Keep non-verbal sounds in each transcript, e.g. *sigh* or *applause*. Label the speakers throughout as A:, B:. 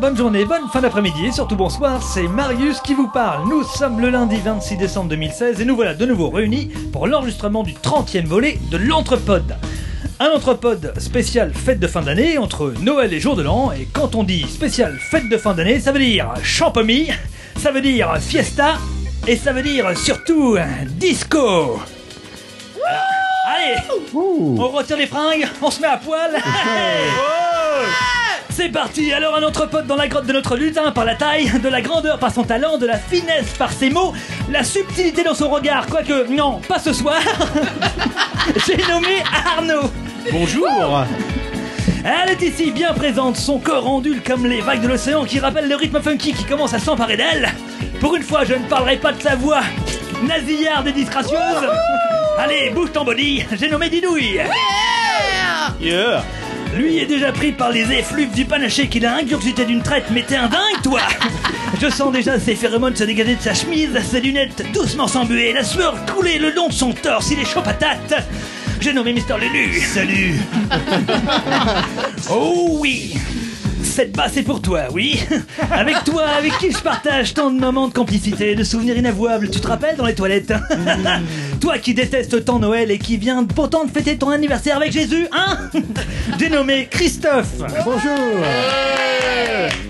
A: bonne journée, bonne fin d'après-midi et surtout bonsoir, c'est Marius qui vous parle. Nous sommes le lundi 26 décembre 2016 et nous voilà de nouveau réunis pour l'enregistrement du 30e volet de l'Entrepode. Un Entrepode spécial fête de fin d'année entre Noël et jour de l'an et quand on dit spécial fête de fin d'année, ça veut dire champomis, ça veut dire fiesta et ça veut dire surtout disco. Allez, on retire les fringues, on se met à poil. C'est parti, alors un autre pote dans la grotte de notre lutin par la taille, de la grandeur par son talent, de la finesse par ses mots, la subtilité dans son regard, quoique non, pas ce soir. *laughs* J'ai nommé Arnaud.
B: Bonjour
A: Elle est ici bien présente, son corps ondule comme les vagues de l'océan qui rappellent le rythme funky qui commence à s'emparer d'elle. Pour une fois, je ne parlerai pas de sa voix nasillarde et disgracieuse. Allez, bouge ton body, j'ai nommé Didouille.
B: Yeah
A: Lui est déjà pris par les effluves du panaché qu'il a ingurgité d'une traite, mais t'es un dingue, toi *laughs* Je sens déjà ses phéromones se dégager de sa chemise, ses lunettes doucement s'embuer, la sueur couler le long de son torse, il est chaud patate J'ai nommé Mister Lulu Salut *laughs* Oh oui cette basse est pour toi, oui. *laughs* Avec toi, avec qui je partage tant de moments de complicité, de souvenirs inavouables, tu te rappelles dans les toilettes *laughs* Toi qui détestes tant Noël et qui viens pourtant de fêter ton anniversaire avec Jésus, hein *laughs* Dénommé Christophe
C: Bonjour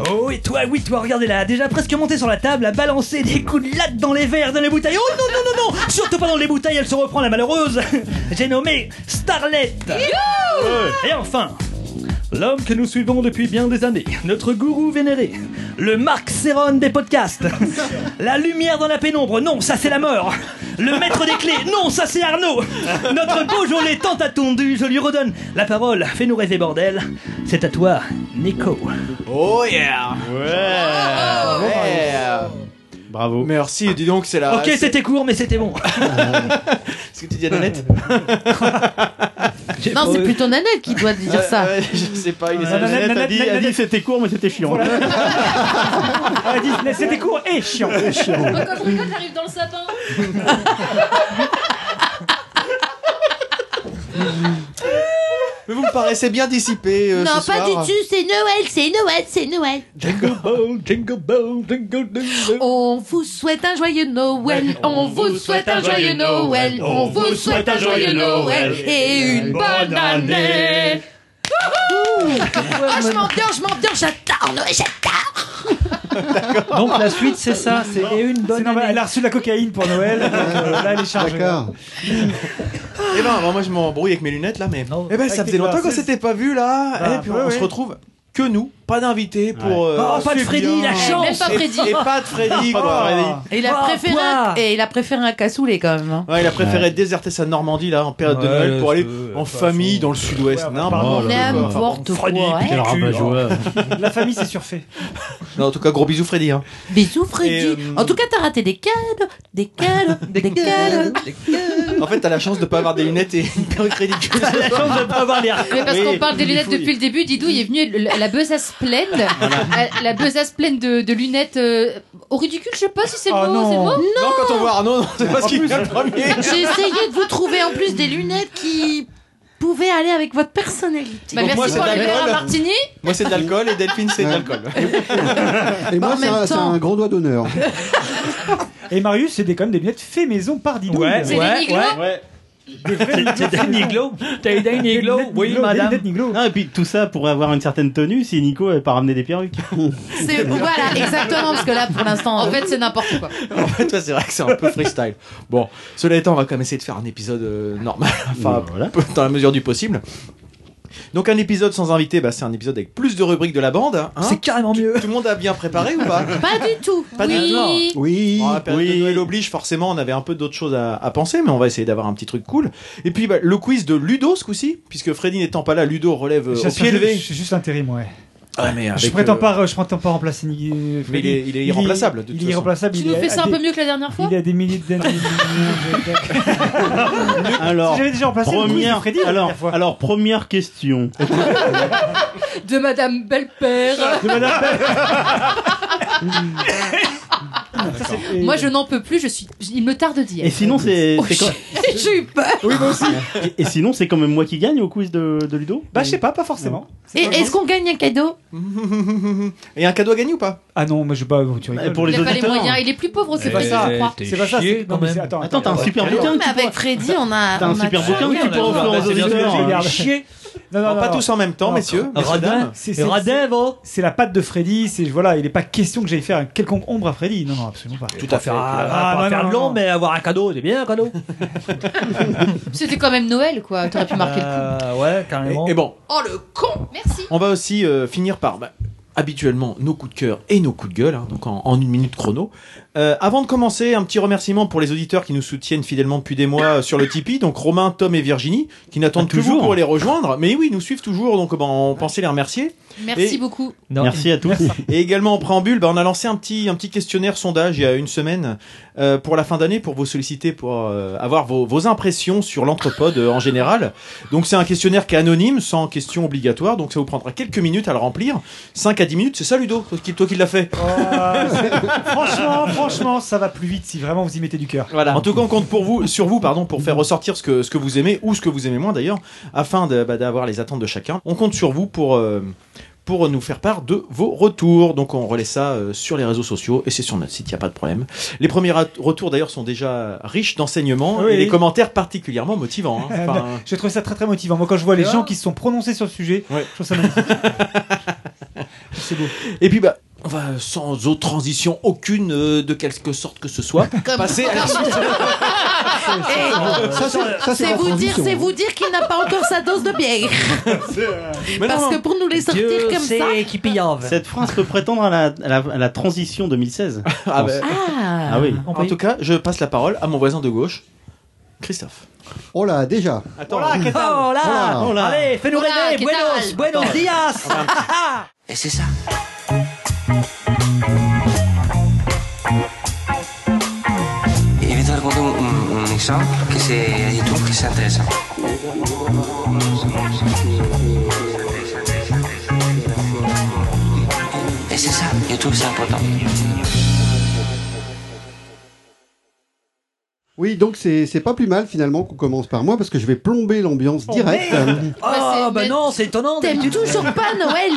A: Oh, et toi, oui, toi, regardez là, déjà presque monté sur la table, à balancer des coups de latte dans les verres, dans les bouteilles. Oh non, non, non, non Surtout pas dans les bouteilles, elle se reprend, la malheureuse *laughs* J'ai nommé Starlet Et enfin, l'homme que nous suivons depuis bien des années, notre gourou vénéré, le Marc Céron des podcasts, la lumière dans la pénombre, non, ça c'est la mort le maître des clés, non, ça c'est Arnaud Notre Beaujolais tant attendu, je lui redonne la parole, fais-nous rêver bordel, c'est à toi, Nico.
D: Oh yeah
B: Ouais Bravo
D: Merci, dis donc, c'est la...
A: Ok, c'était court, mais c'était bon.
D: ce que tu dis à Nanette
A: J'ai
E: *laughs* Non,
A: pas-
E: c'est plutôt Nanette qui doit dire ça.
B: Euh,
D: Ouais, Je sais pas, il est...
A: Nanette,
B: Nanette a
A: Nanette,
B: dit, a
A: Nanette.
B: dit c'était court mais c'était chiant. *laughs*
A: Ah, dis, mais c'était court et eh, chiant.
D: Eh,
F: Moi, quand je rigole, j'arrive dans le sapin.
D: Mais vous me paraissez bien dissipé euh,
E: non,
D: ce
E: pas
D: soir.
E: du tout, c'est Noël, c'est Noël, c'est Noël.
A: Jingle bell, jingle bell, jingle bell.
E: On vous souhaite un joyeux Noël, on vous souhaite un joyeux Noël, on vous souhaite un joyeux Noël et une bonne année. Oh, je m'ambiance, je m'ambiance, j'adore Noël, j'adore.
A: Donc la suite, c'est ça, c'est et une bonne.
G: Non, mais
A: année.
G: elle a reçu de la cocaïne pour Noël. donc, euh, là, elle est chargée.
C: D'accord.
D: Eh ben, bon, moi je m'embrouille avec mes lunettes là, mais...
A: Non,
D: eh ben, ça
G: avec
D: faisait
G: tes
D: longtemps qu'on
G: glasses.
D: s'était pas vu là
G: Bah,
D: Et puis
G: bah,
D: on
G: ouais.
D: se retrouve que nous, pas d'invités pour... euh,
A: Oh, pas de
D: c'est
A: Freddy,
D: bien.
A: la chance.
F: Même pas
D: Et-
F: Freddy.
D: Et pas de Freddy,
A: Ah,
D: quoi, Freddy.
E: Et il a
A: Oh,
E: préféré
A: quoi
E: un, et il a préféré un cassoulet quand même. hein.
D: Ouais, il a préféré déserter sa Normandie là en période de
A: Ouais,
D: Noël pour
A: c'est-
D: aller en famille dans le sud-ouest.
G: Ouais,
D: N'importe quoi.
E: N'importe quoi. hein.
B: Quel rabat joie
G: La famille s'est surfait.
D: Non, en tout cas, gros bisous Freddy. Hein.
E: Bisous Freddy.
D: Et, euh,
E: En tout cas, t'as raté des cadeaux, des cadeaux, des cadeaux.
D: En fait, t'as la chance de pas avoir des lunettes et une *laughs* perruque ridicule.
A: La chance de ne pas avoir les
F: Mais parce
D: Oui,
F: qu'on parle des
D: il
F: lunettes
D: faut-
F: depuis le début, Didou il est venu avec le- la besace pleine, Euh, la- la besace pleine de, de lunettes euh, au ridicule, je sais pas si c'est le
A: Ah
G: Oh,
F: mot,
G: non.
F: c'est le mot.
D: Non, quand on voit Arnaud, non, c'est pas ce qu'il vient le *laughs* premier.
E: J'ai essayé de vous trouver en plus des lunettes qui pouvaient aller avec votre personnalité.
F: Bah,
D: Donc moi,
F: merci
D: c'est
F: pour
D: de
F: les
D: la
F: verres à
D: colle.
F: Martini.
D: Moi, c'est de l'alcool et Delphine, c'est de l'alcool. *laughs*
C: Et moi,
E: en
C: c'est
E: même
C: un, c'est
E: temps-
C: un grand doigt d'honneur.
G: Et Marius, c'est des- quand même des lunettes fait maison par Didou.
A: Ouais,
F: C'est
G: des
A: ouais,
F: des niglos.
A: ouais.
B: ouais.
A: T'as une iglo T'as une iglo
G: lunettes
A: Oui,
G: Niglo, Des
A: madame.
G: lunettes Niglo.
B: Non, Ah, et puis tout ça pour avoir une certaine tenue si Nico avait pas ramené des
F: *laughs*
B: perruques.
E: C'est- Voilà, exactement, parce que là, pour l'instant,
D: Ah.
F: En fait, c'est n'importe quoi.
D: En fait, toi, c'est vrai que c'est un peu freestyle. Bon, cela étant, on va quand même essayer de faire un épisode euh, normal, *laughs* enfin,
B: Voilà.
D: peu- dans la mesure du possible. Donc, un épisode sans invité, bah, c'est un épisode avec plus de rubriques de la bande. hein.
A: C'est carrément mieux.
D: Tout le monde a bien préparé ou *laughs* pas
E: pas du tout.
D: Pas du tout. Non.
E: oui.
C: Oui.
D: Bon, la période
B: Oui.
D: de Noël oblige, forcément, on avait un peu d'autres choses à, à penser, mais on va essayer d'avoir un petit truc cool. Et puis, bah, le quiz de Ludo ce coup-ci, puisque Freddy n'étant pas là, Ludo relève euh,
G: Je
D: au pied
G: suis
D: levé.
G: je suis juste l'intérim, ouais.
D: Ah, mais
G: Je
D: avec,
G: prétends
D: euh,
G: pas, je prétends pas remplacer Niglo.
D: Mais il est- il est irremplaçable, de toute
G: Il
D: façon.
G: est irremplaçable.
F: Tu
G: il
F: nous
G: est
F: fais
G: à
F: ça un
G: des-
F: peu mieux que la dernière fois
G: Il a des milliers d'années.
B: Alors,
G: J'avais déjà remplacé le quiz de
B: première,
G: Freddy la
B: alors,
G: dernière fois.
B: alors, première question.
F: *laughs* de
G: Ah,
F: Madame Belle-Père.
G: De Madame Belle.
H: *laughs*
F: Moi, je n'en peux plus. Je suis. Il me tarde d'y
H: Et
F: être.
H: sinon, c'est.
F: Oh,
H: c'est quand-
F: j'ai *laughs* j'ai eu peur.
G: Oui, moi aussi.
H: Et- Et sinon, c'est quand même moi qui gagne au quiz de, de Ludo
G: Bah, je sais pas, pas forcément.
F: Et est-ce qu'on gagne un cadeau
D: Et un cadeau à gagner ou pas
G: Ah non, moi je pas. Tu
H: Euh,
G: rigoles.
H: Pour
F: Il
H: les
F: n'a pas les
H: auditeurs.
F: moyens. Il est plus pauvre, c'est pas ça, je crois.
G: C'est pas ça. c'est- non, mais c'est- Attends,
H: Attends, t'as un super
D: Alors,
H: bouquin
E: Non, mais
H: que tu
E: avec
H: pourras-
E: Freddy, on a.
H: T'as un
E: on a-
H: super
D: Ah,
H: bouquin que tu pourras
A: bah,
H: offrir aux auditeurs.
D: hein.
A: hein.
G: Regarde.
I: Chier.
G: Non, non,
D: Non,
G: non,
D: Pas
G: non.
D: tous en même temps,
G: Non.
D: messieurs. messieurs,
I: Radin,
D: dames.
G: C'est-
I: c'est
G: c'est-
I: Radin, oh.
G: C'est la patte de Freddy. C'est voilà, il n'est pas question que j'aille faire un quelconque ombre à Freddy. Non, non, absolument pas.
D: Tout à fait.
I: Ah,
G: bah,
I: pas faire
G: non,
I: de
G: non,
I: long,
G: non.
I: mais avoir un cadeau, c'est bien un cadeau.
F: C'était quand même Noël, quoi. T'aurais pu marquer le coup.
I: Euh, ouais, carrément.
D: Et- Et bon,
E: Oh le con
F: Merci.
D: on va aussi euh, finir par bah, habituellement nos coups de cœur et nos coups de gueule, hein, donc en, en une minute chrono. Euh, avant de commencer, un petit remerciement pour les auditeurs qui nous soutiennent fidèlement depuis des mois euh, sur le Tipeee, donc Romain, Tom et Virginie, qui n'attendent
H: Ah, toujours.
D: toujours pour les rejoindre, mais oui, ils nous suivent toujours, donc bah, on pensait les remercier.
F: *laughs* Merci
D: Et-
F: beaucoup.
I: Non.
H: Merci à tous.
D: Et également en préambule, bah, on a lancé un petit, un petit questionnaire sondage il y a une semaine euh, pour la fin d'année pour vous solliciter pour euh, avoir vos, vos impressions sur l'entrepode euh, en général. Donc c'est un questionnaire qui est anonyme, sans question obligatoire, donc ça vous prendra quelques minutes à le remplir. 5 à 10 minutes, c'est ça Ludo, toi qui, toi qui l'as fait.
G: Oh, c'est- franchement, franchement, ça va plus vite si vraiment vous y mettez du cœur.
D: Voilà. En tout cas, on compte pour vous, sur vous, pardon, pour faire ressortir ce que, ce que vous aimez ou ce que vous aimez moins d'ailleurs, afin de- bah, d'avoir les attentes de chacun. On compte sur vous pour, euh, pour nous faire part de vos retours. Donc on relaie ça euh, sur les réseaux sociaux et c'est sur notre site, il n'y a pas de problème. Les premiers rat- retours d'ailleurs sont déjà riches d'enseignements
G: Oui.
D: et des commentaires particulièrement motivants. hein. *laughs*
G: Euh, *laughs*
D: Enfin,
G: non, J'ai trouvé ça très très motivant. Moi, quand je vois les
I: Ouais.
G: gens qui se sont prononcés sur le sujet,
D: Ouais.
G: je trouve ça magnifique. C'est beau.
D: et puis bah. On va sans autre transition aucune euh, de quelque sorte que ce soit
E: Comme-
D: passer à la suite.
E: Eh,
C: Ça, c'est- ça,
E: C'est
C: la
E: vous dire,
C: transition.
E: c'est vous dire qu'il n'a pas encore sa dose de bière.
D: Mais non,
E: Parce
D: non.
E: que pour nous les sortir
I: Dieu
E: comme
I: sait
E: ça.
I: qui piave.
H: Cette phrase peut prétendre à la, à la, à la transition 2016.
D: Ah, bah,
E: Ah.
H: Ah oui.
D: en tout cas, je passe la parole à mon voisin de gauche, Christophe.
C: Oh là, déjà.
D: Attends,
I: Oh là,
C: Oh
H: là.
I: Allez, fais-nous
F: Hola,
I: rêver
F: ¿qué
I: Buenos,
F: tal
I: buenos dias
J: Et c'est ça. Et je vais te raconter un, un- un exemple que c'est, je trouve que c'est intéressant. Et c'est ça, je trouve que c'est important.
C: Oui, donc c'est c'est pas plus mal finalement qu'on commence par moi parce que je vais plomber l'ambiance
G: Oh,
C: directe.
A: Ah,
F: Bah,
I: Oh,
F: c'est-
I: bah
F: mais-
I: non, c'est étonnant
E: T'aimes toujours pas
A: *laughs*
E: Noël,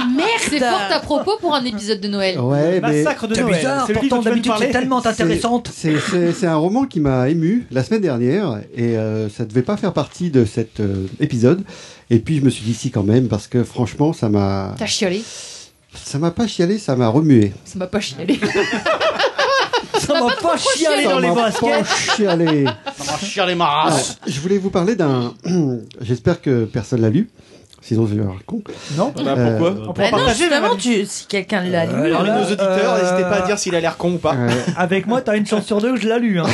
F: C'est fort à
E: merde
F: propos pour un épisode de Noël.
C: Euh, Ouais, mais
G: Massacre de
I: C'est
G: Noël.
I: bizarre,
G: C'est le livre
I: pourtant
G: dont tu viens de
I: d'habitude c'est
G: parler.
I: tellement
C: c'est-
I: intéressante
C: c'est- C'est c'est un roman qui m'a ému la semaine dernière et euh, ça devait pas faire partie de cet euh, épisode. Et puis je me suis dit si quand même parce que franchement ça m'a
F: T'as chialé
C: ça m'a pas chialé, ça m'a remué.
F: Ça m'a pas chialé.
I: Ça m'a pas chialé
C: Ça
I: dans les
C: m'a pas
I: baskets
C: chialé.
D: les
I: Ah.
D: maras.
C: Alors, je voulais vous parler d'un. *clears throat* J'espère que personne l'a lu. Sinon, je vais avoir un con.
G: Non
D: Bah
C: Euh,
D: pourquoi
G: On peut
E: Bah
G: en
E: non,
G: partager.
E: justement,
G: Valérie.
E: tu, si quelqu'un l'a lu.
I: Alors là,
D: nos auditeurs,
I: euh,
D: n'hésitez pas à dire s'il a l'air con ou pas.
C: Euh,
I: Avec moi, t'as une chance sur deux que je l'ai lu. Hein.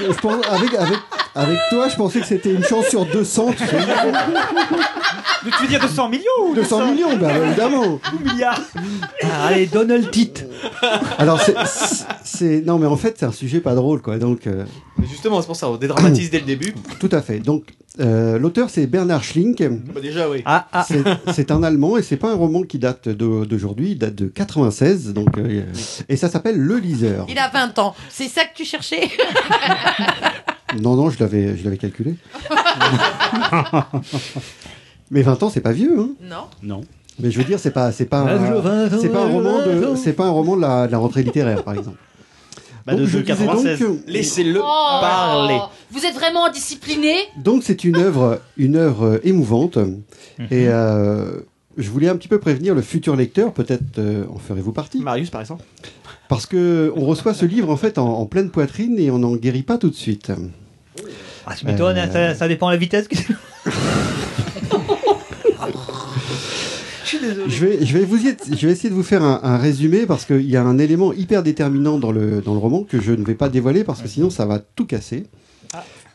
C: je pense, avec, avec, avec toi, je pensais que c'était une chance sur 200. tu sais.
G: Tu veux dire 200 millions ou
C: 200 millions, bah, évidemment.
G: milliards
I: Ah, allez, Donald Titt.
C: Alors, c'est- c'est- c'est. Non, mais en fait, c'est un sujet pas drôle, quoi. Donc, euh,
D: Mais justement, c'est pour ça, on dédramatise dès le début.
C: tout à fait. Donc, euh, l'auteur, c'est Bernard Schlink.
D: Bah déjà, oui.
I: Ah, ah.
C: C'est- C'est un Allemand et c'est pas un roman qui date de- d'aujourd'hui, il date de 96, donc euh, et ça s'appelle Le Liseur.
E: Il a 20 ans. C'est ça que tu cherchais
C: Non, non, je l'avais, je l'avais calculé. Mais 20 ans, c'est pas vieux, hein.
E: Non.
H: Non.
C: Mais je veux dire, c'est pas, c'est pas,
I: Ah, toujours 20 ans,
C: c'est pas un
I: 20
C: roman
I: ans.
C: de, c'est pas un roman de la, de la rentrée littéraire, par exemple.
H: Bah, de
C: je disais
H: 2,96.
C: donc, euh,
D: Laissez-le
F: Oh,
D: parler.
F: Vous êtes vraiment discipliné
C: donc c'est une œuvre, une œuvre euh, émouvante.
H: Mhm.
C: Et euh, je voulais un petit peu prévenir le futur lecteur, peut-être euh, en ferez-vous partie,
D: Marius, par exemple.
C: parce que on reçoit ce livre en fait en, en pleine poitrine et on n'en guérit pas tout de suite.
I: Ah,
C: Euh,
I: je m'étonne, hein, ça, ça dépend de la vitesse. que-
C: Je vais, je vais vous, y être- je vais essayer de vous faire un, un résumé parce qu'il y a un élément hyper déterminant dans le dans le roman que je ne vais pas dévoiler parce que sinon ça va tout casser.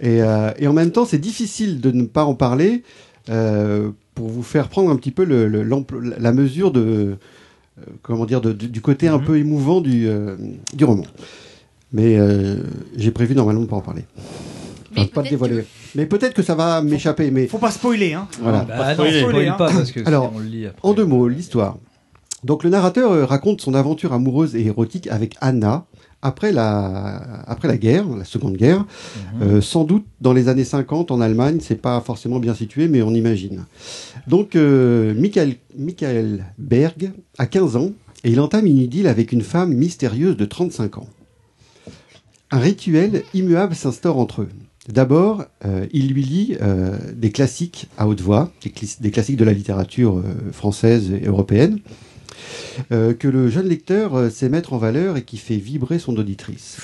C: Et, euh, et en même temps, c'est difficile de ne pas en parler euh, pour vous faire prendre un petit peu le, le- l'ampl- la mesure de euh, comment dire de- du du côté un peu émouvant du euh, du roman. Mais euh, j'ai prévu normalement de pas en parler, Enfin, pas de
F: peut-être
C: dévoiler. Mais peut-être que ça va m'échapper. Mais
G: Faut pas spoiler, hein
A: Bah,
C: voilà.
G: non, spoil pas,
A: parce que
C: Alors,
A: on le lit après.
C: En deux mots, l'histoire. Donc le narrateur euh, raconte son aventure amoureuse et érotique avec Anna après la, après la guerre, la Seconde Guerre.
A: Mhm.
C: Euh, sans doute dans les années 50 en Allemagne, c'est pas forcément bien situé, mais on imagine. Donc euh, Michael, Michael Berg a 15 ans et il entame une idylle avec une femme mystérieuse de 35 ans. Un rituel immuable s'instaure entre eux. D'abord, euh, il lui lit euh, des classiques à haute voix, des, clis- des classiques de la littérature euh, française et européenne, euh, que le jeune lecteur euh, sait mettre en valeur et qui fait vibrer son auditrice.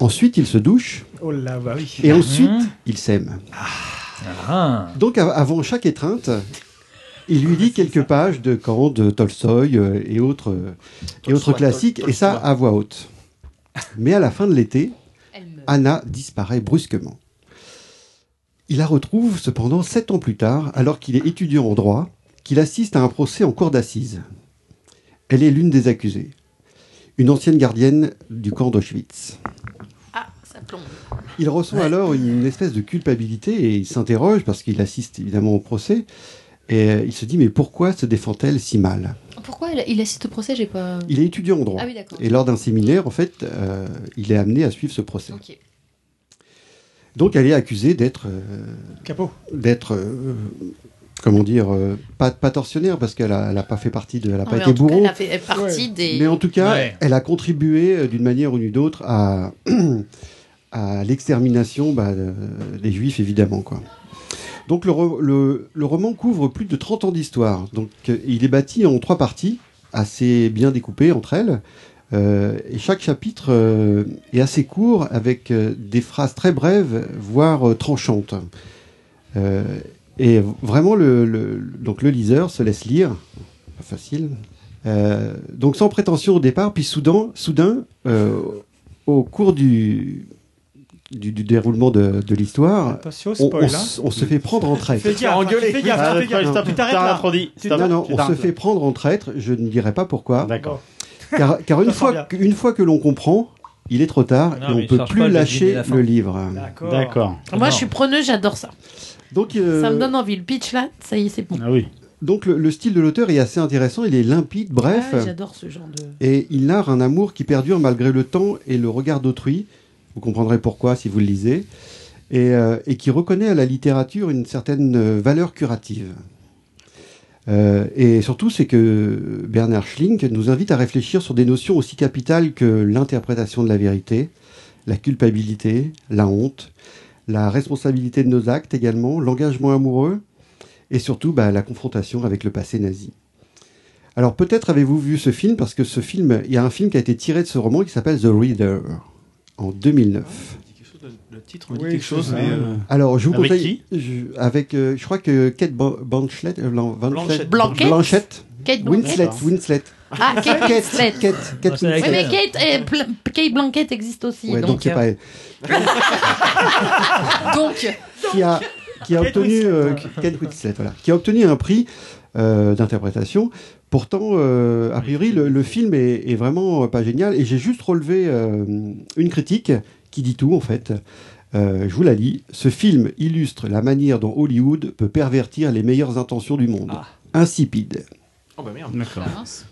C: Ensuite, il se douche
G: Oh là, bah oui.
C: et ensuite, il s'aime.
A: Ah.
C: Donc, av- avant chaque étreinte, il lui lit quelques pages de Kant, de Tolstoï euh, et autres, euh, et autres classiques, et ça à voix haute. Mais à la fin de l'été,
F: Elle meurt.
C: Anna disparaît brusquement. Il la retrouve cependant sept ans plus tard, alors qu'il est étudiant en droit, qu'il assiste à un procès en cour d'assises. Elle est l'une des accusées, une ancienne gardienne du camp d'Auschwitz.
E: Ah, ça plombe.
C: Il ressent alors une, une espèce de culpabilité et il s'interroge parce qu'il assiste évidemment au procès. Et euh, il se dit mais pourquoi se défend-elle si mal
F: Pourquoi il- il assiste au procès J'ai pas.
C: Il est étudiant en droit.
F: Ah oui, d'accord.
C: et lors d'un séminaire, en fait, euh, il est amené à suivre ce procès.
F: Ok.
C: Donc elle est accusée d'être euh,
G: Capot.
C: d'être, euh, comment dire, euh, pas, pas tortionnaire parce qu'elle n'a pas fait partie de, elle n'a
E: Non,
C: pas
E: mais
C: été
E: en tout cas,
C: bourreau.
E: elle a fait partie des.
C: mais en tout cas,
A: Ouais.
C: elle a contribué euh, d'une manière ou d'une autre à, *clears throat* à l'extermination bah, euh, des Juifs, évidemment. Quoi. Donc le, ro- le- le roman couvre plus de 30 ans d'histoire. Donc euh, il est bâti en trois parties, assez bien découpées entre elles. Euh, et chaque chapitre euh, est assez court, avec euh, des phrases très brèves, voire euh, tranchantes. Euh, et vraiment, le, le- donc le liseur se laisse lire. Pas facile. Euh, donc sans prétention au départ, puis soudain, soudain euh, au cours du, du, du déroulement de, de l'histoire,
G: Attention,
C: on,
G: spoil.
C: on
G: hein.
C: s- on se fait prendre en traître.
G: Fais gaffe,
D: engueuler.
G: hein, fais gaffe, fais gaffe.
H: stop,
G: Tu t'arrêtes
H: t'arrêtes
G: là.
H: Anthony,
G: Tu
H: stop.
G: t'arrêtes.
C: Non, non,
H: Tu
C: on se
H: t'arrêtes.
C: fait prendre en traître, je ne dirai pas pourquoi.
H: D'accord.
C: Car, car une,
G: Ça sent
C: fois,
G: bien.
C: que- une fois que l'on comprend, il est trop tard
A: Non,
C: et
A: mais
C: on
A: il
C: peut
A: cherche pas à
C: plus
A: deviner
C: lâcher
A: la fin. Ah,
C: le livre.
G: D'accord.
H: D'accord.
E: Moi, je suis preneuse, j'adore ça.
C: Donc, euh,
E: Ça me donne envie. Le pitch là, ça y est, c'est bon.
H: Ah oui.
C: donc le, le style de l'auteur est assez intéressant, il est limpide, bref.
E: Ah, j'adore ce genre de.
C: Et il narre un amour qui perdure malgré le temps et le regard d'autrui. Vous comprendrez pourquoi si vous le lisez. Et, euh, et qui reconnaît à la littérature une certaine euh, valeur curative. Euh, et surtout, c'est que Bernard Schlink nous invite à réfléchir sur des notions aussi capitales que l'interprétation de la vérité, la culpabilité, la honte, la responsabilité de nos actes également, l'engagement amoureux et surtout bah, la confrontation avec le passé nazi. Alors peut-être avez-vous vu ce film parce que ce film, il y a un film qui a été tiré de ce roman qui s'appelle The Reader en 2009.
D: Le titre
G: me dit Oui, quelque chose,
H: mais, euh,
C: Alors je vous
H: Avec
C: conseille je- avec euh, je crois que Kate Ban- Blanchett euh, Lan- Van-
D: Blanchett.
E: Blanquette
C: Blanchett
E: Kate Blanquette.
C: Winslet Winslet
E: Ah, Kate Winslet.
C: Kate Kate,
G: Ah,
C: Kate
A: c'est la
E: Oui,
C: Winslet.
E: mais Kate, eh, Bl- Kate Blanquette existe aussi.
C: Ouais, donc
E: donc, euh,
C: c'est pas elle.
E: donc,
C: qui a, qui a
G: Kate
C: obtenu
G: Winslet,
C: euh,
G: ouais.
C: Kate Winslet, voilà, qui a obtenu un prix euh, d'interprétation. Pourtant, euh, a priori, le, le film est, est vraiment euh, pas génial. Et j'ai juste relevé euh, une critique qui dit tout en fait. Euh, je vous la lis. Ce film illustre la manière dont Hollywood peut pervertir les meilleures intentions du monde.
D: Ah.
C: Insipide.
D: Oh bah merde.
H: D'accord.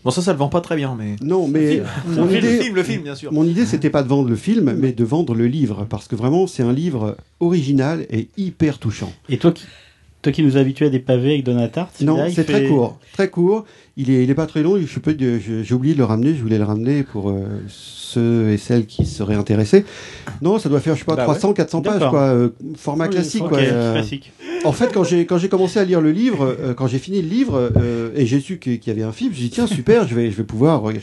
D: Bon, ça, ça le vend pas très bien, mais.
C: Non, mais mon
D: Le
C: idée,
D: film, le film, bien sûr.
C: mon idée, c'était pas de vendre le film, mais de vendre le livre, parce que vraiment, c'est un livre original et hyper touchant.
H: Et toi qui, toi qui nous habituais à des pavés avec Donatarte
C: Non, c'est très court. Très court. Il est, il est pas très long. Je suis peu de- je- j'ai oublié de le ramener. Je voulais le ramener pour euh, ceux et celles qui seraient intéressés. Non, ça doit faire, je sais pas,
D: Bah ouais.
C: 300, 400 pages,
H: D'accord.
C: quoi. euh, format classique, quoi. euh.
H: classique.
C: en fait, quand j'ai, quand j'ai commencé à lire le livre, euh, quand j'ai fini le livre, euh, et j'ai su qu'il qu'il y avait un film, je me suis dit, tiens, super, je vais, je vais pouvoir. euh.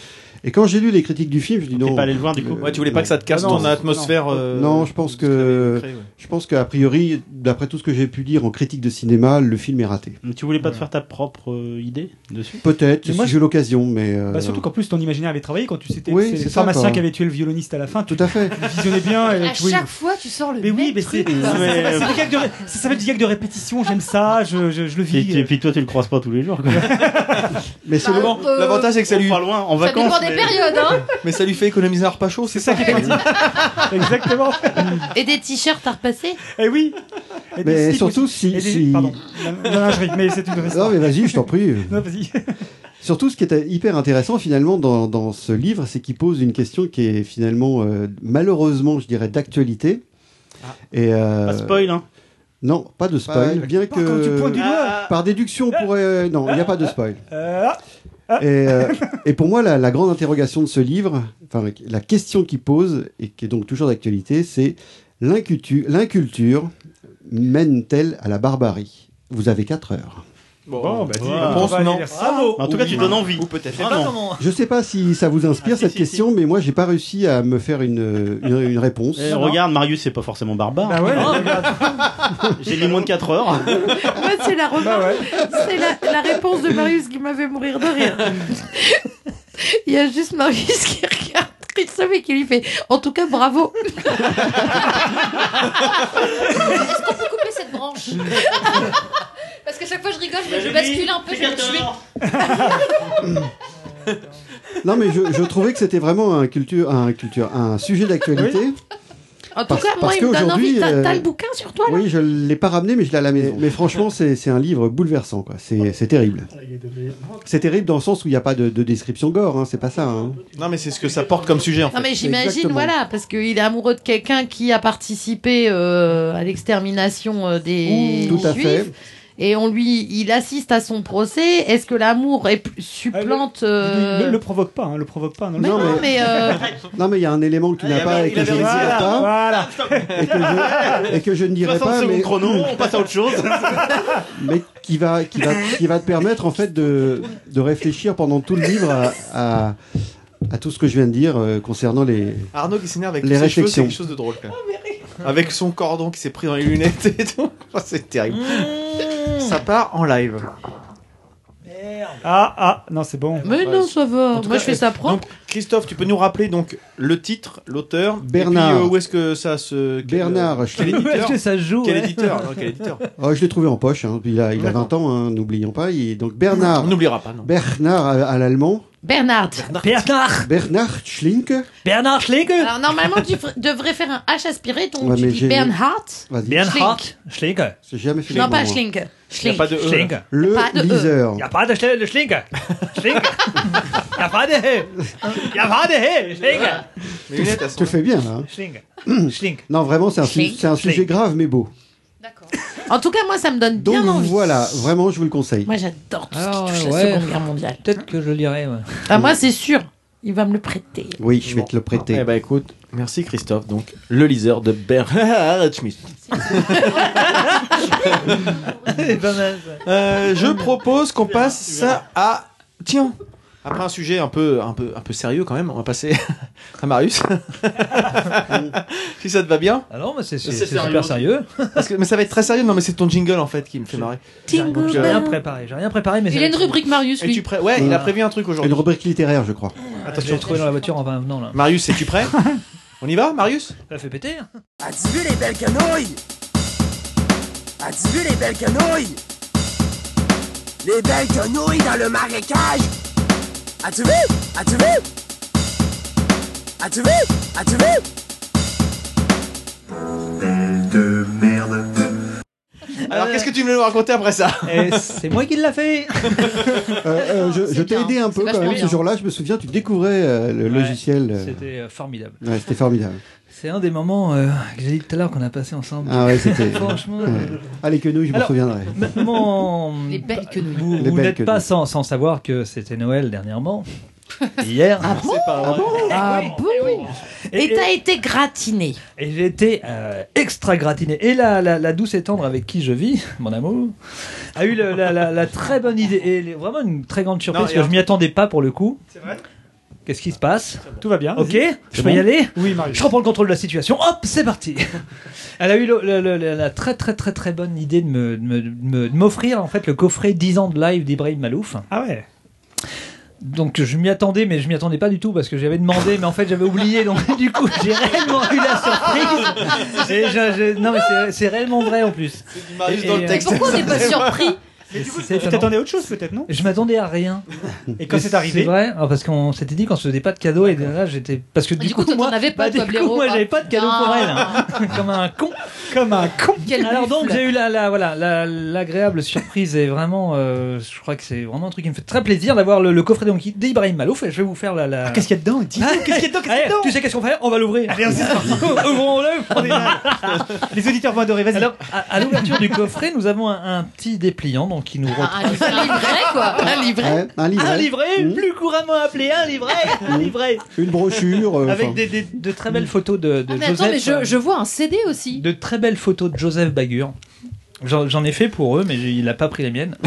C: Et quand j'ai lu les critiques du film, je me suis dit,
H: T'es
C: non. Euh,
H: pas allé le voir du coup
D: Ouais, tu voulais pas que ça te casse
C: Non,
D: ton
C: non,
D: atmosphère. euh,
C: Non, je pense
D: que tu
C: que-
D: avais créée, ouais.
C: Je pense qu'a priori, d'après tout ce que j'ai pu lire en critique de cinéma, le film est raté.
H: Tu voulais pas te faire ta propre euh, idée dessus
C: Peut-être,
G: Mais moi,
C: si j'ai l'occasion, mais. euh,
G: Bah, surtout qu'en plus ton imaginaire avait travaillé quand tu c'était
C: Oui,
G: c'est
C: c'est
G: le
C: ça,
G: pharmacien
C: quoi.
G: qui avait tué le violoniste à la fin. Tu
C: Tout à fait.
G: *laughs* visionnais bien et
F: À
G: tu voyais-
F: chaque fois, tu sors le.
G: Mais oui,
F: même
G: mais c'est
F: truc,
G: *laughs* c'est-
F: quoi.
G: c'est- c'est du gag de ré- ça s'appelle du gag de répétition. J'aime ça, je, je, je le
H: Puis-
G: vis.
H: Et puis toi, tu le euh. croises pas tous les *laughs* jours. Quoi.
C: Mais c'est
H: Bah,
C: le-
D: Bon,
F: Euh,
D: L'avantage, c'est que ça lui,
H: pas loin, en
F: Ça
H: vacances.
F: dépend des
G: *laughs*
F: périodes, hein.
D: mais ça lui fait économiser un repas chaud, c'est ça
G: qui est Exactement.
E: et des t-shirts à repasser.
G: Et Eh oui. Et des
C: Mais
G: slips
C: surtout
G: aussi.
C: si.
G: Et des-
C: si-
G: Pardon. La, la lingerie, mais c'est une vraie
C: Non,
G: histoire.
C: mais vas-y, je t'en prie.
G: *laughs* Non, vas-y.
C: *laughs* Surtout, ce qui est hyper intéressant finalement dans, dans ce livre, c'est qu'il pose une question qui est finalement, euh, malheureusement, je dirais, d'actualité. Et, euh,
B: Pas de spoil, hein.
C: Non, pas de spoil.
B: Spoil.
C: Bien
B: Par contre, tu
C: que
B: pointes du doigt.
C: par déduction, on pourrait. Non, il n'y a pas de spoil.
G: Euh, ah.
C: Et, euh,
B: Ah.
C: et pour moi, la, la grande interrogation de ce livre, enfin la question qu'il pose et qui est donc toujours d'actualité, c'est l'incultu- l'inculture mène-t-elle à la barbarie Vous avez 4 heures.
D: Bon,
B: bah, dis,
D: réponse
B: on va
D: non.
B: aller lire ça. En tout cas, tu donnes envie.
D: Ou peut-être
B: Ah,
D: non.
B: non, non.
C: Je sais pas si ça vous inspire
B: Ah,
C: cette question, mais moi j'ai pas réussi à me faire une, une, une réponse.
B: Eh, regarde, Marius, c'est pas forcément barbare.
D: Ah
G: Bah ouais,
H: Oh.
B: J'ai mis moins de 4
D: *laughs*
B: heures.
E: Moi,
I: Bah
E: c'est la, remarque- c'est la, la réponse de Marius qui m'a fait mourir de rire. Il y a juste Marius qui regarde Christophe et qui lui fait En tout cas, bravo.
F: Est-ce qu'on peut couper
D: *laughs*
F: cette branche Parce qu'à chaque fois je rigole, je, je bascule un peu, je vais me tuer.
C: Non, mais je, je trouvais que c'était vraiment un, culture, un, culture, un sujet d'actualité.
E: En tout
C: Parce-
E: cas, moi,
C: parce
E: il me donne envie.
C: qu'aujourd'hui,
E: T'as
C: euh,
E: t'as le bouquin sur toi, là
C: Oui, je l'ai pas ramené, mais je l'ai à la maison. Mais franchement, c'est c'est un livre bouleversant, quoi. C'est c'est terrible. C'est terrible dans le sens où il n'y a pas de, de description gore, hein, c'est pas ça. hein.
D: Non, mais c'est ce que ça porte comme sujet en
E: Non
D: fait.
E: mais j'imagine,
C: Exactement.
E: voilà, parce qu'il est amoureux de quelqu'un qui a participé euh, à l'extermination euh, des
C: Tout à
E: Juifs.
C: fait.
E: Et on lui, il assiste à son procès. Est-ce que l'amour est plus- supplante euh,
G: Ne le provoque pas, hein, le provoque pas. Non,
E: Mais
G: non.
E: non,
C: Non,
E: mais, euh,
C: Non, mais il y a un élément que tu n'as pas et que je ne dirai pas.
G: Voilà,
C: Et que je, Hein et que je ne dirai
B: 60
C: pas,
B: secondes
C: mais,
B: chrono, on passe à autre chose.
C: mais qui, va, qui, va, qui va te permettre en fait de, de réfléchir pendant tout le livre à, à, à tout ce que je viens de dire euh, concernant les.
D: Arnaud qui s'énerve avec
C: Les
D: tous ses cheveux, c'est
C: réflexions.
D: quelque chose de drôle quand même.
B: Oh,
D: Avec son cordon qui s'est pris dans les lunettes et tout. *laughs* Oh, c'est terrible.
B: Mmh.
D: Ça part en live.
G: Ah, ah, non, c'est bon.
E: mais non, ça
F: Oh,
E: va. Moi, je fais
I: *laughs*
E: ça propre.
D: Donc, Christophe, tu peux nous rappeler donc le titre, l'auteur, et puis,
C: Bernard.
D: euh, où est-ce que euh, ça se. quel-
C: Bernard, je,
D: Quel
A: Est-ce
D: éditeur
A: que ça se joue
D: Quel
A: ouais
D: éditeur
A: *laughs*
D: Non, Quel éditeur
C: oh, je l'ai trouvé en poche, hein. il a, il a 20 ans, hein, n'oublions pas. Il, donc Bernard,
D: On n'oubliera pas, non.
C: Bernard à, à l'allemand,
E: Bernard.
A: Bernard
C: Bernard Schlinke.
A: Bernard Schlegel
E: Alors normalement, tu fr- devrais faire un H aspiré, donc
C: Ouais,
E: tu
C: mais
E: dis
C: j'ai-
E: Bernhard.
C: Vas-y,
A: Bernhard Schlegel.
C: j'ai jamais fait
E: Non,
C: les
E: pas
C: bons, hein.
E: Schlink.
D: Il n'y
E: Schlink.
D: a pas de E.
A: Schlegel.
C: Le
E: Pas de E.
C: liseur.
A: Y'a pas de Schle- de Schlinke.
C: *laughs*
A: Schlinke. Y'a pas de he. Y'a pas de E, he. Schlinke.
D: *laughs* Les lunettes, elles
C: Tu
D: sont-
C: le fais bien, là. hein.
A: Schlinke. Schlinke.
C: Non, vraiment, c'est un, su-
E: Schling.
C: c'est un sujet
A: Schling.
C: grave, mais beau.
F: D'accord.
E: En tout cas, moi, ça me donne
C: Donc
E: bien envie.
C: voilà, vraiment, je vous le conseille.
E: Moi, j'adore tout
A: Alors,
E: ce qui touche
A: Ah ouais.
E: la Seconde Guerre mondiale.
A: Peut-être que je lirai. ouais.
E: Ah, moi, c'est sûr. Il va me le prêter.
C: Oui, je vais
D: Bon.
C: te le prêter.
D: Eh ben écoute, merci Christophe. Donc, le liseur de Bernard Schmitt.
I: Eh ben,
D: Euh, je propose qu'on passe ça à. Tiens Après un sujet un peu, un, peu, un peu sérieux quand même, on va passer *laughs*
A: *laughs*
D: à Marius. si ça te va bien.
A: Ah non, mais c'est c'est- c'est super sérieux.
D: Parce que, mais ça va être très sérieux. Non, mais c'est ton jingle en fait qui me fait marrer.
A: Donc, J'ai
E: Tingle
A: rien
E: bell.
A: préparé. J'ai rien préparé, mais
F: Il a une rubrique Marius,
D: Et tu
F: lui.
D: prêt Ouais, il a prévu un truc
C: Une
D: aujourd'hui.
C: rubrique littéraire, je crois.
A: Attention, je l'ai retrouvé dans la voiture en venant là.
D: Marius, es-tu prêt On y va, Marius
A: Ça fait péter. hein.
K: As-tu vu les belles quenouilles? As-tu vu les belles quenouilles? Les belles quenouilles dans le marécage! As-tu vu? As-tu vu? As-tu vu? As-tu vu?
D: Alors, qu'est-ce que tu veux nous raconter après ça
A: Et Eh, c'est moi qui l'a fait.
C: Euh, euh, je
F: c'est
C: je t'ai
F: bien.
C: aidé un peu
F: C'est
C: quand
F: vachement
C: même ce
F: bien.
C: jour-là. Je me souviens, tu découvrais euh, le
A: Ouais,
C: logiciel. euh,
A: C'était euh, formidable.
C: ouais, C'était formidable.
A: C'est un des moments euh, que j'ai dit tout à l'heure qu'on a passé ensemble.
C: Ah ouais, c'était.
A: Franchement.
C: Ouais. Allez, que nous, je me
A: Alors-
C: souviendrai.
A: Maintenant,
F: Les belles quenouilles.
A: vous,
C: Les
A: vous
C: belles
A: n'êtes pas
C: quenouilles.
A: sans, sans savoir que c'était Noël dernièrement. Hier.
E: Ah bon
A: Et-
E: Et t'as été gratiné.
A: Et j'ai été euh, extra gratiné. Et la, la, la douce et tendre avec qui je vis, mon amour, a eu le- la, la- la très bonne idée. Et les- vraiment une très grande surprise,
D: Non,
A: parce
D: et
A: que
D: un-
A: je m'y attendais pas pour le coup.
G: C'est vrai
A: Qu'est-ce qui se passe
G: Tout va bien.
A: Ok,
G: vas-y.
A: je peux y aller
G: Oui, Marius.
A: Je reprends le contrôle de la situation. Hop, c'est parti. *laughs* Elle a eu le- le- le- le- la très très très très bonne idée de me- de me- de me- de m'offrir en fait le coffret 10 ans de live d'Ibrahim Malouf.
G: Ah ouais.
A: Donc je m'y attendais, mais je m'y attendais pas du tout parce que j'avais demandé, mais en fait j'avais oublié. Donc *laughs* du coup j'ai réellement eu la surprise. Et je- je- non mais c'est- c'est réellement vrai en plus.
D: Marius
A: Et-
D: dans
A: et- euh,
D: le texte.
F: euh, Pourquoi on n'est pas surpris
A: Et c'est
G: Tu
A: étonnant.
G: t'attendais à autre chose, peut-être, non
A: Je m'attendais à rien.
G: *laughs* Et quand c'est arrivé.
A: C'est vrai, ah, parce qu'on s'était dit qu'on se faisait pas de cadeaux et là j'étais parce que du,
F: Ah, Du coup, toi, t'en
A: moi,
F: avais pas,
A: bah, du
F: toi,
A: coup,
F: Blaireau,
A: moi
F: ah.
A: j'avais pas de cadeau pour
F: Ah.
A: elle, *laughs* hein. comme un con.
G: Comme un con.
A: Alors donc j'ai eu la, la- voilà la- l'agréable surprise et vraiment euh, je crois que c'est vraiment un truc qui me fait très plaisir d'avoir le, le coffret de Donkey d'Ibrahim Malouf et je vais vous faire la, la...
G: Ah,
A: Ah, eh,
G: Qu'est-ce qu'il y a dedans Dis-nous, Qu'est-ce qu'il y a dedans Qu'est-ce qu'il y a dedans Ah,
A: tu sais qu'est-ce qu'on va faire On va l'ouvrir.
G: Allez,
A: *laughs*
G: on s'y va.
A: Ouvrons-le. on est là.
G: *laughs* Les auditeurs vont adorer. Vas-y.
A: Alors à, à l'ouverture du coffret nous avons un, un petit dépliant donc qui nous
F: Un livret, un livret, quoi. Ah, Un livret.
C: Ouais, un livret,
I: Un livret,
C: Mmh.
I: plus couramment appelé un livret, un livret,
C: une brochure. euh,
I: avec
C: enfin,
I: des, des-
A: de très belles photos de, de
F: Ah, mais
A: Joseph.
F: attends, mais je,
A: euh,
F: je vois un CD aussi.
A: de très belles photos de Joseph Bagur. J'en j'en ai fait pour eux, mais j'ai- il n'a pas pris les
H: *laughs*
A: miennes.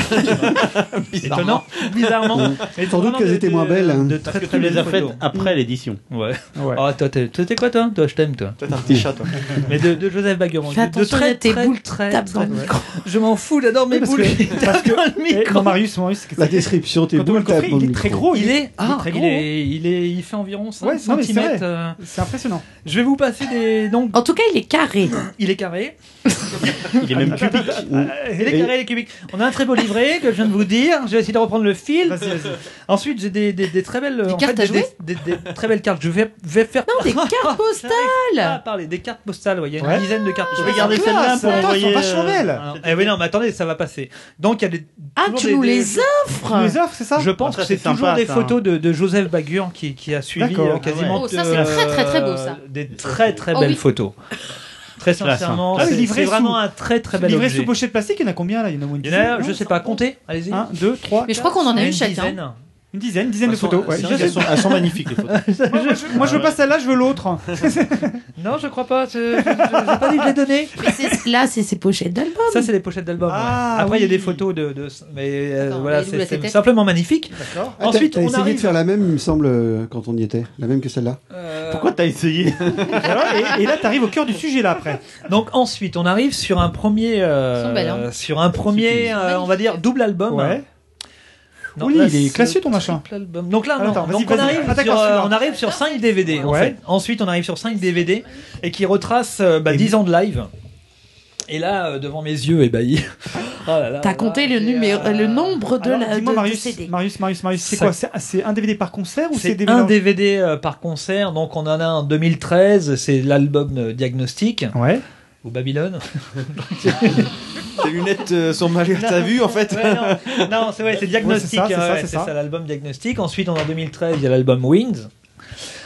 A: Étonnant, bizarrement. Mais
C: Mm. Sans doute
A: vraiment
C: qu'elles
A: de-
C: étaient
A: de-
C: moins belles, hein.
A: De très,
H: Parce que
A: très
H: tu les
A: belles
H: as faites
A: photos.
H: après l'édition.
A: Ouais.
G: Ouais.
A: Ah, toi, t'es toi, t'es quoi, toi Toi, je t'aime, toi.
D: Toi, t'as un petit chat, toi.
A: *laughs* Mais de, de Joseph Bagur. de,
E: Fais
A: de
E: attention, il y a tes boules
A: très,
E: tapes dans
A: très-
E: le
A: ouais. *laughs* Je m'en fous, j'adore mes
G: Oui, parce
A: boules.
G: que-
A: qui tapent dans le
G: Eh,
A: micro.
G: non, Marius, Marius, qu'est-ce
C: la
G: que-
C: description, tes
G: Quand on
C: boules,
G: le coffret,
C: tapent dans
G: il
C: le
G: est très
C: micro.
G: gros.
A: Il est, ah,
G: très
A: il,
G: gros,
A: est, il est, il fait environ 5
G: Ouais, non, mais c'est
A: cm.
G: vrai. C'est impressionnant.
A: je vais vous passer des, donc,
E: En tout cas, il est carré.
A: il est carré.
H: Il est même
G: Ah,
H: cubique.
A: Il est carré, il est cubique. On a un très beau livret que je viens de vous dire. Je vais essayer de reprendre le fil.
G: Vas-y, vas-y.
A: Ensuite, j'ai des, des, des très belles en
F: cartes
A: des-
F: à jouer
A: des, des- des très belles cartes. Je vais, vais faire
E: Non,
A: *laughs*
E: des cartes
A: pas à
E: postales.
A: parler des cartes postales. ouais, Il y a
G: Ouais.
A: une dizaine de cartes.
H: Je vais garder celle-là pour
G: Attends, elles
H: envoyer.
G: sont vachement
H: euh,
G: belles.
A: Alors, eh oui, non, mais attendez, ça va passer. Donc, il y a des.
E: Ah,
A: toujours
E: tu
A: des-
E: nous
A: des-
E: les offres.
G: Les offres, c'est ça
A: Je pense
H: Ah, ça,
A: que c'est
H: c'est
A: toujours
H: sympa,
A: des
H: ça.
A: photos de, de Joseph Bagur qui, qui a suivi
G: D'accord.
A: euh, quasiment.
F: Oh, ça, c'est très, très, très beau, ça.
A: euh, Des très très
F: Oh,
A: belles
F: oui.
A: photos. Très
H: Classe, hein.
A: sincèrement,
G: Ah oui,
A: c'est
G: livré
A: c'est
G: sous-
A: vraiment un très très bel
G: Livré
A: objet.
G: sous pochette plastique, il y en a combien là Il y en a au moins une
A: Il y en a,
G: dizaine,
A: je
G: non
A: sais pas, comptez. Allez-y.
G: 1, 2, 3,
F: Mais je crois qu'on en a une
A: Une
F: chacun.
A: dizaine.
G: une dizaine, dizaine de
D: Elles sont-
G: photos. ouais.
D: c'est vrai qu'elles sont- elles sont
G: *laughs*
D: magnifiques, les photos.
G: Moi, je- Moi je veux pas celle-là, je
A: *laughs*
G: veux l'autre.
A: Non, je crois pas. Je n'ai pas dit que je les donnais.
E: Mais c'est- Là, c'est ses pochettes d'album.
A: Ça, c'est les pochettes d'albums. ouais.
G: Ah,
A: Après, il y a
G: oui.
A: des photos
G: *laughs*
A: de. de- mais euh,
F: Attends,
A: voilà,
F: mais d'où la
A: c'est c'est
F: tête
A: simplement magnifique.
G: D'accord.
C: Ah, t'as-
A: Ensuite,
C: t'as
A: on
C: essayé
A: arrive.
C: de faire la même, il me semble, euh, quand on y était, la même que celle-là.
A: euh,
H: Pourquoi t'as essayé
G: Et, et là, t'arrives au cœur du sujet là après.
A: Donc ensuite, on arrive sur un premier, euh,
F: Ils sont belles, hein.
A: sur un premier, euh,
F: sont
A: on
F: magnifiques.
A: va dire double album.
G: Ouais.
A: Non,
G: Oui,
A: là,
G: il est
A: c'est
G: classieux, ton machin.
A: triple album. Donc là, non.
G: Attends, vas-y,
A: donc on
G: vas-y.
A: arrive, sur,
G: Ah, d'accord,
A: euh,
G: celui-là.
A: on arrive sur 5 DVD. En
G: Ouais.
A: fait. Ensuite, on arrive sur 5 DVD et qui retrace euh, bah,
G: Et-
A: 10 ans de live. Et là, euh, devant mes yeux
G: *laughs*
A: ébahis. oh
D: Ah
A: là là,
E: T'as
A: là,
E: compté le,
A: j'ai,
E: numéro,
A: euh,
E: le nombre de
G: Alors,
E: la
G: Dis-moi
E: de- de
G: Marius,
E: CD.
G: Marius, Marius, Marius, c'est
A: Ça-
G: quoi C'est c'est un DVD par concert ou c'est
A: C'est
G: des
A: un
G: mélanges
A: DVD euh, par concert, donc on en a un en 2013, c'est l'album euh, Diagnostic
G: Ouais.
A: ou
G: *laughs*
A: Babylone.
D: Tes lunettes euh, sont mal à ta vue, en fait.
A: Ouais, non, non, c'est ouais, c'est Diagnostic,
G: Ouais, c'est ça, c'est
A: hein,
G: ça,
A: ouais,
G: c'est
A: c'est
G: ça.
A: ça, l'album Diagnostic. Ensuite, on a en 2013, il y a l'album Wings.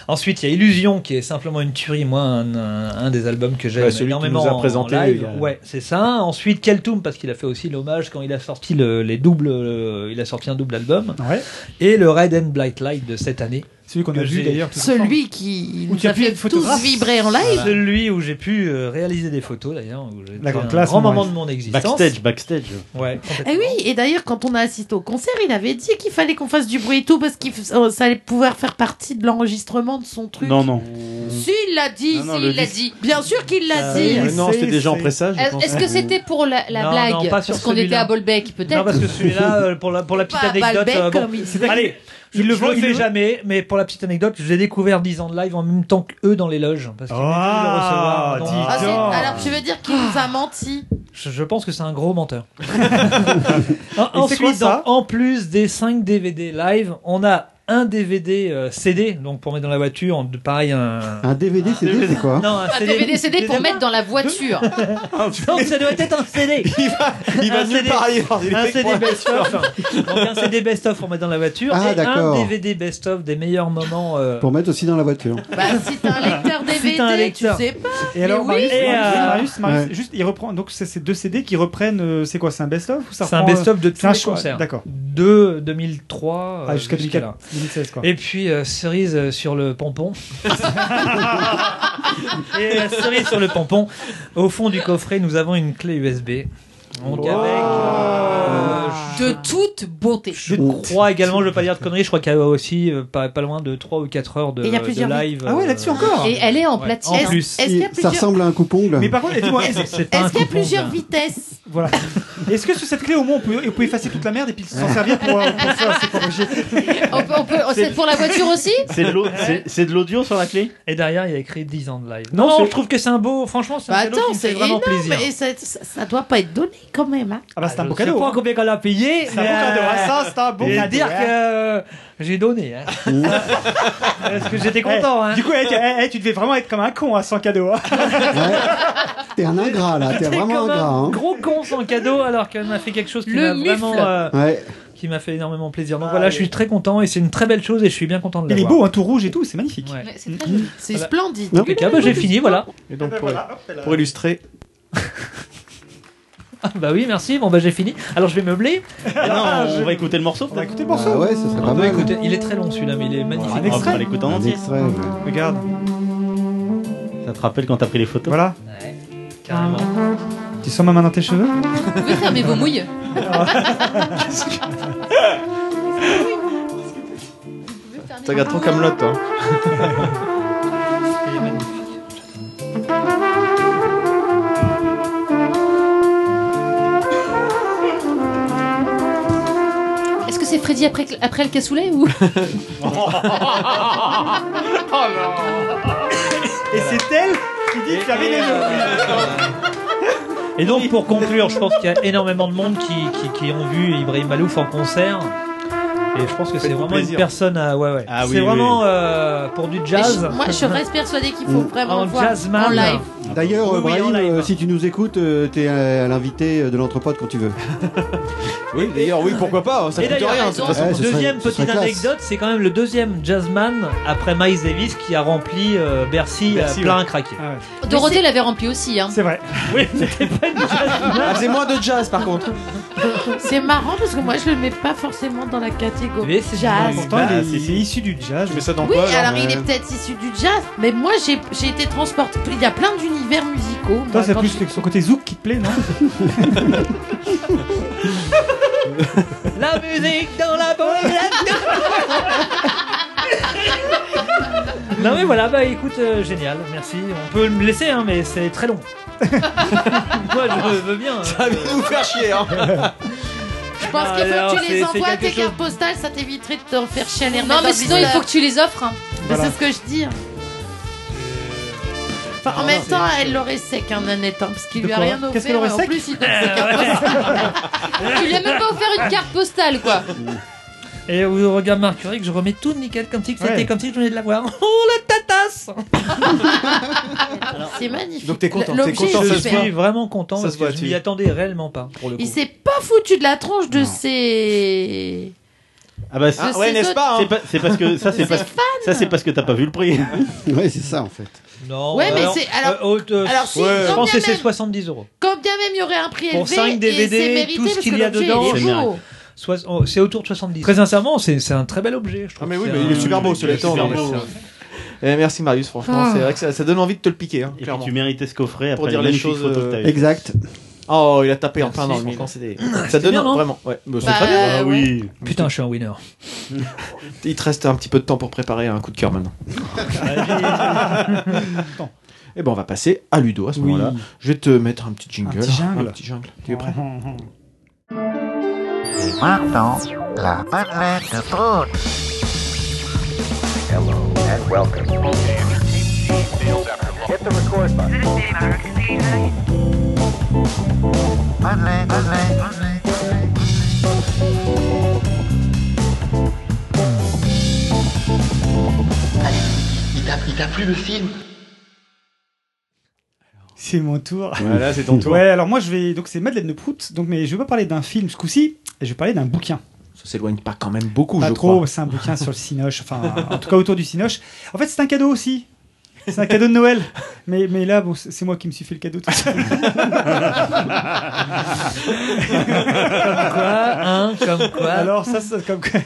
A: Ensuite, il y a Illusion qui est simplement une tuerie, moi un, un- un des albums que j'aime
D: Ouais, celui que tu
A: énormément
D: nous as
A: en-
D: présenté,
A: en live.
D: il y a-
A: Ouais, c'est ça. Ensuite, Keltum parce qu'il a fait aussi l'hommage quand il a sorti le- les doubles, euh, il a sorti un double album
G: Ouais.
A: et le Red and Blight Light de cette année.
G: Celui qu'on a
A: Que
G: vu
A: j'ai-
G: d'ailleurs. tous ensemble.
E: Celui qui
G: Ou
E: nous
G: tu as
E: a
G: pu
E: fait
G: être photographe.
E: tous vibrer en live.
A: Celui où j'ai pu euh, réaliser des photos d'ailleurs, où j'ai
G: D'accord,
A: fait un
G: classe,
A: grand
G: Maurice.
A: moment de mon existence.
H: Backstage, backstage.
A: Ouais, complètement.
E: Eh oui, et d'ailleurs, quand on a assisté au concert, il avait dit qu'il fallait qu'on fasse du bruit et tout parce que ça allait pouvoir faire partie de l'enregistrement de son truc.
H: Non, non.
F: Si, il l'a dit,
H: Non, non,
F: si,
H: le
F: il l'a
H: disque.
F: dit.
E: Bien sûr qu'il l'a
G: Ah
E: dit.
G: oui.
D: Mais non, c'était déjà en pressage, je
F: Est-
D: pense.
F: Est-ce que c'était pour la, la
A: Non,
F: blague
A: non, pas sur
F: Parce qu'on était
A: celui-là.
F: à Bolbec,
A: Non, parce
F: peut-être
A: que celui-là,
F: *laughs*
A: euh, pour la, pour la petite
E: Pas
A: anecdote,
E: Balbec
A: euh, bon,
E: comme il dit.
G: C'est-à-dire
A: Allez,
G: qu'il-
A: il
G: je
A: le voit,
G: le
A: il fait
G: fait
A: jamais, mais pour la petite anecdote, je l'ai découvert 10 ans de live en même temps que eux dans les loges. Parce qu'ils
G: Ah,
A: venaient tous
G: dis
A: le
E: Ah,
A: recevoir.
E: c'est-
A: Donc,
G: donc.
E: alors, tu veux dire qu'il nous a menti
A: je, je pense que c'est un gros
D: *laughs*
A: menteur. En-
G: Et c'est quoi,
A: Ensuite,
G: ça
A: donc, en plus des 5 DVD live, on a un DVD euh, CD, donc pour mettre dans la voiture, on- pareil, un.
C: Un DVD, c'est
H: DVD.
C: c'est quoi
A: Non, un
F: Un DVD CD pour mettre dans
A: *laughs*
F: la voiture.
A: Non, ça doit être un CD.
D: *laughs* Il va
A: Un
D: nulle
A: CD.
D: part ailleurs. Il
A: un
D: fait
A: CD
D: pour-
A: best-of. Donc un CD best-of pour mettre dans la voiture.
C: Ah,
A: et un
C: d'accord.
A: DVD best-of des meilleurs moments. euh,
C: Pour mettre aussi dans la voiture.
E: Bah, si t'as un lecteur DVD,
A: t'as un lecteur.
E: tu sais pas.
G: Et
E: *laughs*
G: alors,
E: oui.
G: Marius,
A: Et,
G: Marius,
A: euh,
G: Marius, Marius,
C: ouais.
G: juste, il reprend. Donc, c'est ces deux CD qui reprennent. euh, c'est quoi C'est un best-of ou ça
A: C'est un
G: reprend, euh,
A: best-of de tous
G: C'est un
A: les
G: choix.
A: concerts.
G: D'accord.
A: De 2003
G: Ah,
A: euh,
G: jusqu'à
A: jusqu'à
G: 2004,
A: là.
G: 2016, quoi.
A: Et puis euh, cerise euh, sur le pompon. *laughs* Et euh, cerise sur le pompon. Au fond du coffret, nous avons une clé USB. Donc
G: Wow.
A: avec. euh,
F: De toute beauté.
A: je crois également, je ne veux pas dire de conneries, je crois qu'il y a aussi euh, pas, pas loin de 3 ou 4 heures de,
E: Et il y a
A: de
E: plusieurs-
A: live.
G: Ah ouais,
A: euh,
G: là-dessus encore.
F: Et elle est en
A: ouais,
F: platine.
A: En
F: hein.
A: plus.
E: Est-ce qu'il y a
C: Ça
E: plusieurs,
C: ressemble à un coupe-ongle.
A: *laughs*
C: *laughs*
G: Mais par contre, dis-moi,
A: C'est pas un
E: est-ce qu'il y a
A: coupon,
E: plusieurs
A: ça.
E: vitesses
G: Voilà. *laughs* Est-ce que sur cette clé, au moins, on peut, on peut effacer toute la merde et puis s'en servir
C: *laughs*
G: pour, euh, pour faire ses propres jets
F: On peut, on peut-
G: C'est-
F: c'est pour la voiture aussi
H: C'est de l'au- c'est- c'est de l'audio sur la clé
A: Et derrière, il y a écrit 10 ans de live.
H: Non,
A: Non,
H: c'est-
A: je trouve que c'est un beau. Franchement, c'est
E: Bah
A: un cadeau qui
E: attends,
A: me fait
E: c'est
A: vraiment
E: énorme
A: plaisir.
E: et ça, ça, ça doit pas être donné quand même. Hein.
G: Ah bah c'est un
A: Je
G: beau
A: sais
G: cadeau.
A: pas combien qu'on a payé.
G: C'est un beau cadeau, hein, ça, c'est un beau
A: à
G: cadeau,
A: dire
G: hein.
A: que euh, j'ai donné. hein. *laughs* Parce que j'étais content.
G: Eh,
A: hein.
G: Du coup, eh, tu, eh, eh, tu devais vraiment être comme un con à
C: *laughs*
G: sans cadeau. hein.
C: T'es un
G: Eh,
C: ingrat
G: *laughs*
C: là, t'es
A: T'es
C: vraiment
A: comme
C: ingrat.
A: un
C: Hein.
A: gros con sans cadeau alors qu'on a fait quelque chose qui
F: Le
A: m'a
F: mufle.
A: vraiment euh,
C: Ouais.
A: qui m'a fait énormément plaisir.
G: Ah,
A: Donc voilà, je suis très content et c'est une très belle chose et je suis bien content de
G: Il est
A: l'avoir.
G: beau, hein, tout rouge et tout, c'est magnifique.
A: Ouais.
F: Ouais, C'est très joli.
E: C'est
A: Voilà.
E: splendide.
G: eh
C: Non.
A: Ok, bah, j'ai fini, ben voilà.
D: Et
G: Ah,
D: donc, pour, pour illustrer.
A: *laughs* Ah, bah oui, merci. Bon bah j'ai fini. Alors je vais meubler. Ah,
H: Ah non, on va écouter le morceau.
G: On va écouter le
C: Bah
G: morceau.
C: ouais, ça serait pas
A: On va
C: mal. Ah,
A: écouter. Il est très long celui-là, mais il est magnifique.
G: Un extrait.
H: On va l'écouter en
C: Un
H: entier.
C: extrait, ouais.
G: Regarde,
H: Ça te rappelle quand t'as pris les photos
G: voilà.
A: Carrément.
G: Tu sens ma main dans tes cheveux
F: Vous pouvez fermer vos
A: *laughs*
F: mouilles.
D: Tu regardes trop Camelot, toi.
F: Est-ce que c'est Freddy après, après le cassoulet
A: *laughs*
F: ou
G: Et c'est elle qui dit que j'avais les deux.
A: Et donc pour conclure, je pense qu'il y a énormément de monde qui, qui, qui ont vu Ibrahim Malouf en concert. Et je pense que c'est
D: Faites-vous
A: vraiment une
D: plaisir.
A: personne
G: euh,
A: à. Ouais, ouais.
H: Ah oui,
A: c'est
H: oui,
A: vraiment
H: oui.
A: euh, pour du
E: Mais
A: jazz.
E: je- moi, je reste persuadée qu'il faut
C: Mm.
E: vraiment
A: En
E: le voir
A: jazzman.
E: en live. *laughs*
C: D'ailleurs,
A: Oui, oui,
C: Brahim,
A: en live.
C: euh, si tu nous écoutes, euh, t'es euh, à l'invité de l'entrepode quand tu veux.
D: Oui, d'ailleurs, oui, pourquoi pas, ça
A: Et
D: coûte
A: d'ailleurs,
D: rien. de toute façon.
E: raison.
C: Ouais, ce serait-
A: deuxième
C: ce serait
A: petite
C: classe.
A: anecdote, c'est quand même le deuxième jazzman après Miles Davis qui a rempli euh, Bercy,
D: Bercy, Ah
A: à plein craqué.
F: Dorothée l'avait rempli aussi. Hein.
G: C'est vrai.
A: Oui, c'était pas une
D: Ah, c'est moins de jazz par contre.
E: C'est marrant parce que moi, je le mets pas forcément dans la
A: Mais
E: catégorie
A: c'est
G: Et
E: jazz.
G: Pourtant,
D: Bah,
G: il est,
D: c'est-
G: il est issu du jazz.
D: Je mets ça dans hein.
E: Oui,
D: quoi alors
E: alors il
G: euh,
E: est peut-être issu du jazz, mais moi j'ai j'ai été transportée. Il y a plein d'univers musicaux.
G: Toi,
E: Moi,
G: c'est
E: quand
G: plus
E: je-
G: le- son côté zouk qui te
C: *laughs*
G: plaît, non
A: La musique dans la
G: Oh,
A: boîte Non mais voilà, bah écoute, euh, génial, merci. On peut me laisser, hein, mais c'est très
D: *laughs*
A: long. Moi je veux bien. hein.
D: Ah, mais vous faire chier, hein.
E: Je pense qu'il faut
A: Alors,
E: que tu les
A: c'est- c'est
E: envoies à
A: quelque
E: tes
A: chose.
E: cartes postales, ça t'éviterait de t'en faire chier à les
F: Non,
E: remettre
F: mais
E: dans
F: sinon,
E: le
F: il faut
E: viseur.
F: que tu les offres. hein.
E: Mais
G: Voilà.
E: C'est ce que je dis. Enfin, en même temps, elle l'aurait sec un honnête, hein, parce
G: Ah,
E: qu'il
G: De
E: lui a
G: quoi
E: rien offert.
G: Qu'est-ce qu'elle aurait
E: et en
G: sec *laughs*
E: plus, il donne ses cartes postales.
F: Tu lui as même pas offert une carte postale, quoi.
A: Et vous regardez Marc Curie que je remets tout nickel comme si que c'était
G: Ouais.
A: comme si je venais de l'avoir. Oh la tatasse
E: C'est magnifique.
D: Donc t'es content,
E: L'objet
D: t'es content,
E: est
A: Je
D: ça se
E: super.
A: suis vraiment content
D: Ça
A: parce
D: se
A: que
D: voit,
A: je
D: tu-
A: m'y attendais réellement pas pour le coup.
E: Il s'est pas foutu de la tronche de ses.
H: Ah bah c'est
E: Ah,
D: Ah, ouais,
E: ces
D: n'est-ce
E: autres-
D: pas, hein
H: c'est pas- c'est parce que ça c'est
E: Ses
H: parce ça c'est parce que t'as pas vu le prix.
C: *laughs* Ouais, c'est ça en fait.
A: Non,
E: Ouais, mais
A: alors-
E: c'est- alors-
A: euh, haute, euh,
E: Alors, si,
A: je
E: quand
A: pense
E: bien
A: que c'est
E: même,
A: 70 euros.
E: quand bien même il y aurait un prix
A: Pour
E: élevé,
A: cinq
E: et
A: DVD,
E: c'est mérité
A: tout ce
E: parce
A: qu'il
E: que
A: y a
E: l'objet
A: dedans,
E: est
H: c'est
E: beau.
H: mérité.
A: Sois- oh, c'est autour de 70. Très sincèrement, c'est c'est un très bel objet, je trouve.
D: Ah, mais oui,
A: C'est
D: mais il
A: un-
D: est super beau, celui-là,
A: il est super
D: attends,
A: beau.
D: mais Eh, merci Marius, franchement,
C: Ah.
D: c'est vrai que ça, ça donne envie de te le piquer, hein,
H: Et puis
D: clairement.
H: tu méritais ce coffret après
D: Pour dire
H: les
D: les
H: magnifiques
D: choses,
H: photos que
D: euh,
H: t'as eues.
C: Exact.
D: Oh, il a tapé en
A: Merci,
D: plein dans le mille.
A: franchement.
D: C'est des- Ça donne
A: bien, non
D: vraiment. Ouais, bah, c'est
E: Bah,
D: très bien.
E: euh, ouais.
H: Ah oui.
A: Putain, je suis un winner.
D: *laughs* Il te reste un petit peu de temps pour préparer un coup de cœur maintenant. *laughs* Et ben on va passer à Ludo à ce moment-là. Je vais te mettre un petit jingle.
G: petit jungle.
D: petit jungle. Tu es prêt
K: Maintenant, la madeleine de Proust. Madeleine, Madeleine, Madeleine.
G: C'est mon tour.
D: Voilà, c'est
G: *laughs*
D: ton tour.
G: Ouais, alors moi je vais. Donc c'est Madeleine de Prout, donc, mais je vais pas parler d'un film ce coup-ci, je vais parler d'un bouquin.
D: Ça s'éloigne pas quand même beaucoup,
G: Pas
D: je
G: trop,
D: crois.
G: c'est un bouquin sur le Cinoche, enfin en tout cas autour du Cinoche. En fait, c'est un cadeau aussi. C'est un cadeau de Noël. Mais, mais là, bon, c'est c'est moi qui me suis fait le cadeau tout
D: *laughs*
G: seul.
A: Quoi Hein Comme quoi
G: Alors ça, c'est comme. que-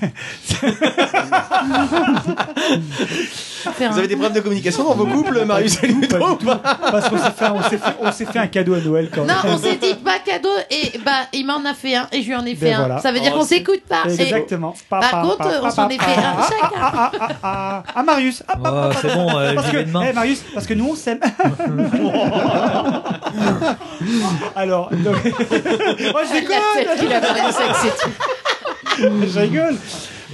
D: Vous avez des problèmes de communication dans vos couples, Marius et Ludo
G: Parce qu'on s'est fait, on s'est fait- on s'est
D: *laughs*
G: fait un cadeau à Noël quand
E: Non,
G: même.
E: on s'est dit pas cadeau et bah il m'en a fait un et je lui en ai fait
G: Ben
E: un.
G: voilà.
E: hein. Ça veut dire
G: Oh,
E: qu'on
G: c'est-
E: s'écoute pas. Et-
G: Exactement. Pa,
E: Par
G: pa,
E: contre,
G: pa,
E: on
G: pa,
E: s'en est
G: pa,
E: fait
G: pa.
E: un chacun.
G: Ah, ah, ah, ah, Marius. Ah, pa, pa,
A: Oh,
G: pa,
A: c'est
G: pa,
A: bon,
G: pa,
A: euh,
G: parce
A: j'y
G: que,
A: vais demain.
G: eh, Marius, parce que nous on
A: *laughs*
G: s'aime. Alors, donc... *laughs* oh, je
E: La tête qu'il a dans le sac,
G: déconne. *laughs*
E: c'est
G: je rigole.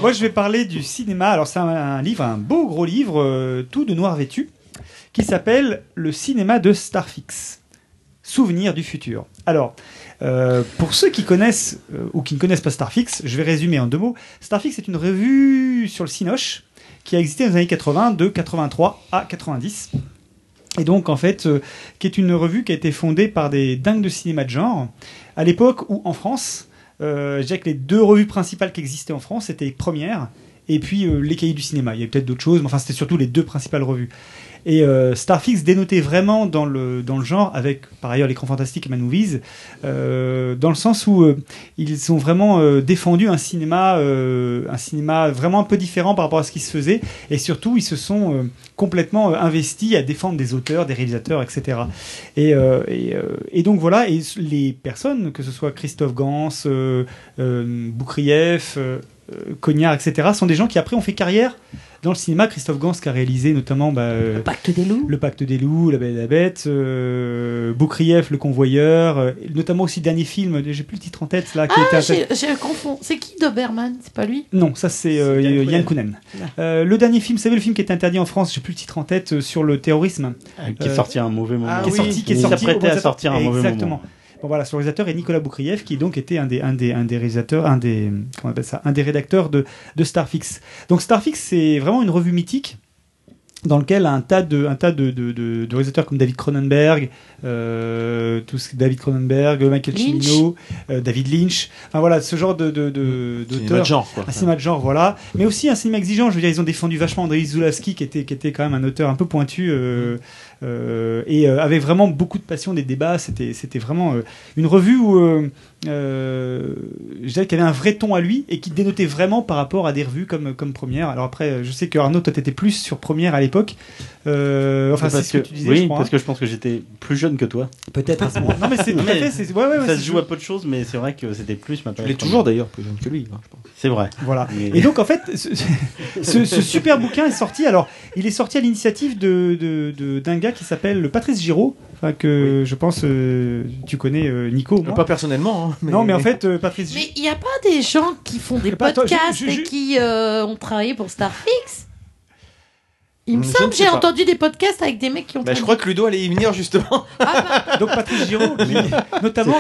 G: Moi, je vais parler du cinéma. Alors, c'est un, un livre, un beau gros livre, euh, tout de noir vêtu, qui s'appelle Le cinéma de Starfix. Souvenir du futur. Alors, euh, pour ceux qui connaissent euh, ou qui ne connaissent pas Starfix, je vais résumer en deux mots. Starfix est une revue sur le Cinoche qui a existé dans les années 80, de 83 à 90. Et donc, en fait, euh, qui est une revue qui a été fondée par des dingues de cinéma de genre, à l'époque où, en France, euh, je dirais que les deux revues principales qui existaient en France c'était Première et puis euh, Les Cahiers du cinéma. Il y avait peut-être d'autres choses, mais enfin, c'était surtout les deux principales revues. Et euh, Starfix dénotait vraiment dans le, dans le genre, avec par ailleurs l'écran fantastique et Man Movies, euh, dans le sens où euh, ils ont vraiment euh, défendu un cinéma, euh, un cinéma vraiment un peu différent par rapport à ce qui se faisait, et surtout ils se sont euh, complètement euh, investis à défendre des auteurs, des réalisateurs, etc. Et, euh, et, euh, et donc voilà, et s- les personnes, que ce soit Christophe Gans, euh, euh, Boukrieff, euh, euh, Cognard, etc., sont des gens qui après ont fait carrière dans le cinéma. Christophe Gans qui a réalisé notamment bah, euh, le
E: Pacte des loups,
G: le Pacte des loups, La Belle et la Bête, euh, Boukrieff, le convoyeur, euh, notamment aussi le dernier film, j'ai plus le titre en tête là, qui était
E: Ah,
G: un-
E: j'ai- je confonds. C'est qui Doberman C'est pas lui
G: non, ça c'est euh,
E: Yann Kounen.
G: Yann Kounen. Euh, le dernier film, vous savez le film qui était interdit en France, j'ai plus le titre en tête, euh, sur le terrorisme.
H: Ah,
G: Euh,
H: qui est sorti à un mauvais moment.
G: Qui est
H: Ah oui,
G: sorti, qui est
H: il
G: sorti.
H: s'apprêtait
G: au mois de
H: à sortir à un mauvais moment.
G: Exactement. Bon voilà, son réalisateur est Nicolas Boukrieff, qui donc était un des, un des, un des réalisateurs, un des, comment on appelle ça, un des rédacteurs de, de Starfix. Donc Starfix, c'est vraiment une revue mythique dans lequel un tas de, un tas de, de, de- de réalisateurs comme David Cronenberg, euh, tout ce, David Cronenberg, Michael
D: Lynch.
G: Cimino, euh, David Lynch, enfin voilà, ce genre de, de, de,
D: Cinéma de
G: d'auteurs.
D: genre, quoi.
G: Ah, Un cinéma de genre, voilà. Mais aussi un cinéma exigeant. Je veux dire, ils ont défendu vachement Andrei Zulawski, qui était, qui était quand même un auteur un peu pointu euh, euh, et euh, avait vraiment beaucoup de passion des débats. C'était, c'était vraiment euh, une revue où euh, euh, je dirais qu'il y avait un vrai ton à lui et qui dénotait vraiment par rapport à des revues comme, comme Première. Alors après, euh, je sais que Arnaud, toi, t'étais plus sur Première à l'époque. Euh, enfin, c'est
H: parce
G: ce que,
H: que,
G: tu disais,
H: oui,
G: je crois.
H: parce que je pense que j'étais plus jeune que toi.
I: Peut-être à ce moment.
G: Non, mais
H: *laughs*
G: c'est tout à fait, c'est- ouais, ouais, ouais,
H: ça
G: c'est
H: se joue à peu de choses, mais c'est vrai que c'était plus ma
D: l'es toujours, d'ailleurs plus jeune que lui.
H: hein, C'est vrai.
G: Voilà.
H: Mais-
G: Et donc en fait, ce, ce- ce super bouquin est sorti. Alors, il est sorti à l'initiative de, de- de- d'un gars qui s'appelle le Patrice Giraud, enfin, que je pense euh, tu connais euh, Nico. au moins.
D: Pas personnellement. hein,
G: Non, mais en fait, euh, Patrice.
E: Mais il n'y a pas des gens qui font des
G: Attends, je-
E: podcasts
G: je- je-
E: et qui euh, ont travaillé pour Starfix
G: Hmm,
E: Il me
D: Je
E: semble
D: ne
E: que
D: sais
E: j'ai
D: pas.
E: entendu des podcasts avec des mecs qui ont
D: Bah, je
E: travaillé-
D: crois que Ludo allait y venir justement.
G: Donc Patrice Giraud, qui- notamment.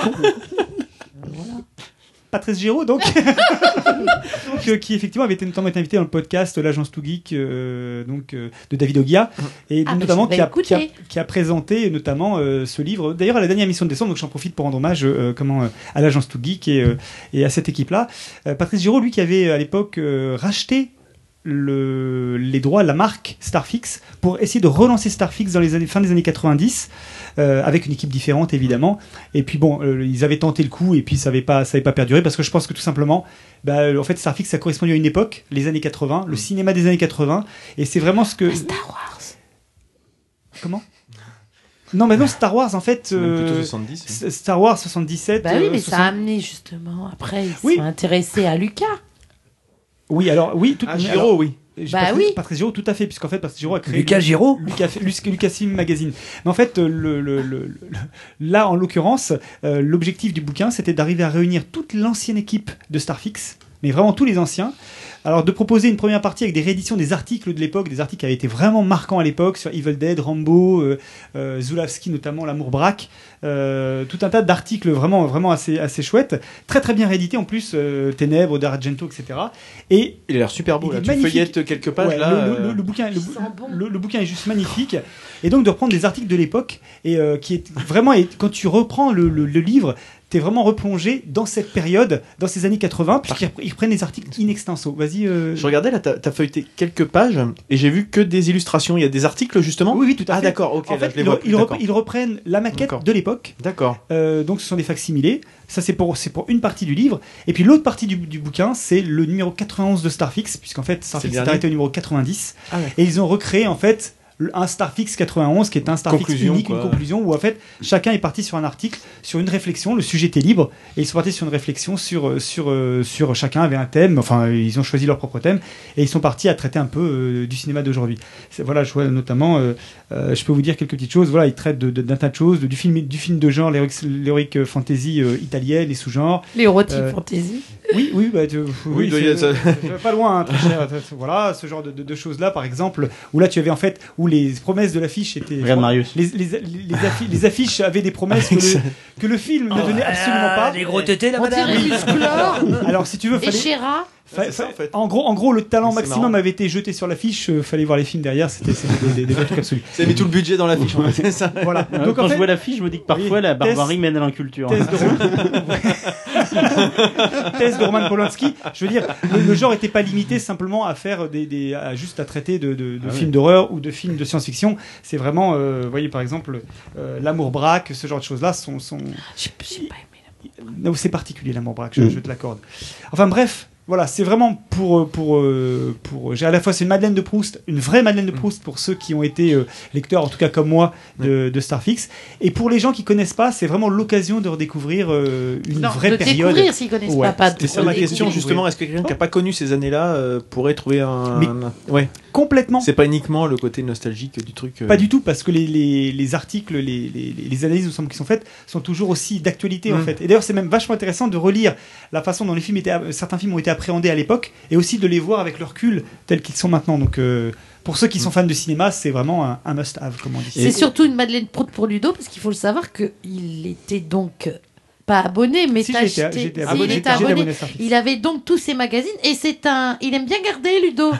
G: Patrice Giraud, donc, *laughs* donc, euh, qui effectivement avait été notamment été invité dans le podcast L'Agence Too Geek euh, donc, euh, de David Ogia, et
E: Ah, mais
G: notamment
E: je vais
G: qui a, qui, a,
E: écouter.
G: qui a présenté notamment euh, ce livre. D'ailleurs, à la dernière émission de décembre, donc j'en profite pour rendre hommage euh, comment, euh, à l'Agence Too Geek et, euh, et à cette équipe-là. Euh, Patrice Giraud, lui, qui avait à l'époque euh, racheté le, les droits, la marque Starfix pour essayer de relancer Starfix dans les années, fin des années 90 euh, avec une équipe différente évidemment et puis bon euh, ils avaient tenté le coup et puis ça n'avait pas ça avait pas perduré parce que je pense que tout simplement bah, euh, en fait Starfix ça correspondait à une époque les années 80 le cinéma des années 80 et c'est vraiment ce que
E: Mm. Star Wars.
G: comment non mais non Star Wars en fait
D: Même plutôt hein.
G: euh,
D: 70, oui.
G: S- Star Wars 77
E: Bah oui,
G: euh,
E: mais
G: 60.
E: ça a amené justement. Après, ils
G: Oui.
E: sont intéressés à Lucas.
G: Oui, alors oui, tout
D: Ah, Giraud,
G: alors,
D: oui.
E: Bah
G: Patrice,
E: oui.
G: Patrice Giraud, tout à fait, puisqu'en fait, Patrice Giraud a créé.
I: Lucas Giraud
G: Lucas, Lucas- Lucasfilm Magazine. Mais en fait, euh, le, le- le- le- là, en l'occurrence, euh, l'objectif du bouquin, c'était d'arriver à réunir toute l'ancienne équipe de Starfix, mais vraiment tous les anciens. Alors, de proposer une première partie avec des rééditions des articles de l'époque, des articles qui avaient été vraiment marquants à l'époque, sur Evil Dead, Rambo, euh, euh, Zulawski notamment, L'amour braque, euh, tout un tas d'articles vraiment, vraiment assez, assez chouettes, très très bien réédités en plus, euh, Ténèbres, d'Argento, etc. Et
D: Il a l'air super beau
G: il
D: là.
G: est
D: Tu
G: magnifique.
D: feuillettes quelques pages
G: Ouais,
D: là.
G: le- Le,
D: euh,
G: le- le bouquin, le, le- le bouquin est juste magnifique. Et donc de reprendre des articles de l'époque et euh, qui est vraiment et quand tu reprends le, le- le livre, t'es vraiment replongé dans cette période, dans ces années 80, puisqu'ils repre- ils reprennent les articles in extenso. Vas-y. euh,
D: Je regardais là, t'as t'as feuilleté quelques pages et j'ai vu que *laughs* des illustrations. Il y a des articles justement.
G: Oui, oui, tout à fait.
D: Ah d'accord, ok.
G: En
D: là,
G: fait,
D: je les
G: ils,
D: vois
G: ils
D: plus,
G: repre-
D: d'accord.
G: ils reprennent la maquette de l'époque.
D: D'accord.
G: Euh, donc ce sont des facsimilés. Ça c'est pour c'est pour une partie du livre. Et puis l'autre partie du, du bouquin c'est le numéro 91 de Starfix puisqu'en fait
D: C'est le
G: Starfix est
D: dernier.
G: arrêté au numéro 90
D: Ah ouais.
G: et ils ont recréé en fait le- un Starfix 91 qui est un Starfix
D: Conclusion,
G: unique,
D: quoi.
G: une conclusion où en fait chacun est parti sur un article, sur une réflexion. Le sujet était libre et ils sont partis sur une réflexion sur euh, sur euh, sur chacun avait un thème. Enfin ils ont choisi leur propre thème et ils sont partis à traiter un peu euh, du cinéma d'aujourd'hui. C'est- Voilà, je vois notamment, euh, euh, je peux vous dire quelques petites choses. Voilà, ils traitent de- de- d'un tas de choses, de- du film, du film de genre, l'héroïque- l'héroïque euh, fantasy euh, italienne, les sous-genres.
E: L'érotique
G: Euh,
E: fantasy.
G: Oui, oui, bah, tu- oui,
D: il doit
G: *laughs*
D: y
G: c'est-
D: avoir ça.
G: euh, pas loin, hein, très cher. *laughs* Voilà, ce genre de, de- de choses-là, par exemple, où là tu avais en fait, où les promesses de l'affiche étaient.
H: Regarde Marius.
G: Les, les, les, affi- les affiches avaient des promesses que le, que le film ne donnait absolument pas.
I: Les gros tétés là,
F: On
I: madame.
F: dirait du Sclore
G: Alors, si tu veux,
F: et
G: fallait,
F: Chéra.
G: Fa-
D: C'est ça, en fait.
G: En gros, en gros, le talent
D: Mais c'est
G: maximum
D: marrant.
G: avait été jeté sur l'affiche. euh, fallait voir les films derrière. C'était c'était des,
D: *laughs*
G: des, des vrais trucs absolus.
D: C'est mis tout le budget dans l'affiche. en fait, *laughs* c'est ça.
G: Voilà.
H: Euh,
G: Donc
H: quand
G: en
H: je
G: fait, hein,
H: vois l'affiche, je me dis que parfois
G: oui,
H: la
G: test-
H: barbarie mène à l'inculture.
G: thèse de,
H: *laughs*
G: *laughs* Roman- thèse de Roman Polanski. Je veux dire, le, le genre n'était pas limité simplement à faire des, des à juste à traiter de, de- de
H: Ah oui.
G: films d'horreur ou de films de science-fiction. C'est vraiment, euh, vous voyez par exemple, euh, l'amour braque, ce genre de choses là sont, sont
E: J'ai j'ai pas aimé.
G: Non, c'est particulier l'amour braque,
H: Mm.
G: je, je te l'accorde. Enfin bref, voilà, c'est vraiment pour euh, pour euh, pour. J'ai à la fois c'est une Madeleine de Proust, une vraie Madeleine de
H: Mm.
G: Proust pour ceux qui ont été euh, lecteurs, en tout cas comme moi, de, de Starfix. Et pour les gens qui connaissent pas, c'est vraiment l'occasion de redécouvrir euh, une
E: Non,
G: vraie
E: de
G: période.
E: découvrir s'ils connaissent
G: Ouais.
E: pas. pas de
D: C'est ça ma
E: redécouvrir.
D: question justement. Est-ce que quelqu'un qui n'a pas connu ces années-là euh, pourrait trouver un.
G: Mais-
D: Ouais.
G: Complètement.
D: C'est pas uniquement le côté nostalgique du truc. euh,
G: Pas du tout, parce que les, les, les articles, les, les, les analyses il me semble, qui sont faites sont toujours aussi d'actualité en
D: Mm.
G: fait. Et d'ailleurs, c'est même vachement intéressant de relire la façon dont les films étaient, certains films ont été appréhendés à l'époque et aussi de les voir avec leur recul tels qu'ils sont maintenant. Donc, euh, pour ceux qui
H: Mm.
G: sont fans de cinéma, c'est vraiment un, un must-have, comme on dit.
E: C'est surtout une Madeleine Prout pour Ludo, parce qu'il faut le savoir qu'il était donc euh, pas abonné, mais
G: Si,
E: t'as
G: j'étais-
E: acheté.
G: j'étais
E: Si,
G: abonné,
E: il était
G: j'étais abonné
E: abonné.
G: à Starfix.
E: Il avait donc tous ses magazines, et c'est un. Il aime bien garder
G: *laughs*
E: Ludo.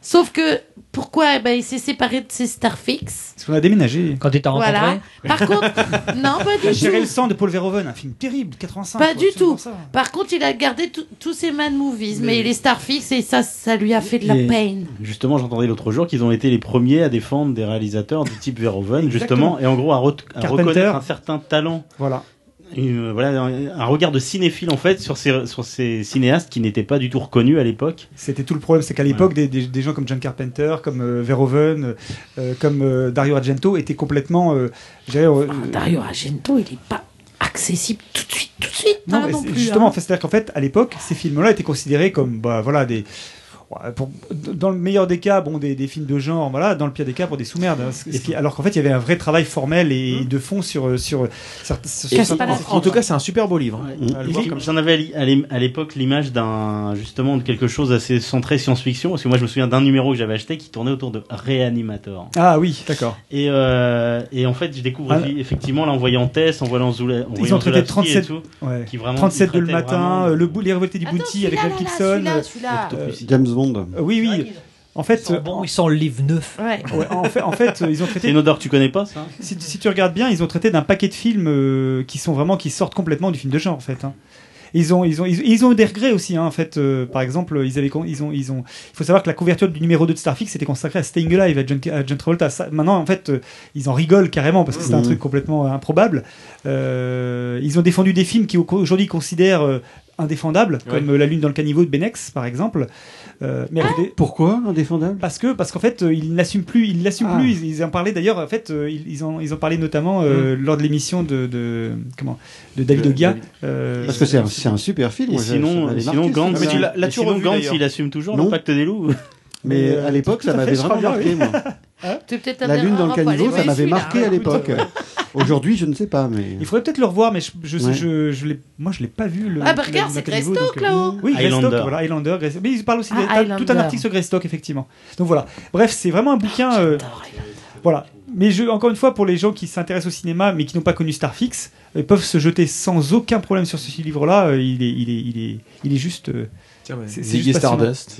E: Sauf que pourquoi Eh ben, Il s'est séparé de ses Starfix.
G: Parce qu'on a déménagé.
A: Quand tu t'as rencontré.
E: Voilà. Par contre, non, pas
G: La
E: du
G: Chérie le
E: tout.
G: sang de Paul Verhoeven, un film terrible, 85.
E: Pas
G: faut
E: du
G: absolument
E: tout.
G: ça.
E: Par contre, il a gardé tout- tous ses man movies, mais
G: Mais-
E: les Starfix, et ça, ça lui a fait de la
H: Et-
E: peine.
H: Justement, j'entendais l'autre jour qu'ils ont été les premiers à défendre des réalisateurs du type Verhoeven, justement, et en gros à, re- à
G: Carpenter.
H: reconnaître un certain talent,
G: Voilà.
H: une, euh, voilà, un un regard de cinéphile en fait sur ces, sur ces cinéastes qui n'étaient pas du tout reconnus à l'époque.
G: C'était tout le problème, c'est qu'à l'époque, des, des- des gens comme John Carpenter, comme euh, Verhoeven, euh, comme euh, Dario Argento étaient complètement. euh, je dirais, euh,
E: Ah, Dario Argento, il est pas accessible tout de suite, tout de suite.
G: Non,
E: hein,
G: mais
E: non
G: c'est-
E: plus,
G: justement,
E: hein.
G: en fait, c'est-à-dire qu'en fait, à l'époque, ces films-là étaient considérés comme, bah, voilà, des. ouais, pour- dans le meilleur des cas, bon, des, des films de genre, voilà, dans le pire des cas, pour des sous-merdes. hein, ce- ce qui- alors qu'en fait, il y avait un vrai travail formel et de fond sur. euh, sur, certains- sur
E: Casse
G: certains-
E: pas la
D: Mmh. En, en tout cas, c'est un super beau livre. hein.
H: Ils-
D: À le voir comme ça.
H: Mm. J'en avais à l'i- à l'im- à l'époque l'image d'un justement de quelque chose assez centré science-fiction, parce que moi je me souviens d'un numéro que j'avais acheté qui tournait autour de Reanimator.
G: Ah oui, d'accord.
H: Et, euh, et en fait, je découvre
G: Ah.
H: effectivement là en voyant Tess, en voyant Zoula, en
G: Ils
H: voyant
G: ont traité
H: Zulawski et
G: 37
H: tout,
G: Ouais.
H: qui vraiment
G: 37 de
H: ils
G: le
H: traitaient
G: matin,
H: vraiment
G: euh, le bou- les revoltés du
E: Attends,
G: Bouti avec Mel
E: celui-là, là,
G: Gibson.
E: là,
D: Ah,
E: celui-là, celui-là.
C: James Bond.
G: euh, oui, oui. En
A: Ils
G: fait,
A: sont
G: euh,
A: bons, ils sont le livre neuf.
E: Ouais.
G: ouais, en fait, en fait, euh, ils ont
H: C'est
G: traité
H: une odeur que tu connais pas, ça
G: si, si tu regardes bien, ils ont traité d'un paquet de films euh, qui sont vraiment qui sortent complètement du film de genre en fait. hein. Ils ont, ils ont, ils, ils ont eu des regrets aussi, hein, en fait. euh, par exemple, ils avaient, con- ils ont, ils ont. Il faut savoir que la couverture du numéro 2 de Starfix était consacrée à Staying Alive, à John, à John Travolta. Ça, maintenant, en fait, euh, ils en rigolent carrément parce que c'est un
C: Mhm.
G: truc complètement euh, improbable. Euh, ils ont défendu des films qui au- aujourd'hui considèrent euh, indéfendables,
D: Ouais.
G: comme euh, La Lune dans le caniveau de Benex, par exemple. Euh, mais regardez-
C: Ah. Pourquoi indéfendable
G: parce que parce qu'en fait euh, ils n'assument plus ils l'assument
C: Ah.
G: plus ils, ils en parlaient d'ailleurs en fait euh, ils, ils en ils en parlaient notamment euh,
H: Mm.
G: lors de l'émission de, de comment de David
D: De-
G: Ogia
D: David.
G: euh, Ah,
C: Parce que c'est un, c'est un super film.
H: Et
C: moi,
H: sinon,
C: ça
H: et
C: m'avait
H: sinon
C: marqué,
H: Gantz, hein.
C: ça.
D: Mais tu l'as-
H: et
D: l'as-tu
H: sinon,
D: revu,
H: Gantz,
D: d'ailleurs
H: il assume toujours
C: Non.
H: le pacte des loups
C: Mais
G: Euh,
C: à l'époque,
G: tout à
C: ça
G: fait,
C: m'avait
G: je crois
C: vraiment
G: bien,
C: marqué,
G: oui.
C: moi.
G: Hein
E: Tu peux peut-être
C: La
E: avoir
C: lune
E: un
C: dans le
E: rapport à
C: caniveau,
E: les-
C: ça
E: Oui,
C: m'avait
E: celui-là,
C: marqué à
E: hein.
C: l'époque. Aujourd'hui, je ne sais pas, mais.
G: il faudrait peut-être le revoir mais je je,
C: Ouais.
G: je, je l'ai- moi je l'ai pas vu le
E: Ah, bah
G: le-
E: regarde,
G: le
E: c'est
G: Macaniveau,
E: Greystock,
G: donc, euh,
E: là-haut.
G: oui
H: Highlander.
G: Greystock voilà Highlander Greystock. mais ils parlent aussi
E: Ah,
G: des- t'as tout un
E: Highlander. Ah,
G: article sur Greystock effectivement donc voilà bref c'est vraiment un bouquin euh, Voilà. Mais je, encore une fois, pour les gens qui s'intéressent au cinéma mais qui n'ont pas connu Starfix, euh, ils peuvent se jeter sans aucun problème sur ce livre-là. Euh, Il est, il est, il est, il est juste. euh,
D: Tiens, ouais.
G: C'est- c'est
D: Ziggy
G: juste passionnant.
D: Stardust.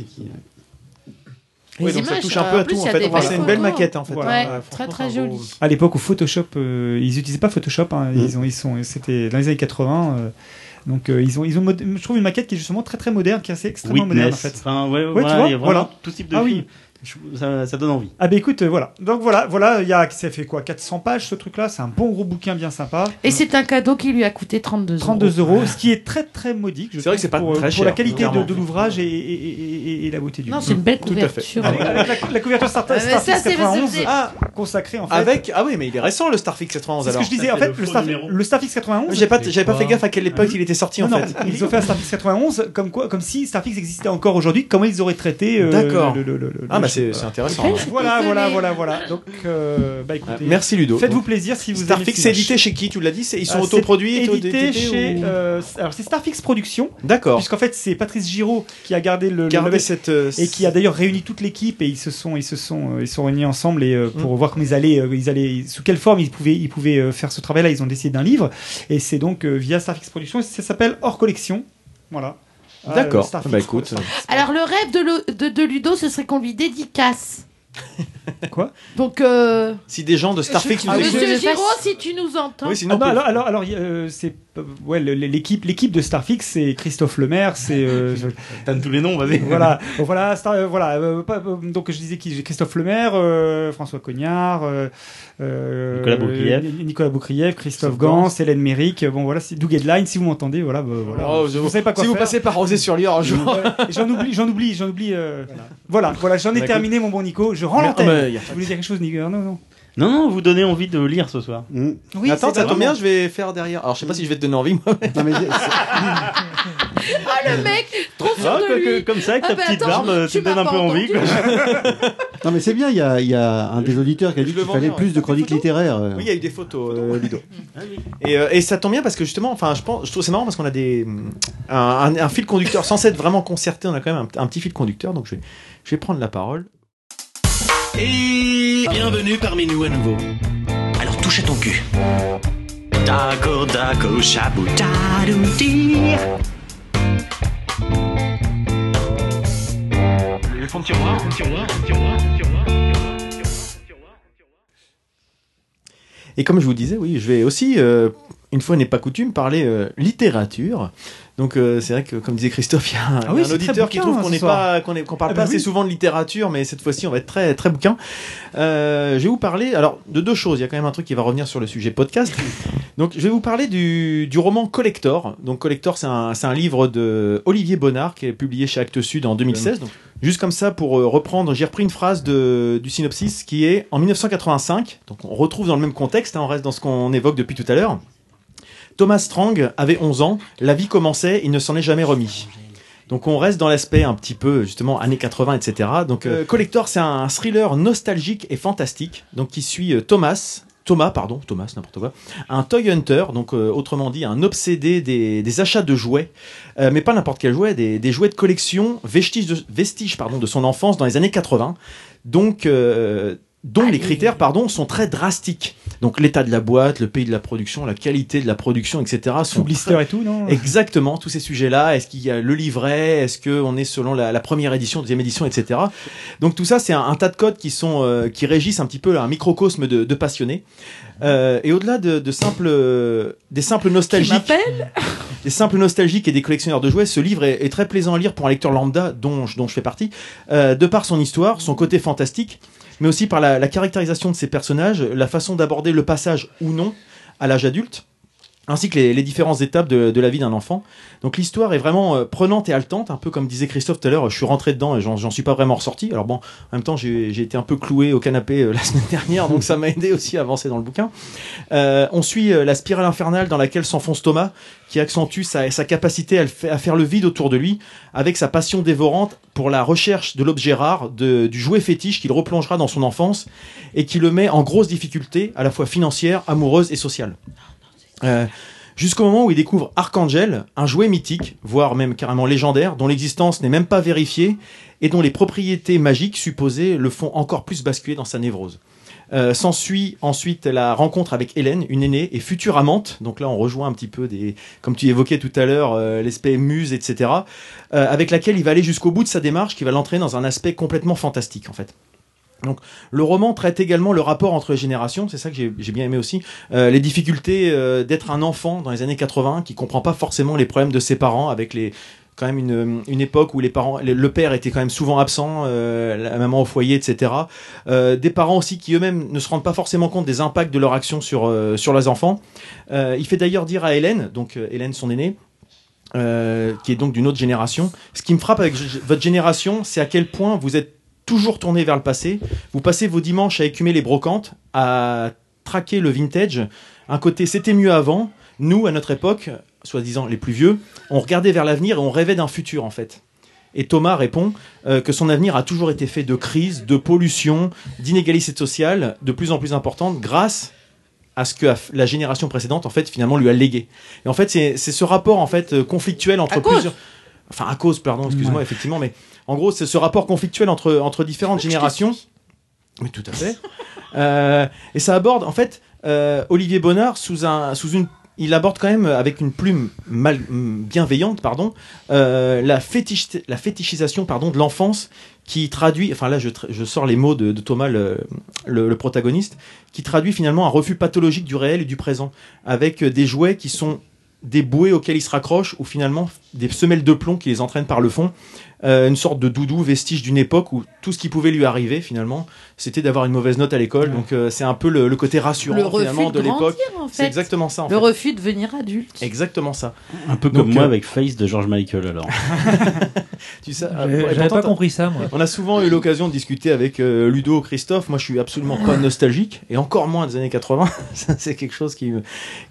D: Oui,
E: Les
D: donc ça
E: images,
D: touche un peu
E: en
D: à
E: plus,
D: tout en
E: il y a
D: fait.
E: des
D: Enfin,
E: belles
D: c'est une belle
E: photos.
D: maquette en fait.
E: Ouais,
D: Voilà,
E: très
D: franchement,
E: très
D: bravo.
E: jolie.
G: À l'époque où Photoshop, euh, ils n'utilisaient pas Photoshop, hein,
H: Mm.
G: ils ont, ils sont, c'était dans les années 80. euh, donc euh, ils ont, ils ont, mod- je trouve une maquette qui est justement très très moderne, qui est assez extrêmement moderne en
H: Witness.
G: fait.
H: Enfin, ouais,
G: Ouais,
H: voilà,
G: tu vois,
H: il y a vraiment
G: voilà.
H: tout type de
G: Ah oui.
H: film. Je- Ça, ça donne envie.
G: Ah bah écoute, euh, voilà. Donc voilà, voilà, il y a, ça fait quoi, 400 pages ce truc-là. C'est un bon gros bouquin bien sympa.
E: Et c'est un cadeau qui lui a coûté 32 euros.
G: 32 euros, ce qui est très très modique. je
D: C'est vrai
G: trouve,
D: que c'est pas
G: pour,
D: très
G: pour
D: cher,
G: la qualité de,
D: clairement.
G: de l'ouvrage et, et- et- et- et la beauté du.
E: Non,
G: livre.
E: c'est une belle
D: Tout à fait. Ah.
E: couverture.
G: Avec, avec la, la couverture Star,
E: Ah, mais
G: Starfix
E: ça, c'est-
G: 91
E: c'est-
G: ah, consacrée en fait.
D: Avec ah oui mais il est récent le Starfix 91
G: c'est ce
D: alors.
G: que je disais en
H: fait
G: fait,
H: le
G: le,
H: faux
G: Star-
H: numéro.
G: le Starfix 91.
D: J'avais pas, j'avais pas
H: quoi
D: fait gaffe à quelle époque il était sorti
G: Non,
D: en
G: non,
D: fait.
G: ils ont fait un Starfix 91 comme quoi, comme si Starfix existait encore aujourd'hui. Comment ils auraient traité euh,
D: D'accord.
G: le, le- le- le-
D: Ah
G: le-
D: bah c'est c'est
G: voilà.
D: intéressant. hein.
G: Voilà, voilà, voilà, voilà. Donc, euh, bah
D: Ah,
G: écoutez,
D: Merci Ludo.
G: faites-vous plaisir si vous aimez
D: Starfix
G: le
D: c'est
G: cinéma.
D: édité chez qui Tu l'as dit c'est- Ils
G: Ah,
D: sont
G: c'est
D: autoproduits
G: édité
D: auto-édités
G: chez.
D: ou-
G: euh, alors c'est Starfix Productions,
D: D'accord.
G: puisqu'en fait c'est Patrice Giraud qui a gardé le, le
D: Gardez
G: label
D: cette euh,
G: et qui a d'ailleurs réuni toute l'équipe et ils se sont ils se sont euh, ils se sont réunis ensemble et
D: Mm.
G: euh, pour voir comment ils allaient euh, ils allaient sous quelle forme ils pouvaient ils pouvaient euh, faire ce travail là ils ont décidé d'un livre et c'est donc euh, via Starfix Productions ça s'appelle hors collection voilà Ah, euh,
D: D'accord.
G: Starfix
D: Bah *laughs* écoute.
G: Productions.
E: Alors le rêve de, Lo- de- de Ludo, ce serait qu'on lui dédicace.
G: Quoi
D: bah.
E: Donc, euh,
D: Si des gens de Starfix
G: Ah
D: nous
G: oui,
D: écoutent.
E: Monsieur
G: je-
E: Giraud, si tu nous entends.
D: Oui
G: Ah
D: sinon.
G: non,
D: on peut-
G: alors alors, alors, euh, c'est euh, ouais le- l'équipe l'équipe de Starfix c'est Christophe Lemaire c'est
D: *laughs*
G: euh, je-
H: Donne tous les noms, vas-y.
G: voilà, Bon, voilà, Star- euh, voilà. euh, pas- euh, donc je disais qui j'ai Christophe Lemaire, euh, François Cognard, euh, euh,
H: Nicolas Boukrieff.
G: Ni- Nicolas Boukrieff, Christophe
H: Christophe Gans.
G: Gans, Hélène Méric. euh, Bon voilà, c'est Doug Headline. Si vous m'entendez, voilà, bah, voilà.
D: Oh, je-
G: vous savez pas quoi
D: si vous
G: faire.
D: passez par Rosé sur Lyon un jour.
G: Ouais, j'en oublie, j'en oublie, j'en oublie. euh, voilà, voilà, j'en ai
D: Bah,
G: terminé mon bon Nico. Je rends
D: Mais-
G: l'antenne.
D: ah, bah, y a-
G: Tu voulais dire quelque chose, Nico Non, non.
H: Non, non, vous donnez envie de lire ce soir. Mm.
C: Hmm.
G: Oui,
D: Attends,
G: c'est
D: ça tombe
G: vraiment-
D: bien, je vais faire derrière. Alors, je sais pas si je vais te donner envie, moi.
C: Non, mais c'est-
E: Ah le mec, trop sûr
H: Ah,
E: de
H: quoi
E: lui.
H: que- comme ça, avec
E: Ah,
H: ta
E: bah,
H: petite
E: attends,
H: barbe, euh,
E: tu
H: tu me donnes
E: m'as
H: un
E: pas
H: peu envie.
E: entendu.
H: quoi.
C: non, mais c'est bien, il y a, il y a un des auditeurs qui a
D: Je
C: dit
D: le
C: qu'il fallait
D: vendais,
C: plus
D: ouais.
C: de chroniques
D: Photos
C: littéraires. euh.
D: Oui, il y a eu des photos, euh, Ludo. Et, euh, et ça tombe bien parce que justement, enfin, je pense, je trouve c'est marrant parce qu'on a des un, un- un fil conducteur sans être vraiment concerté. On a quand même un, un petit fil conducteur, donc je vais, je vais prendre la parole.
K: Et bienvenue parmi nous à nouveau. Alors touche à ton cul. D'accord, d'accord, chabou, tarouti. hein.
D: Et comme je vous disais, oui, je vais aussi, euh, une fois n'est pas coutume, parler euh, littérature. Donc euh, c'est vrai que, comme disait Christophe, il y a un,
G: Ah oui,
D: un
G: c'est très
D: auditeur qui
G: bouquin,
D: trouve
G: hein,
D: qu'on
G: ce
D: n'est
G: soir.
D: pas, qu'on est- qu'on parle
G: Ah
D: pas
G: bah
D: assez
G: oui.
D: souvent de littérature, mais cette fois-ci on va être très très bouquin. Euh, je vais vous parler alors de deux choses. Il y a quand même un truc qui va revenir sur le sujet podcast. Donc je vais vous parler du, du roman Collector. Donc Collector, c'est un, c'est un livre de Olivier Bonnard qui est publié chez Actes Sud en 2016. Donc, juste comme ça pour euh, reprendre, j'ai repris une phrase de, du synopsis qui est en 1985. Donc on retrouve dans le même contexte, hein, on reste dans ce qu'on évoque depuis tout à l'heure. Thomas Strang avait 11 ans, la vie commençait, il ne s'en est jamais remis. Donc on reste dans l'aspect un petit peu justement années 80, etc. Donc euh, Collector, c'est un thriller nostalgique et fantastique, donc qui suit euh, Thomas, Thomas pardon, Thomas n'importe quoi, un toy hunter, donc euh, autrement dit un obsédé des, des achats de jouets, euh, mais pas n'importe quel jouet, des, des jouets de collection, vestiges de, vestiges, pardon de son enfance dans les années 80. Donc euh, dont les critères pardon sont très drastiques. Donc l'état de la boîte, le pays de la production, la qualité de la production, etc.
G: Sous
D: sont
G: blister et tout, non
D: *laughs* Exactement, tous ces sujets-là. Est-ce qu'il y a le livret Est-ce qu'on est selon la, la première édition, deuxième édition, etc. Donc tout ça, c'est un, un tas de codes qui, sont, euh, qui régissent un petit peu un microcosme de, de passionnés. Euh, et au-delà de, de simples, des simples
E: Tu
D: nostalgiques,
E: m'appelles
D: *laughs* des simples nostalgiques et des collectionneurs de jouets, ce livre est, est très plaisant à lire pour un lecteur lambda dont je, dont je fais partie, euh, de par son histoire, son côté fantastique, mais aussi par la, la caractérisation de ses personnages, la façon d'aborder le passage ou non à l'âge adulte, ainsi que les, les différentes étapes de, de la vie d'un enfant. Donc l'histoire est vraiment euh, prenante et haletante, un peu comme disait Christophe tout à l'heure, je suis rentré dedans et j'en j'en suis pas vraiment ressorti. Alors bon, en même temps j'ai j'ai été un peu cloué au canapé euh, *laughs* la semaine dernière, donc ça m'a aidé aussi à avancer dans le bouquin. Euh, on suit euh, la spirale infernale dans laquelle s'enfonce Thomas, qui accentue sa, sa capacité à, le fa- à faire le vide autour de lui, avec sa passion dévorante pour la recherche de l'objet rare, de- du jouet fétiche qu'il replongera dans son enfance et qui le met en grosse difficulté, à la fois financière, amoureuse et sociale. Euh, Jusqu'au moment où il découvre Archangel, un jouet mythique, voire même carrément légendaire, dont l'existence n'est même pas vérifiée et dont les propriétés magiques supposées le font encore plus basculer dans sa névrose. Euh, S'ensuit ensuite la rencontre avec Hélène, une aînée et future amante. Donc là, on rejoint un petit peu des, comme tu évoquais tout à l'heure, euh, l'aspect muse, etc. euh, avec laquelle il va aller jusqu'au bout de sa démarche, qui va l'entraîner dans un aspect complètement fantastique, en fait. Donc, le roman traite également le rapport entre les générations, c'est ça que j'ai j'ai bien aimé aussi, Euh, les difficultés euh, d'être un enfant dans les années 80 qui comprend pas forcément les problèmes de ses parents avec les quand même une, euh, une époque où les parents le- le père était quand même souvent absent euh, la maman au foyer etc Euh, des parents aussi qui eux-mêmes ne se rendent pas forcément compte des impacts de leur action sur euh, sur leurs enfants Euh, il fait d'ailleurs dire à Hélène donc euh, Hélène son aînée euh, qui est donc d'une autre génération. Ce qui me frappe avec g- votre génération, c'est à quel point vous êtes toujours tourné vers le passé. Vous passez vos dimanches à écumer les brocantes, à traquer le vintage. Un côté, c'était mieux avant. Nous, à notre époque, soi-disant les plus vieux, on regardait vers l'avenir et on rêvait d'un futur, en fait. Et Thomas répond euh, que son avenir a toujours été fait de crises, de pollution, d'inégalités sociales de plus en plus importantes grâce à ce que a f- la génération précédente en fait finalement lui a légué. Et en fait c'est c'est ce rapport en fait euh, conflictuel entre plusieurs enfin à cause pardon, excuse-moi effectivement mais en gros c'est ce rapport conflictuel entre entre différentes générations. Mais tout à fait. *laughs* Euh, et ça aborde en fait euh, Olivier Bonnard sous un sous une il aborde quand même euh, avec une plume mal, mm, bienveillante pardon euh, la fétiche la fétichisation pardon de l'enfance qui traduit enfin là je, tra- je sors les mots de, de Thomas le, le- le protagoniste qui traduit finalement un refus pathologique du réel et du présent avec euh, des jouets qui sont des bouées auxquelles ils se raccrochent ou finalement des semelles de plomb qui les entraînent par le fond euh, une sorte de doudou vestige d'une époque où tout ce qui pouvait lui arriver finalement c'était d'avoir une mauvaise note à l'école donc euh, c'est un peu le, le côté rassurant
E: Le refus
D: finalement
E: de
D: de l'époque
E: grandir, en fait.
D: c'est exactement ça en fait.
E: Le refus de devenir adulte.
D: Exactement ça.
H: Un peu
D: Donc,
H: comme moi
D: euh,
H: avec Face de George Michael alors.
D: *laughs* Tu sais, euh,
H: J'avais-
D: et
H: j'avais
D: pourtant,
H: pas
D: t'as-
H: compris ça, moi.
D: On a souvent eu l'occasion de discuter avec euh, Ludo, Christophe. Moi, je suis absolument pas nostalgique et encore moins des années 80. *laughs* Ça, c'est quelque chose qui me,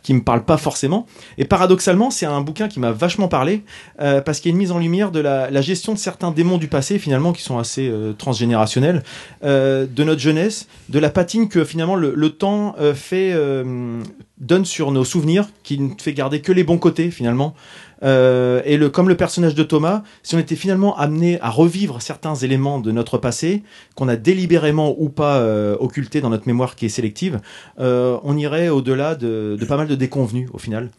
D: qui me parle pas forcément. Et paradoxalement, c'est un bouquin qui m'a vachement parlé euh, parce qu'il y a une mise en lumière de la, la gestion de certains démons du passé finalement qui sont assez euh, transgénérationnels euh, de notre jeunesse, de la patine que finalement le, le temps euh, fait euh, donne sur nos souvenirs, qui ne fait garder que les bons côtés finalement. Euh, et le, comme le personnage de Thomas, si on était finalement amené à revivre certains éléments de notre passé, qu'on a délibérément ou pas euh, occulté dans notre mémoire qui est sélective, euh, on irait au-delà de, de pas mal de déconvenus au final.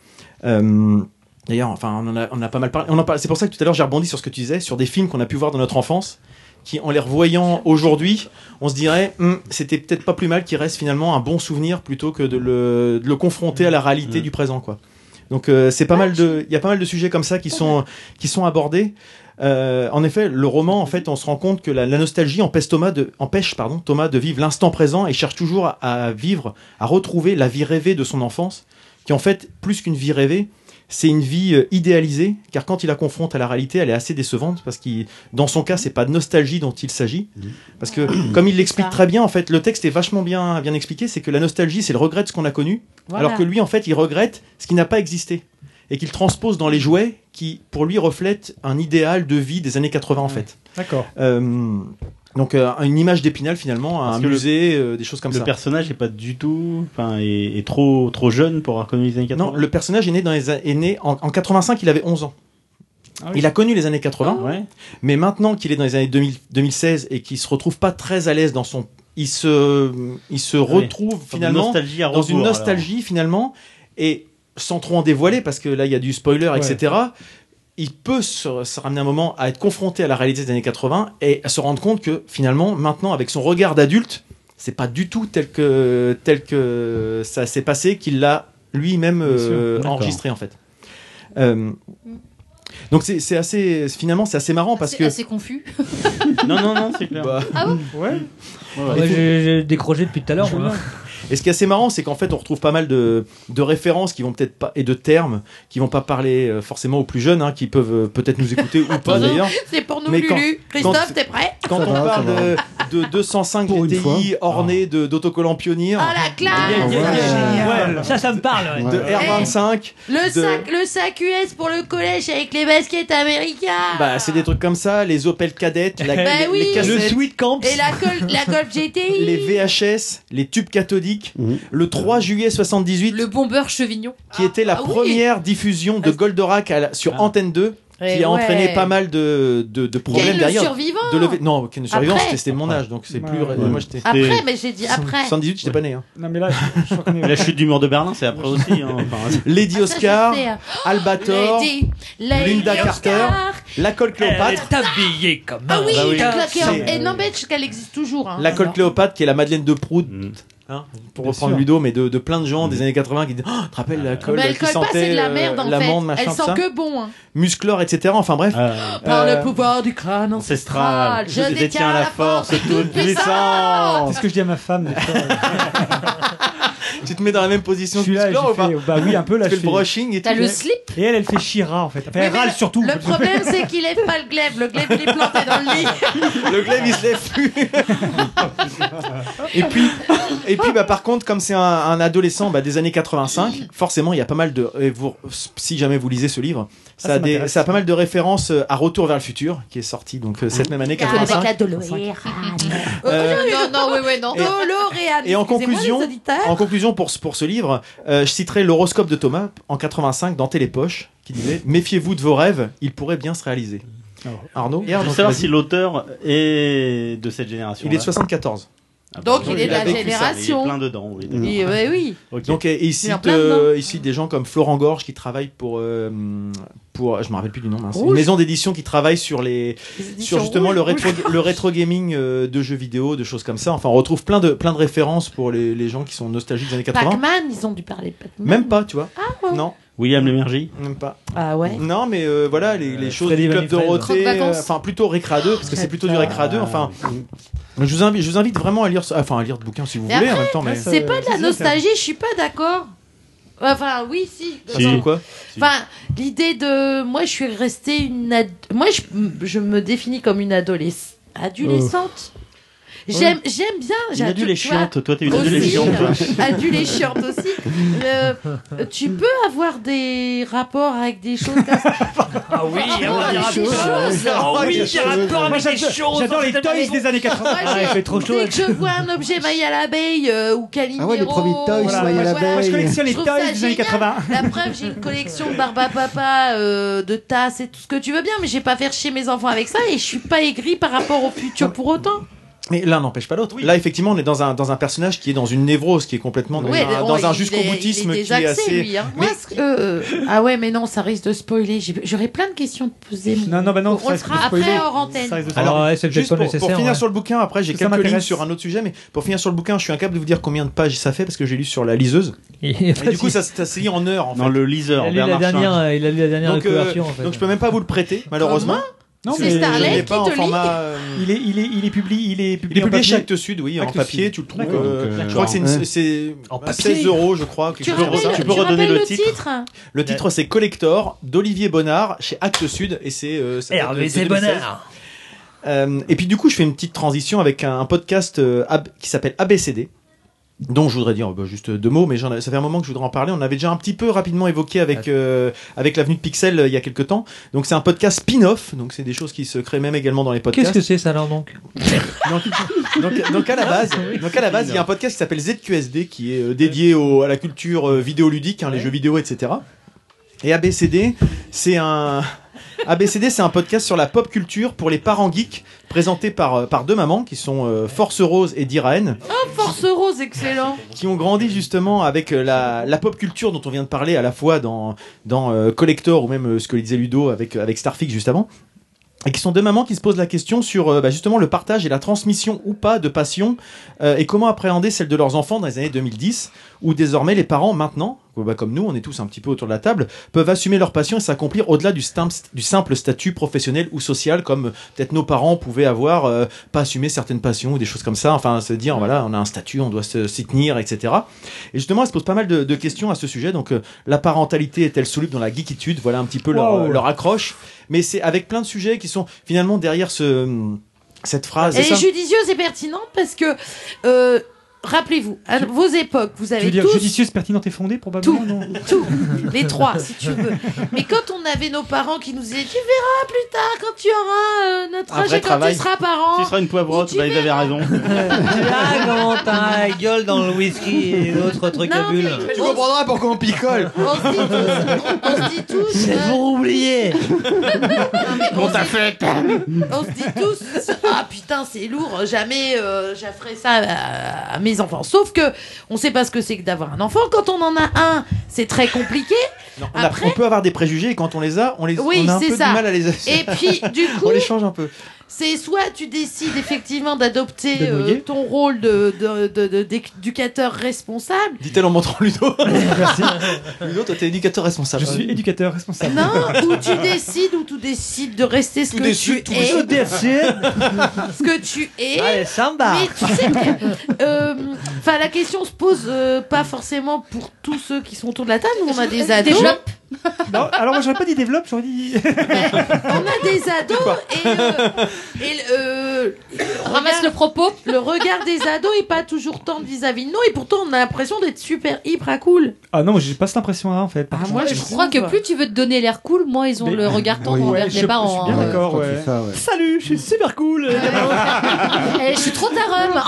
D: Euh, D'ailleurs, enfin, on en a, on a pas mal parlé. On en parle- C'est pour ça que tout à l'heure j'ai rebondi sur ce que tu disais, sur des films qu'on a pu voir dans notre enfance, qui en les revoyant aujourd'hui, on se dirait, Hum, c'était peut-être pas plus mal qu'il reste finalement un bon souvenir plutôt que de le, de le confronter à la réalité du présent, quoi. Donc euh, c'est pas mal de, il y a pas mal de sujets comme ça qui sont qui sont abordés. Euh, en effet, le roman, en fait, on se rend compte que la, la nostalgie empêche Thomas de, empêche, pardon, Thomas de vivre l'instant présent et cherche toujours à, à vivre, à retrouver la vie rêvée de son enfance, qui en fait plus qu'une vie rêvée, c'est une vie euh, idéalisée, car quand il la confronte à la réalité, elle est assez décevante parce qu'il, dans son cas, c'est pas de nostalgie dont il s'agit, parce
H: Mm.
D: que comme il l'explique très bien, en fait, le texte est vachement bien bien expliqué, c'est que la nostalgie, c'est le regret de ce qu'on a connu,
H: Voilà.
D: alors que lui, en fait, il regrette ce qui n'a pas existé et qu'il transpose dans les jouets qui, pour lui, reflètent un idéal de vie des années 80 en fait.
G: D'accord.
D: Euh, donc euh, une image d'épinal finalement, un
H: que le-
D: musée, euh, des choses comme
H: le
D: ça.
H: personnage est pas du tout, enfin, est, est trop trop jeune pour avoir connu les années 80.
D: Non, le personnage est né dans les a- est né en, en 85, il avait 11 ans.
H: Ah
D: Il a connu les années 80, mais maintenant qu'il est dans les années 2000 2016 et qu'il se retrouve pas très à l'aise dans son, il se, il se
H: Ah
D: retrouve
H: Enfin, de
D: finalement
H: nostalgie à
D: dans une
H: rebours, alors.
D: nostalgie finalement et sans trop en dévoiler parce que là il y a du spoiler,
H: Ouais.
D: etc. Il peut se, se ramener un moment à être confronté à la réalité des années 80 et à se rendre compte que finalement maintenant avec son regard d'adulte, c'est pas du tout tel que tel que ça s'est passé qu'il l'a lui-même euh,
H: D'accord.
D: enregistré en fait. Euh, donc c'est c'est assez finalement c'est assez marrant parce
F: C'est
D: que *laughs* bah,
F: assez confus.
H: non, non, non, c'est clair.
F: Ah bon
G: Ouais.
H: Ouais, j'ai-
D: décroché depuis tout à l'heure.
H: moi.
D: Et ce qui est assez marrant, c'est qu'en fait, on retrouve pas mal de, de références qui vont peut-être pas et de termes qui vont pas parler euh, forcément aux plus jeunes, hein, qui peuvent euh, peut-être nous
H: *laughs*
D: écouter ou
H: Bah
D: pas d'ailleurs.
E: C'est pour nous,
D: Mais quand-
E: Lulu.
D: quand-
E: Christophe, t'es prêt
D: Quand on parle de, de 205 GTI ornés de- d'autocollants pionniers,
E: Ah, la classe Eh,
D: ça, ça me parle. De R25,
E: Le
D: de-
E: sac, le sac US pour le collège avec les baskets américains.
D: bah, c'est des trucs comme ça, les Opel Cadettes, la,
E: Bah
D: les-
E: oui.
D: les cassettes,
E: Le Sweet
D: Camp,
E: Et la, col- la Golf
D: *laughs*
E: GTI.
D: les VHS, les tubes cathodiques,
E: Mhm.
D: le 3 juillet 78,
F: le bomber Chevignon,
D: qui était la
F: Ah oui.
D: Ah. première diffusion de Goldorak à la- sur Antenne 2. qui
E: Eh
D: a entraîné
E: ouais.
D: pas mal de, de, de problèmes
E: le
D: derrière.
E: survivant
D: de lever- Non, Ken le survivant,
E: Après.
D: c'était- c'était mon âge, donc c'est plus.
E: Ouais.
D: Moi, j'étais.
E: Après, mais j'ai dit après.
D: 78, j'étais pas né. Hein.
G: Non, mais là,
H: La chute du mur de Berlin, c'est après aussi. hein. Enfin, c'est-
D: Lady Oscar,
E: sais, hein.
D: *gasps* Albator,
E: Lady, Lady
D: Linda Carter,
E: Oscar.
D: la Colle Cléopâtre.
I: T'habillé comme
E: Ah oui,
D: Bah oui.
E: la Cléopâtre.
D: C'est-
E: Et n'empêche qu'elle existe toujours. hein.
D: La Colle
E: Alors.
D: Cléopâtre, qui est la Madeleine de Prout.
H: Mm.
D: Hein, pour
G: Bien
D: reprendre
G: sûr.
D: Ludo, mais de, de plein de gens des années 80 qui disent oh, Tu te rappelles
H: Ah.
D: la colle
E: Mais elle
D: qui
E: colle pas, c'est
D: sentait
E: de la
D: euh,
E: merde en
D: l'amande,
E: fait.
D: machin,
E: Elle
D: tout
E: sent
D: ça.
E: que bon. hein.
D: Musclor, etc. Enfin bref.
H: Euh,
E: Par
D: Euh,
E: le pouvoir du crâne
H: Ancestrale,
E: ancestral,
H: je détiens la force toute puissante.
G: C'est ce que je dis à ma femme. des fois.
D: Tu te mets dans la même position
G: Je
D: que
G: suis là, et
D: Musclor ou
G: j'ai
D: pas
G: fait, bah oui, un peu là.
D: Tu fais
G: je
D: le
G: fais-
D: brushing et tout.
F: T'as le slip
G: Et elle, elle fait Shira en fait. Enfin,
E: Oui,
G: elle
E: mais
G: râle surtout.
E: Le problème, c'est qu'il lève pas le glaive. Le glaive, il est planté dans le lit.
D: *laughs* Le glaive il se lève plus. et puis, et puis bah, par contre, comme c'est un, un adolescent bah, des années 85, forcément il y a pas mal de. et vous- si jamais vous lisez ce livre,
G: Ah,
D: ça,
G: ça
D: a, des,
G: m'intéresse.
D: ça a pas mal de références euh, à Retour vers le futur, qui est sorti donc euh, cette même année 85. Euh,
E: Non, non, oui, oui, non.
D: Et-
E: Doloréane.
D: et en
E: Excusez-moi,
D: conclusion-
E: les auditeurs.
D: En conclusion, pour, ce- pour ce livre, euh, je citerai l'horoscope de Thomas en 85 dans Télépoche qui disait Méfiez-vous de vos rêves, ils pourraient bien se réaliser. Arnaud,
H: Je veux savoir si l'auteur est de cette Ah génération.
D: il est de 74.
E: Donc, il est de la
H: vécu ça,
E: génération.
H: Il est plein dedans, oui. d'accord.
E: Oui, oui, oui.
H: Ok.
D: Donc, et, et il,
E: est en
D: cite,
E: plein dedans.
D: euh, il cite des gens comme Florent Gorge qui travaille pour. euh, pour je me rappelle plus du nom, hein, c'est une
E: Rouge.
D: maison d'édition qui travaille sur, les,
E: Les éditions
D: sur justement
E: rouges,
D: le,
E: rouges.
D: rétro,
E: *laughs*
D: le rétro gaming euh, de jeux vidéo, de choses comme ça. Enfin, on retrouve plein de, plein de références pour les, les gens qui sont nostalgiques des années 80.
E: Pac-Man, ils ont dû parler de Pac-Man.
D: Même pas, tu vois.
E: ouais.
D: Non,
H: William Lémergie
D: même pas.
E: Ah ouais.
D: Non, mais euh, voilà, les, les
A: Euh,
D: choses
A: Freddy
D: du club
A: Vanifred.
D: Dorothée,
F: Croque-vacances.
D: euh, enfin plutôt récréa 2, parce que c'est plutôt
E: Ah,
D: du récréa 2. Enfin, je vous invite, je vous invite vraiment à lire, ce- enfin à lire de bouquin si vous
E: Mais
D: voulez en même temps, mais
E: C'est pas de la nostalgie, je suis pas d'accord. Enfin, oui, si.
H: Si.
D: quoi
E: Enfin, l'idée de moi, je suis restée une. ad- Moi, je, je me définis comme une adolescente. Adolescente.
D: Oh.
E: J'aime, j'aime bien.
H: Une
E: j'adu-
H: adulte
E: tu vois,
H: chiante, toi t'es une adulte
E: aussi,
H: chiante. toi.
E: *laughs* adulte et chiante aussi. Euh, tu peux avoir des rapports avec des choses comme ça.
I: Ah oui, il y a
E: Ah,
I: des
E: des choses.
I: choses.
D: Ah
I: Oh oui, il y a un rapport
G: Moi,
I: avec des
G: j'adore-
I: choses.
G: J'adore les toys des années Ah, 80.
E: Moi,
K: Ah,
E: j'ai- Dès que je vois un objet maille à l'abeille euh, ou Calimero.
C: Ah ouais, les premiers toys
E: voilà,
C: maille à
E: voilà,
C: l'abeille.
G: Moi, je collectionne les
E: Je trouve ça
G: toys des années
E: génial.
G: 80.
E: La preuve, j'ai une collection de barba papa, euh, de tasses et tout ce que tu veux bien, mais j'ai pas faire chier mes enfants avec ça et je suis pas aigrie par rapport au futur pour autant.
D: Mais l'un n'empêche pas l'autre. Là, effectivement, on est dans un dans un personnage qui est dans une névrose, qui est complètement dans
E: Ouais,
D: un,
E: on-
D: hein, dans un
E: il
D: jusqu'au
E: est- il est
D: boutisme qui est
E: désaxé,
D: assez.
E: lui, hein. Moi, ce que- euh, euh, ah ouais, mais non, ça risque de spoiler. J'ai- J'aurais plein de questions à te poser.
G: Non, non, bah non,
E: on
G: ça
E: le
G: risque de
E: fera
G: spoiler.
E: après hors antenne.
G: Ça risque de se-
A: Alors, ouais, c'est peut-être
D: Juste
A: pas
D: pour, pour
A: nécessaire.
D: finir
A: ouais.
D: sur le bouquin, après j'ai
G: Ça
D: quelques lignes
G: m'intéresse.
D: sur un autre sujet, mais pour finir sur le bouquin, je suis incapable de vous dire combien de pages ça fait parce que j'ai lu sur la liseuse.
A: *laughs*
D: Et du coup, ça, ça se lit en heures en fait.
H: Dans le liseur,
A: Il a lu la
H: Bernard
A: dernière,
H: Chien.
A: euh, il a lu la dernière
D: Donc, euh,
A: couverture, en fait.
D: donc je peux même pas vous le prêter, malheureusement.
G: Non,
E: C'est
G: mais
D: Je
E: Starlet
D: l'ai
E: qui
D: pas en
E: te lit
D: format. euh,
G: Il est, il est, il est publié, il est
D: Il
G: publié,
D: est
G: en
D: publié chez
G: papier.
D: Actes Sud, oui, en
G: Actes
D: papier,
G: Sud.
D: tu le trouves.
G: D'accord.
D: euh,
H: Donc, euh,
D: je crois que c'est une-
C: ouais.
D: c'est
I: En
D: à
I: papier.
D: 16 Ah, euros, je crois. quelque
E: Tu
D: chose comme
E: rappelles,
D: ça.
H: tu peux
E: tu
H: redonner
E: rappelles
H: le
E: le
H: titre
E: titre
D: Le titre, c'est Collector d'Olivier Bonnard chez Actes Sud, et c'est. euh, ça date de-
I: Hervé,
D: de
I: c'est
D: 2016.
I: bonheur.
D: Euh, et puis du coup, je fais une petite transition avec un, un podcast euh, ab- qui s'appelle ABCD dont je voudrais dire euh, bah, juste deux mots, mais j'en ai- ça fait un moment que je voudrais en parler. On avait déjà un petit peu rapidement évoqué avec
A: Ah.
D: euh, avec l'avenue de Pixel euh, il y a quelques temps. Donc c'est un podcast spin-off, donc c'est des choses qui se créent même également dans les podcasts.
A: Qu'est-ce que c'est ça alors donc
D: Donc, donc- donc à la base, donc à la base, il y a un podcast qui s'appelle ZQSD qui est euh, dédié au- à la culture euh, vidéoludique, hein, les jeux vidéo, etc. Et ABCD, c'est un ABCD, c'est un podcast sur la pop culture pour les parents geeks, présenté par euh, par deux mamans qui sont euh, Force Rose et Diraen,
E: Oh, Force Rose, excellent.
D: qui ont grandi justement avec euh, la, la pop culture dont on vient de parler à la fois dans dans euh, Collector ou même euh, ce que disait Ludo avec avec Starfix juste avant. Et qui sont deux mamans qui se posent la question sur euh, bah, justement le partage et la transmission ou pas de passion euh, et comment appréhender celle de leurs enfants dans les années 2010 où désormais les parents maintenant euh, bah, comme nous on est tous un petit peu autour de la table peuvent assumer leur passion et s'accomplir au-delà du, stim- du simple statut professionnel ou social comme euh, peut-être nos parents pouvaient avoir euh, pas assumer certaines passions ou des choses comme ça enfin se dire voilà on a un statut on doit se- s'y tenir etc et justement elle se pose pas mal de, de questions à ce sujet donc euh, la parentalité est-elle soluble dans la geekitude voilà un petit peu leur,
G: Wow.
D: leur accroche mais c'est avec plein de sujets qui sont finalement derrière ce cette phrase
E: Elle
D: Ah, c'est
E: est
D: ça
E: judicieuse et pertinente parce que euh, rappelez-vous, à vos époques, vous
G: Tu veux
E: avez
G: dire
E: tous
G: judicieuse, pertinente et fondée, probablement non
E: tout, les trois, si tu veux. Mais quand on avait nos parents qui nous disaient, tu verras plus tard quand tu auras euh,
H: *laughs*
E: notre
H: Un
E: âge
H: vrai
E: et quand
H: travail.
E: tu seras parent.
H: Tu seras une poivrotte, bah, il avait
E: *laughs*
H: raison.
B: Là, comment Ah t'as la gueule dans le whisky et d'autres trucs à bulles
E: Tu comprendras
B: pourquoi on picole
E: *laughs* On se dit tous, on, on se dit tous,
B: C'est
E: euh,
B: pour
E: *laughs*
B: oublier
E: Bon,
B: t'a fait
E: on se dit tous, ah putain, c'est lourd, jamais euh, j'afferai ça à, à mes enfants. Sauf que on sait pas ce que c'est que d'avoir un enfant. Quand on en a un, c'est très compliqué.
D: Non, on, a- on peut avoir des préjugés et quand on les a, on les
E: Oui,
D: on a un
E: c'est
D: peu
E: ça.
D: du mal à les
E: Et puis,
D: *laughs*
E: du
D: on les change un peu.
E: C'est soit tu décides effectivement d'adopter euh,
D: D'advoguer.
E: ton rôle de, de- de- de- d'éducateur responsable.
D: Dit-elle en montrant Ludo. *laughs* Merci. Ludo, toi, t'es éducateur responsable. Je suis
G: éducateur responsable.
E: Non, ou tu décides, ou tu décides de rester ce
D: Ah Tu
E: que
D: décides, tu
E: tu
D: *laughs*
E: es.
D: décides.
E: ce que tu es.
B: Allez, samba
E: Mais tu sais que, euh, enfin, la question se pose euh, pas forcément pour tous ceux qui sont autour de la table. Nous, on a des ados.
G: Développe. *laughs* Non, alors moi j'aurais pas dit développe, j'aurais dit.
E: On a des ados et, euh, et le, euh, le
F: Ramasse
E: regard-
F: le propos.
E: Le regard des ados est pas toujours tendre vis-à-vis de nous et pourtant on a l'impression d'être super hyper à cool.
G: Ah non, j'ai pas cette impression là en fait.
E: Ah,
G: Par contre,
F: Moi, je crois que plus tu veux te donner l'air cool, moins ils ont
G: Mais-
F: le regard tendre
G: Oui.
F: envers
G: Ouais,
F: tes
G: je- je
F: parents.
G: suis bien
F: hein.
G: d'accord, ouais.
B: Salut, je suis super cool
E: *laughs*
F: Eh, je suis trop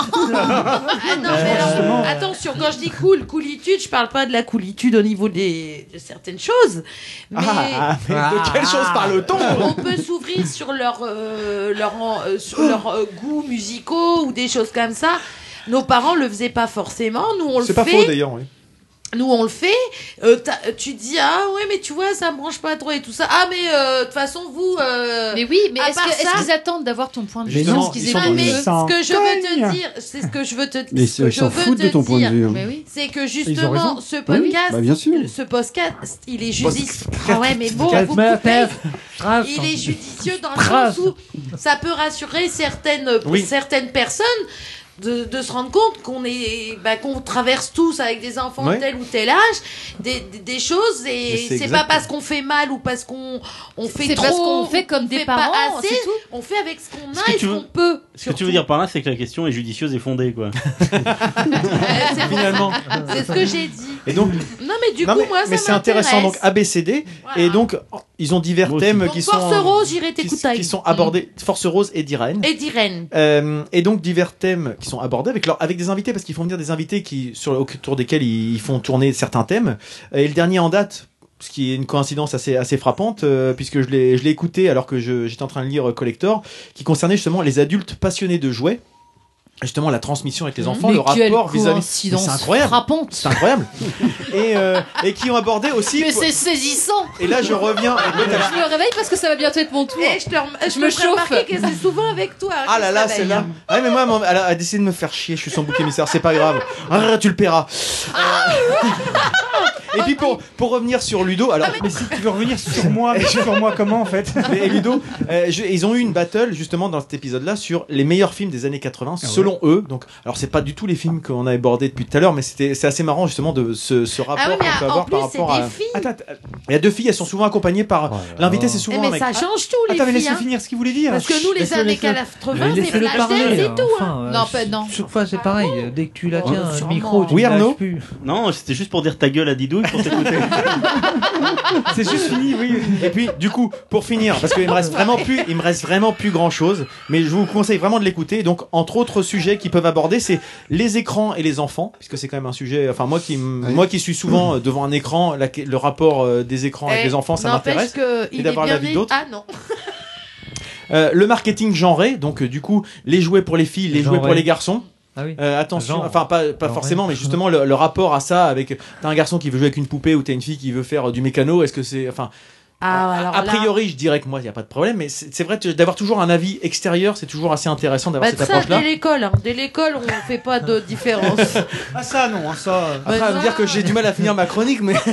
F: tarum.
E: Ah non, mais alors, attention, quand je dis cool, coolitude, je parle pas de la coolitude au niveau des, de certaines choses. Mais
D: Ah, ah, mais de quelle chose parle-t-on
E: On peut s'ouvrir sur leur, euh, leur, en- euh, sur leurs euh, goûts musicaux ou des choses comme ça. Nos parents le faisaient pas forcément, nous on le
D: C'est
E: fait.
D: pas faux d'ailleurs. oui.
E: Nous on le fait. Euh, t'as- euh, tu dis ah ouais mais tu vois ça me branche pas trop et tout ça. Ah mais euh, de toute façon vous. euh,
F: Mais oui, mais
E: à
F: est-ce
E: part
F: que- est-ce
E: ça-
F: qu'ils attendent d'avoir ton point de vue
E: Justement,
F: Est-ce qu'ils
E: ils
F: aiment
E: sont
F: le
E: dans
F: jeu
E: le-
F: Sans
E: ce que je veux
F: cogne.
E: te dire, c'est ce que je veux te,
C: Mais
E: ce que
C: ils
E: je
C: s'en
E: veux
C: foutent
E: te
C: de ton
E: dire,
C: point de vue, hein. Mais
F: oui.
E: c'est que
C: raison.
E: justement ce
C: Bah oui,
E: podcast,
C: bah bien sûr.
E: ce podcast, il est judicieux. Ah ouais, mais bon,
B: Quatre
E: vous
B: meufs,
E: coupez.
B: Trace.
E: Il est judicieux dans le
B: Trace.
E: sens où ça peut rassurer certaines
B: Oui.
E: certaines personnes. De, de se rendre compte qu'on est bah, qu'on traverse tous avec des enfants
D: Ouais.
E: de tel ou tel âge des, des, des choses
D: Mais
E: et
D: c'est
E: c'est pas
D: exact.
E: parce qu'on fait mal ou parce qu'on on fait
F: C'est
E: trop
F: parce qu'on fait
E: ou
F: comme des parents,
E: pas assez
F: c'est tout.
E: on fait avec ce qu'on
H: que
E: a et
H: tu
E: ce
H: veux-
E: qu'on peut
H: Ce que tu veux dire par là, c'est que la question est judicieuse et fondée, quoi.
D: *laughs* Finalement.
E: c'est ce que j'ai dit
D: Et donc,
E: non mais du
D: Non,
E: coup
D: mais,
E: moi
D: mais
E: ça
D: c'est intéressant. Donc ABCD et donc ils ont divers thèmes
E: Donc,
D: qui sont
E: Force Rose j'irai
D: qui,
E: t'écouter
D: qui sont abordés. Force Rose et Diren.
E: et d'Irène
D: Euh, et donc divers thèmes qui sont abordés avec leur, avec des invités parce qu'ils font venir des invités qui sur autour desquels ils, ils font tourner certains thèmes. Et le dernier en date. Ce qui est une coïncidence assez, assez frappante, euh, puisque je l'ai je l'ai écouté alors que je- j'étais en train de lire euh, Collector, qui concernait justement les adultes passionnés de jouets, justement la transmission avec les enfants,
F: Mmh. Mais
D: le
F: quelle
D: rapport vis-à-vis. Mais C'est
F: coïncidence
D: incroyable!
F: frappante.
D: C'est
F: *laughs*
D: incroyable! et, euh, et qui ont abordé aussi.
F: Que c'est saisissant.
D: Et là, je
F: *laughs*
D: reviens.
F: Je me réveille parce que ça va bientôt être mon tour.
E: Eh, je, te rem- je
F: Je me
E: me fais
F: chauffe.
E: remarquer que c'est souvent avec toi hein,
D: Ah
E: que
D: là
E: je
D: là,
E: travaille,
D: c'est là.
E: hein.
D: Ouais, mais moi, elle m'a- elle a décidé de me faire chier. Je suis son bouc émissaire, c'est pas grave. Ah, tu le paieras.
G: Ah.
D: Euh, Et puis pour, pour revenir sur Ludo, alors.
G: Ah, Mais si tu veux revenir sur
D: *laughs*
G: moi, mais sur moi comment en fait
D: Et Ludo, euh, je- ils ont eu une battle justement dans cet épisode-là sur les meilleurs films des années 80
G: Ah
D: selon eux. Donc, alors c'est pas du tout les films qu'on a abordés depuis tout à l'heure, mais c'était c'est assez marrant justement de ce, ce rapport
E: ah oui mais
D: qu'on peut
E: en
D: avoir
E: plus
D: par
E: c'est des
D: rapport à.
E: filles
D: Il y a deux filles, elles sont souvent accompagnées par l'invité, c'est
E: Eh,
D: souvent un
E: mais
D: mec. Ah,
E: ça change tout les
G: Attends, mais
E: filles
G: laissez
E: hein.
G: finir ce qu'il voulait dire.
E: parce que nous les
B: Laisse-le,
E: années
B: laissez-le.
E: 80 c'est
B: Laissez-le
E: flash
B: parler,
E: c'est tout hein.
B: enfin, euh,
F: Non, pas- non.
B: Chaque fois, c'est pareil. euh, Dès que tu la
E: Oh,
B: tiens, le
E: sûrement.
B: micro, tu
D: Oui,
B: ne lâches
D: Arnaud
B: plus.
H: Non, c'était juste pour dire ta gueule à Didouille pour
D: *laughs*
H: t'écouter.
G: C'est juste fini, oui.
D: Et puis, du coup, pour finir, parce qu'il me
E: *laughs*
D: reste vraiment plus, il me reste vraiment plus grand chose, mais je vous conseille vraiment de l'écouter. Donc, entre autres sujets qu'ils peuvent aborder, c'est les écrans et les enfants, puisque c'est quand même un sujet. Enfin, moi
A: Ah
D: qui, m-
C: Oui.
D: moi qui suis souvent euh, devant un écran, la- le rapport euh, des écrans avec
E: Eh,
D: les enfants, ça
E: n'empêche
D: m'intéresse.
E: que il est
D: d'avoir
E: bien
D: l'avis
E: né-
D: d'autres.
E: ah non
D: Euh, le marketing genré, donc euh, du coup, les jouets pour les filles, les jouets
A: Genré.
D: pour les garçons.
A: Ah oui.
D: Euh, attention,
A: Genre.
D: enfin pas, pas
A: Genre,
D: forcément,
A: ouais. *laughs*
D: mais justement le, le rapport à ça avec t'as un garçon qui veut jouer avec une poupée ou t'as une fille qui veut faire euh, du mécano, est-ce que c'est enfin
E: ah alors
D: a
E: là-
D: priori, je dirais que moi, il n'y a pas de problème, mais c'est c'est vrai que d'avoir toujours un avis extérieur, c'est toujours assez intéressant d'avoir
E: Bah,
D: cette
E: ça, dès
D: approche-là.
E: l'école, hein. dès l'école, on fait pas de différence.
G: Ah ça non, hein, ça.
D: Après,
E: Bah,
D: à me
E: ça-
D: dire que j'ai du mal à finir ma
H: *laughs*
D: chronique, mais *laughs*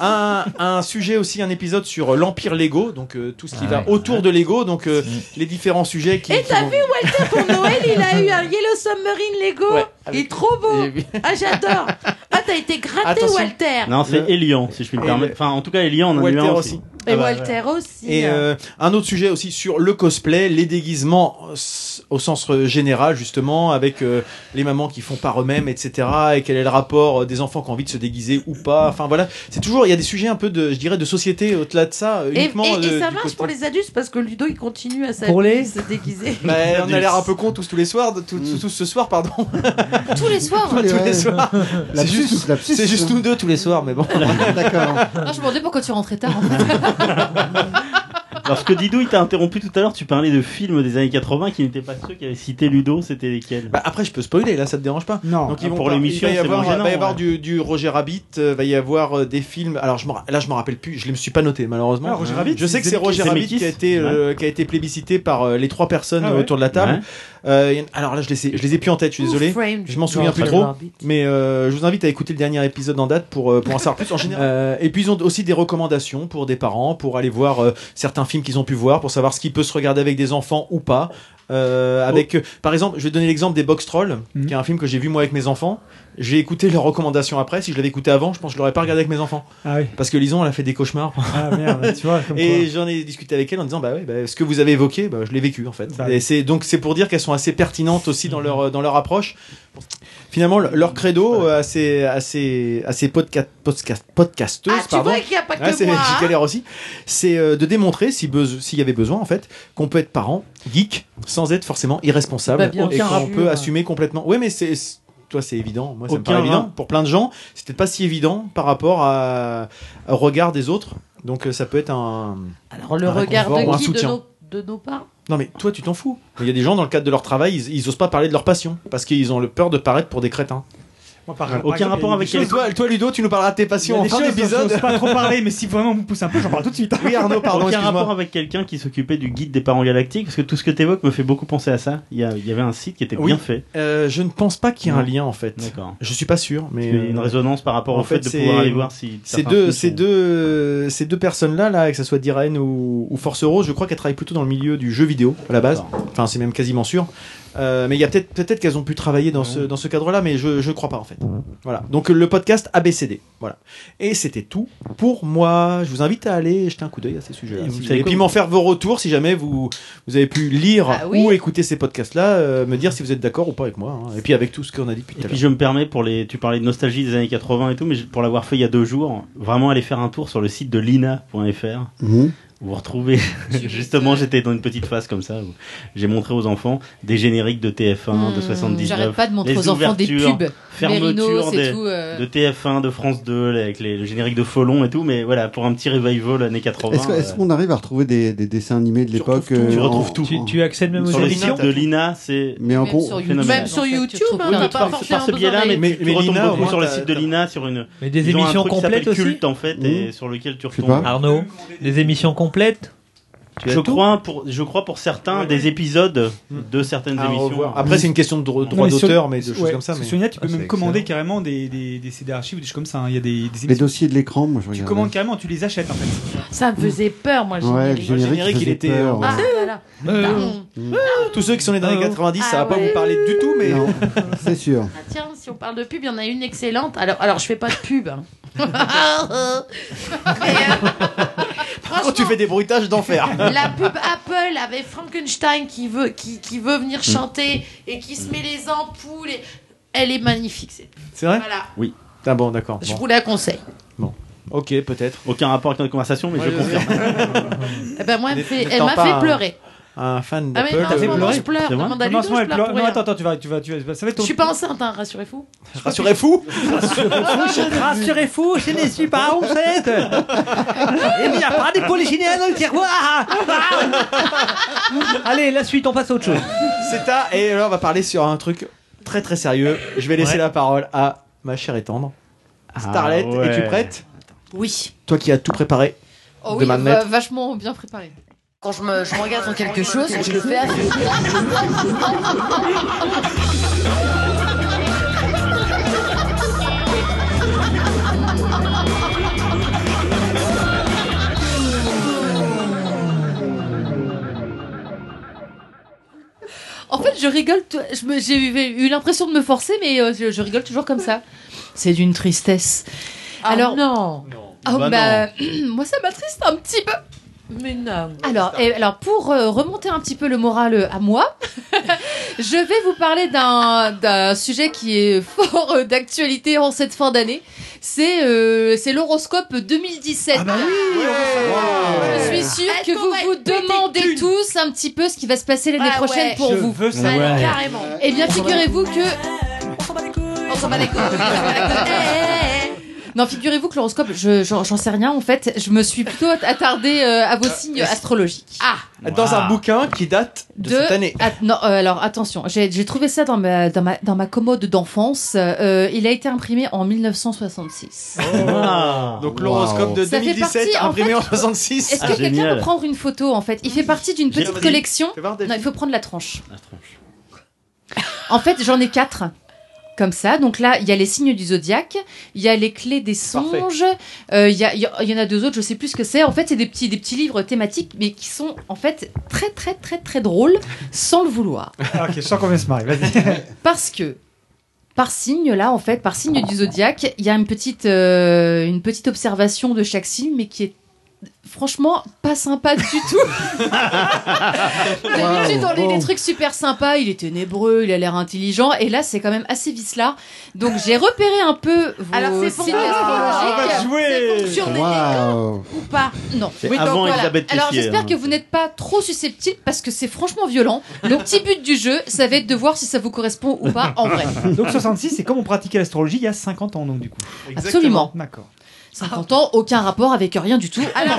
D: un, un sujet aussi, un épisode sur euh, l'empire Lego, donc euh, tout ce qui
A: Ah
D: va
A: ouais.
D: autour de Lego, donc euh, les différents sujets *laughs* qui.
E: Et
D: qui
E: t'as
D: vont-
E: vu Walter pour Noël, il a eu un Yellow Submarine Lego.
D: Ouais,
E: Il
D: avec-
E: est trop beau.
D: J'ai vu.
E: Ah j'adore. Ah t'as été gratté
D: Attention.
E: Walter.
H: Non, c'est Elian, si je puis me
D: Et
H: permettre.
D: le-
H: Enfin, en tout cas, Elian, on en a eu
D: Walter
H: un
D: aussi.
H: aussi.
E: Et
D: Ah bah,
E: Walter
D: ouais.
E: aussi. hein.
D: Et euh, un autre sujet aussi sur le cosplay, les déguisements euh, s- au sens euh, général justement, avec euh, les mamans qui font par eux-mêmes, etc. Et quel est le rapport euh, des enfants qui ont envie de se déguiser ou pas. Enfin voilà, c'est toujours il y a des sujets un peu de, je dirais, de société au-delà de ça. euh,
E: Et,
D: Uniquement
E: et- et
D: euh,
E: ça
D: du
E: marche
D: côté-
E: pour les adultes parce que Ludo il continue à s'habiller,
D: Pour les-
E: se déguiser.
D: *laughs* Bah, on a l'air un peu con tous tous les soirs, de-
F: Mm.
D: tous, tous- tous ce soir pardon.
E: tous les soirs.
D: Pas tous
F: euh,
D: les soirs. C'est
F: Lapsus,
D: juste, c'est juste nous deux tous les soirs,
B: *laughs*
D: mais bon.
C: D'accord.
F: Non, je me demandais pourquoi tu rentrais tard. en fait.
B: Parce que Didouille t'a interrompu tout à l'heure, tu parlais de films des années 80 qui n'étaient pas ceux qui avaient cité Ludo, c'était lesquels
D: Bah, Après, je peux spoiler, là, ça te dérange pas
G: Non.
D: Donc ils
B: Ah,
D: vont
B: pour
D: par-
B: l'émission,
D: il va y
B: c'est
D: avoir,
B: moins gênant,
D: va y avoir
B: ouais.
D: du, du Roger Rabbit, euh, va y avoir euh, des films. Alors je m'en- là, je m'en rappelle plus, je ne me suis pas noté malheureusement.
G: Ah, Roger Rabbit,
D: je sais
G: c'est
D: que c'est
G: Zemeckis.
D: Roger Rabbit qui a
G: Zemeckis.
D: été euh, qui a été plébiscité par euh, les trois personnes
G: Ah ouais.
D: autour de la table.
G: Ouais.
D: Euh, y en- alors là, je les ai, je les ai plus en tête, je suis
G: Who
D: désolé.
G: framed
D: Je m'en souviens
G: Roger
D: plus trop.
G: Rabbit
D: Mais euh, je vous invite à écouter le dernier épisode en date pour euh, pour en savoir plus en général. Euh, et puis ils ont aussi des recommandations pour des parents pour aller voir euh, certains films qu'ils ont pu voir pour savoir ce qui peut se regarder avec des enfants ou pas. Euh, avec, euh, par exemple, je vais donner l'exemple des Box Trolls, qui est un film que j'ai vu moi avec mes enfants. J'ai écouté leurs recommandations après. Si je l'avais écouté avant, je pense que je l'aurais pas regardé avec mes enfants.
G: Ah oui.
D: Parce que Lison, elle a fait des cauchemars.
G: Ah merde, tu vois. Comme
D: Et j'en ai discuté avec elle en disant bah ouais, bah, ce que vous avez évoqué, bah, je l'ai vécu en fait. Et c'est donc c'est pour dire qu'elles sont assez pertinentes aussi
G: Mm-hmm.
D: dans leur euh, dans leur approche. Finalement, le- leur credo euh, assez assez assez podca- podca- podcasteuse.
E: Ah, tu
D: pardon.
E: vois qu'il y a pas que
D: Ah, c'est-
E: moi, hein.
D: J'y galère aussi. C'est euh, de démontrer si bes- s'il y avait besoin en fait qu'on peut être parent geek sans être forcément
A: Bah,
D: irresponsable
A: bien
D: et
A: sûr.
D: qu'on
E: hein.
D: peut assumer complètement. Ouais, mais c'est c'est- toi c'est évident. Moi, ça me
B: Aucun
D: paraît évident.
B: rapport.
D: Pour plein de gens, c'est peut-être pas si évident par rapport à, au regard des autres. Donc euh, ça peut être un.
E: Alors le
D: un
E: regard
D: réconfort Bah, ou
E: de
D: un
E: qui de
D: soutien.
E: nos, de nos parents
D: Non mais toi tu t'en fous. Il y a des gens dans le cadre de leur travail, ils, ils osent pas parler de leur passion parce qu'ils ont le peur de paraître pour des crétins.
G: par
D: Aucun
G: exemple,
D: rapport
G: il y a des
D: avec
G: choses-
D: toi, toi Ludo, tu nous parleras de tes
G: Il y a
D: passions en
G: des
D: fin
G: choses dont
D: d'épisode.
G: j'ose pas trop parler, mais si vraiment vous poussez un peu, j'en parle tout de suite.
D: Oui, Arnaud, pardon,
B: Aucun
D: excuse-moi.
B: rapport avec quelqu'un qui s'occupait du guide des parents galactiques, parce que tout ce que tu évoques me fait beaucoup penser à ça. Il y, a- il y avait un site qui était
D: Oui.
B: bien fait.
D: Euh, je ne pense pas qu'il y ait un
B: Non.
D: lien en fait.
B: D'accord.
D: Je suis pas sûr, mais
B: Parce qu'il y a une résonance par rapport
D: euh, en
B: au fait de
D: c'est-
B: pouvoir aller voir si
D: ces
B: certains
D: deux,
B: films
D: ces
B: sont-
D: deux, ces deux personnes-là, là, que ce soit Diraen ou, ou Force Rose, je crois qu'elles travaillent plutôt dans le milieu du jeu vidéo à la base. Enfin, c'est même quasiment sûr. Euh, mais il y a peut-être, peut-être qu'elles ont pu travailler dans ce, dans ce cadre-là, mais je, je crois pas en fait. Voilà. Donc le podcast ABCD. Voilà. Et c'était tout pour moi. Je vous invite à aller jeter un coup d'œil à ces sujets-là.
B: Et vous
D: si vous
B: savez
D: voulez. Et
B: quoi,
D: puis
B: vous-
D: m'en faire vos retours si jamais vous, vous avez pu lire ou écouter ces podcasts-là, euh, me dire si vous êtes d'accord ou pas avec moi. hein. Et puis avec tout ce qu'on a dit depuis tout
B: Et
D: à
B: puis
D: l'heure.
B: je me permets pour les, tu parlais de nostalgie des années 80 et tout, mais je- pour l'avoir fait il y a deux jours, vraiment aller faire un tour sur le site de lina.fr.
C: Mhm.
B: Vous
D: *laughs*
B: retrouvez, justement, j'étais dans une petite phase comme ça. où J'ai montré aux enfants des génériques de TF1, de
F: Mmh,
B: 79.
F: j'arrête pas de montrer
B: les
F: aux enfants des
B: ouvertures,
F: pubs.
B: fermetures
F: Mérinos et
B: des-
F: tout, euh.
B: de TF1, de France 2, les- avec les, le générique de Folon et tout. Mais voilà, pour un petit revival années 80.
C: Est-ce que- est-ce qu'on arrive à retrouver des, des dessins animés de l'époque euh,
B: tu
C: en-
B: retrouves tout.
C: en-
B: accèdes
C: même aux
B: sur le
C: émissions
B: site de Lina, c'est
C: Mais en Même gros- sur YouTube.
B: phénoménal.
E: Même sur YouTube,
F: tu
E: hein,
F: retrouves
E: t'as
F: pas
E: pas
B: par,
E: forcément
B: par ce biais-là,
E: besoin
B: mais,
E: d'aller-
B: tu retombes
D: Lina, euh, au
B: beaucoup
D: moins,
B: sur le
D: t'as-
B: site de Lina, sur une.
L: Mais des
B: ils ont un
L: émissions
B: truc qui s'appelle
L: complètes aussi
B: culte, en fait,
D: Mmh.
B: et sur lequel tu retombes.
L: Arnaud, des émissions complètes Tu as
B: Je
L: tout
B: crois, pour, je crois pour certains des épisodes
G: Mm.
B: de certaines
D: Mmh. À
B: émissions.
D: revoir. Après, c'est une question de dro-
B: Non,
D: droit
B: mais sur-
D: d'auteur, mais de choses
G: Ouais,
D: comme ça.
G: sur
D: mais-
G: Sonia, tu peux
D: Ah,
G: même
D: c'est
G: commander carrément des, des, des CD archives ou des choses comme ça. hein. Il y a des, des émissions.
C: Les dossiers de l'écran, moi je
G: Tu
D: euh,
C: regarde.
G: commandes carrément, tu les achètes en fait.
E: Ça me faisait peur, moi. le
C: Ouais, le
E: générique.
C: générique,
D: générique, il
C: faisait
D: était, euh,
C: peur,
E: Ah,
C: ouais.
E: là, là.
B: Euh, hmm.
D: Tous ceux qui sont les années 90, ça va
E: Ah
D: pas
E: ouais.
D: vous parler du tout, mais
C: Non, c'est sûr.
E: Ah, tiens, si on parle de pub, il y en a une excellente. Alors, alors je fais pas de pub.
D: *laughs*
E: hein.
D: Oh, tu fais des bruitages d'enfer.
E: La pub Apple avec Frankenstein qui veut, qui, qui veut
C: Mm.
E: venir chanter et qui se met les ampoules. et- Elle est magnifique. cette pub.
D: *laughs* C'est vrai
E: Voilà.
D: Oui. Ah bon, d'accord.
E: Je
D: Bon.
E: vous la conseille.
D: Ok, peut-être.
B: Aucun rapport avec notre conversation, mais je confirme.
E: Eh ben, moi, elle m'a
D: N'étant
E: fait, elle m'a
D: pas
E: fait
D: un-
E: pleurer.
D: Un fan
G: *laughs*
E: Ah, mais
D: d'Apple.
E: non,
D: euh,
E: non, non, je pleure.
D: C'est vrai
E: Demande à
G: Non,
E: Ludo,
G: en ce moment,
E: je
G: elle
E: pleure
G: pleure.
E: pour
G: Non,
E: rien.
G: attends, attends, tu vas, tu vas, tu vas, ça va être
E: Je
G: ton.
E: suis pas enceinte, hein, rassurez-vous.
D: Rassurez fou *laughs*
E: Oh,
A: Rassurez-vous, je ne suis pas enceinte. Il n'y a pas de polichinelle dans le tiroir. Allez, la suite, on passe à autre chose.
D: *laughs* C'est ta. Et là, on va parler sur un truc très très sérieux. Je vais laisser
A: Ouais.
D: la parole à ma chère et tendre.
C: Ah
D: Starlet,
B: Ah ouais.
D: es-tu prête
E: Oui.
D: Toi qui as tout préparé
F: Oh
D: de
F: oui,
D: ma
F: va-
D: mettre.
F: vachement bien préparé.
E: Quand je me, je me regarde dans quelque chose, je le fais avec.
F: *laughs* bah, En fait, je rigole. t- je me- J'ai eu eu l'impression de me
E: Ah
F: forcer, mais euh, je, je rigole toujours comme ça. C'est d'une tristesse. Alors non. Oh,
H: Bah
F: bah, *clears throat* moi, ça m'attriste un petit peu.
E: Mais non.
F: Alors, et- alors pour euh, remonter un petit peu le moral euh, à moi, *laughs* je vais vous parler d'un d'un sujet qui est *laughs* fort euh, d'actualité en cette fin d'année. C'est euh, c'est l'horoscope
E: Ah
F: 2017.
E: bah
F: Je suis sûre que vous vous demandez tous un petit peu ce qui va se passer l'année
E: Ah ouais.
F: prochaine pour
E: Je
F: vous.
E: veux savoir. Ouais. Carrément.
F: Eh bien, figurez-vous que
E: On s'en
F: *laughs*
E: bat les couilles. on s'en bat les couilles.
F: Non, figurez-vous que l'horoscope, je- j'en j'en sais rien en fait. Je me suis plutôt attardée euh, à vos signes astrologiques. Ah
D: Dans un bouquin qui date de, cette année.
F: Att- non, euh, alors attention, j'ai j'ai trouvé ça dans ma, dans ma, dans ma commode d'enfance. Euh, il a été imprimé en
D: Oh,
F: 1966.
D: Donc l'horoscope de
F: Ça fait
D: 2017
F: partie, en
D: imprimé en
F: fait-
D: 66.
B: Ah,
F: Est-ce que quelqu'un
B: *laughs*
F: peut prendre une photo en fait Il fait partie d'une
D: J'ai
F: petite
D: pris.
F: collection.
D: Fais voir,
F: Non,
D: Delphine.
F: il faut prendre la tranche. En fait, j'en ai quatre. Comme ça, donc là, il y a les signes du zodiaque, il y a les clés des songes, euh, il y, a- il y a- il y en a deux autres, je sais plus ce que c'est. En fait, c'est des petits, des petits livres thématiques, mais qui sont en fait très, très, très, très drôles, sans le vouloir.
G: Ah, ok, sans qu'on vienne se marrer, vas-y.
F: Parce que par signe là en fait, par signe du zodiaque, il y a une petite euh, une petite observation de chaque signe mais qui est franchement pas sympa du tout. D'habitude on
K: Oh,
F: lit des trucs super sympas, il est ténébreux, il a l'air intelligent et là c'est quand même assez vicelard. Donc j'ai repéré un peu vos
E: Alors, c'est pour
F: signes
E: nous, on va
F: astrologiques.
G: jouer
F: sur des
C: Waouh.
F: ou pas Non.
C: C'est avant
F: donc,
C: Elisabeth
F: Alors
C: Tessier,
F: j'espère
C: hein.
F: que vous n'êtes pas trop susceptible parce que c'est franchement violent. Le petit but du jeu, ça va être de voir si ça vous correspond ou pas
G: *laughs*
F: en vrai.
G: Donc 66, c'est comme on pratiquait l'astrologie il y a 50 ans, donc du coup.
F: Absolument.
G: D'accord. Ah,
F: 50 ans, aucun rapport avec rien du tout.
E: *laughs*
F: Alors,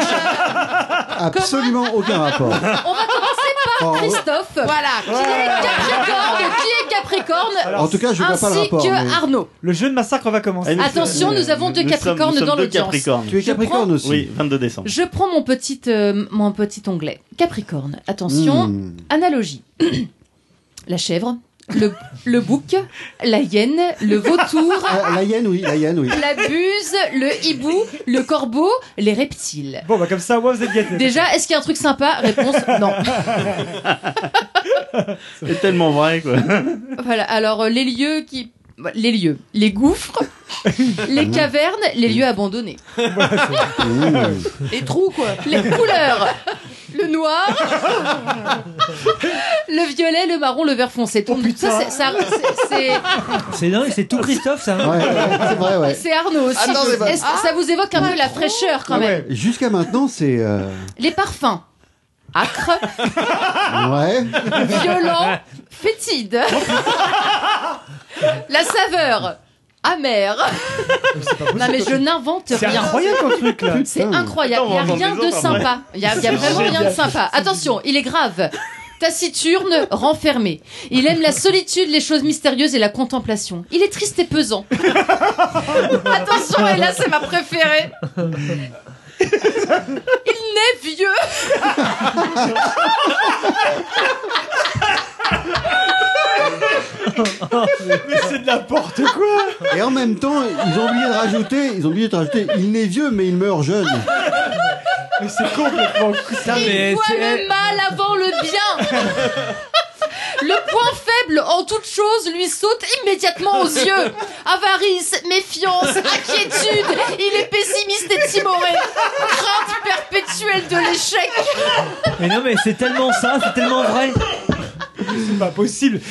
C: Absolument aucun rapport.
F: on va commencer par
C: Oh.
F: Christophe. Voilà. Qui est Capricorne Qui est Capricorne
G: Alors, en tout cas, je vois
F: ainsi
G: pas le rapport,
F: que
G: mais-
F: Arnaud.
G: Le jeu de massacre va commencer.
F: Attention, nous avons deux Capricornes dans
H: le
F: l'audience.
H: Tu es Capricorne
C: aussi
H: Oui, 22 décembre.
F: Je prends mon petit, euh, mon petit onglet. Capricorne, attention,
B: Mmh.
H: Hmm.
F: analogie. *clears throat* la chèvre, le, le bouc, la hyène, le vautour,
C: Ah, la hyène, oui, la hyène, oui.
F: la buse, le hibou, le corbeau, les reptiles.
G: Bon, bah comme ça, ouais, vous êtes gâtés.
F: Déjà, est-ce qu'il y a un truc sympa Réponse non.
H: C'est tellement vrai, quoi.
F: Voilà, alors euh, les lieux qui. Les lieux. Les gouffres, les cavernes, les lieux abandonnés. Les trous, quoi. Les couleurs. Le noir. Le violet, le marron, le vert foncé. Donc, ça, c'est- ça- c'est- c'est-
B: C'est dingue, c'est tout Christophe, ça. hein.
C: c'est vrai, ouais.
F: c'est Arnaud aussi.
C: Attendez, bah-
F: Est-ce que ça vous évoque un peu la fraîcheur quand
C: Ah
F: même
C: ouais. Jusqu'à maintenant, c'est. euh,
F: Les parfums. Acre,
C: Ouais.
F: violent, fétide. La saveur. Amère. Non mais je n'invente rien.
G: C'est incroyable ton truc là.
F: C'est incroyable.
G: Attends,
F: Il n'y a
G: on va
F: rien
G: entendre
F: de
G: les autres,
F: sympa.
G: après.
F: Il n'y a, il y a
G: C'est
F: vraiment rien de
G: génial.
F: sympa. Attention, il est grave. Taciturne, renfermé. Il aime la solitude, les choses mystérieuses et la contemplation. Il est triste et pesant. Attention, et là *laughs* c'est ma préférée. Il n'est vieux.
G: Mais c'est de la porte quoi
C: Et en même temps, ils ont oublié de rajouter, ils ont oublié de rajouter, il n'est vieux mais il meurt jeune.
G: Mais c'est complètement
F: Il voit le mal avant le bien. Le point faible en toute chose lui saute immédiatement aux yeux. Avarice, méfiance, inquiétude, il est pessimiste et timoré. Crainte perpétuelle de l'échec.
B: Mais non, mais c'est tellement ça,
G: Ah,
B: c'est tellement vrai.
G: C'est pas possible.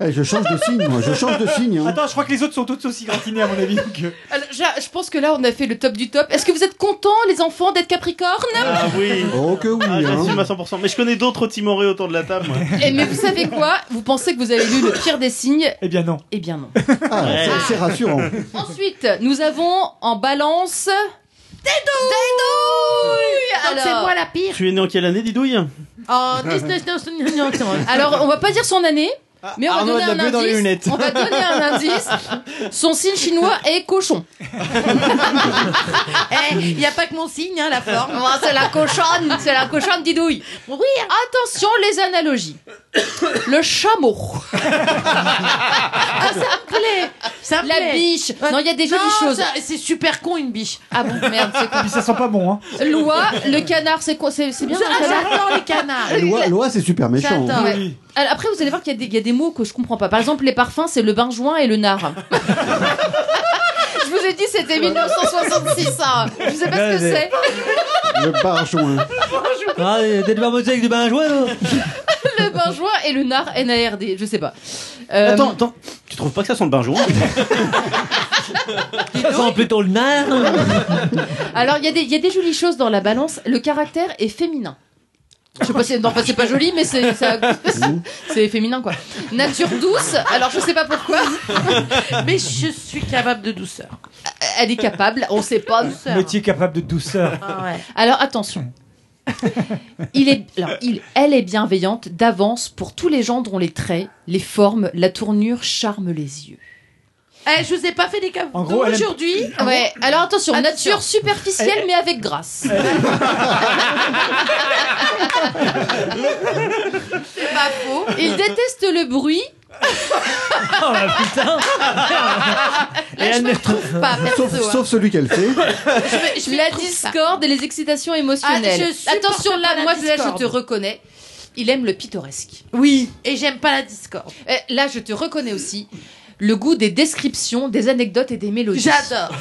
C: Eh, je change de signe, moi, je change de signe. hein.
G: Attends, je crois que les autres sont tous aussi gratinés à mon avis que.
F: Alors, je, je pense que là, on a fait le top du top. Est-ce que vous êtes contents, les enfants, d'être Capricorne
B: *laughs*
H: Ah oui.
C: Oh que oui.
D: hein.
H: Ah, j'assume à 100%. Mais je connais d'autres timorés autour de la table, moi.
F: Eh, Mais vous savez quoi Vous pensez que vous avez lu le pire des signes
G: Eh bien non.
F: Eh bien non.
C: Ah, c'est- c'est rassurant.
F: Ensuite, nous avons en balance... Des douilles Oh,
E: Donc, c'est moi la
F: pire
H: Tu es né en quelle année, Didouille
F: En 19 *laughs* Alors, on va pas dire son année, mais on va
H: Ah, Arnaud a de la
F: donner un
H: beuh
F: indice.
H: dans les lunettes.
F: On va donner un *laughs* indice. Son signe chinois est *laughs* cochon.
E: Eh, Il n'y a pas que mon signe, hein, la forme.
F: Oh, c'est la cochonne, c'est la cochonne didouille. Oui. Attention les analogies. Le chameau. ah, ça me plaît.
E: Ça me
F: la
E: plaît.
F: biche. Non, il y a des jolies
E: Non,
F: choses.
E: ça- C'est super con une biche.
F: Ah bon, merde, c'est
G: *laughs* Puis ça sent pas
E: *laughs*
G: bon hein.
F: quoi Loi, le canard, c'est quoi C'est c'est bien
E: Ah,
F: le canard
E: J'adore les
F: Ah,
E: canards.
C: Loi, loi, c'est super méchant.
F: J'adore. Ouais. Alors, Après, vous allez voir qu'il y, a *laughs* des- il y a des mots que je comprends pas. Par exemple, les parfums, c'est le bain joint et le nard. je je vous ai dit, c'était 1966. hein. Je sais pas ce que c'est. *laughs*
C: Le barjoint.
B: Ah, t'es de marmotter avec du barjoint,
A: hein.
B: là
F: Le benjoin et le nard NARD. Je sais pas. Euh,
H: Attends, attends, tu trouves pas que ça sent le bain joint
B: Ça sent plutôt le nard
F: Alors, il y, a des- il y a des jolies choses dans la balance. Le caractère est féminin. Je sais pas si non, pas- c'est pas joli, mais c'est ça- c'est féminin quoi. Nature douce. Alors je sais pas pourquoi,
E: *laughs* Mais je suis capable de douceur.
F: elle est capable. On sait pas.
G: Métier capable de douceur.
E: Ah ouais.
F: Alors attention. Il est, alors, il, elle est bienveillante d'avance pour tous les gens dont les traits, les formes, la tournure charment les yeux.
E: Eh, je vous ai pas fait des cadeaux
F: En gros, elle aime-
E: aujourd'hui. Ah,
F: Ouais, alors attention,
E: Attention.
F: nature superficielle mais avec grâce. C'est pas faux. Il déteste le bruit.
I: Oh la putain
F: Là, je me retrouve pas, perso,
C: sauf,
F: hein.
C: sauf celui qu'elle fait.
F: la discorde et les excitations émotionnelles.
E: Ah, je supporte
F: attention
E: pas
F: là,
E: la
F: moi là, je
E: discorde.
F: te reconnais. Il aime le pittoresque.
E: Oui. Et j'aime pas la discorde.
F: Eh, Là, je te reconnais aussi le goût des descriptions, des anecdotes et des mélodies.
E: J'adore.
F: *laughs*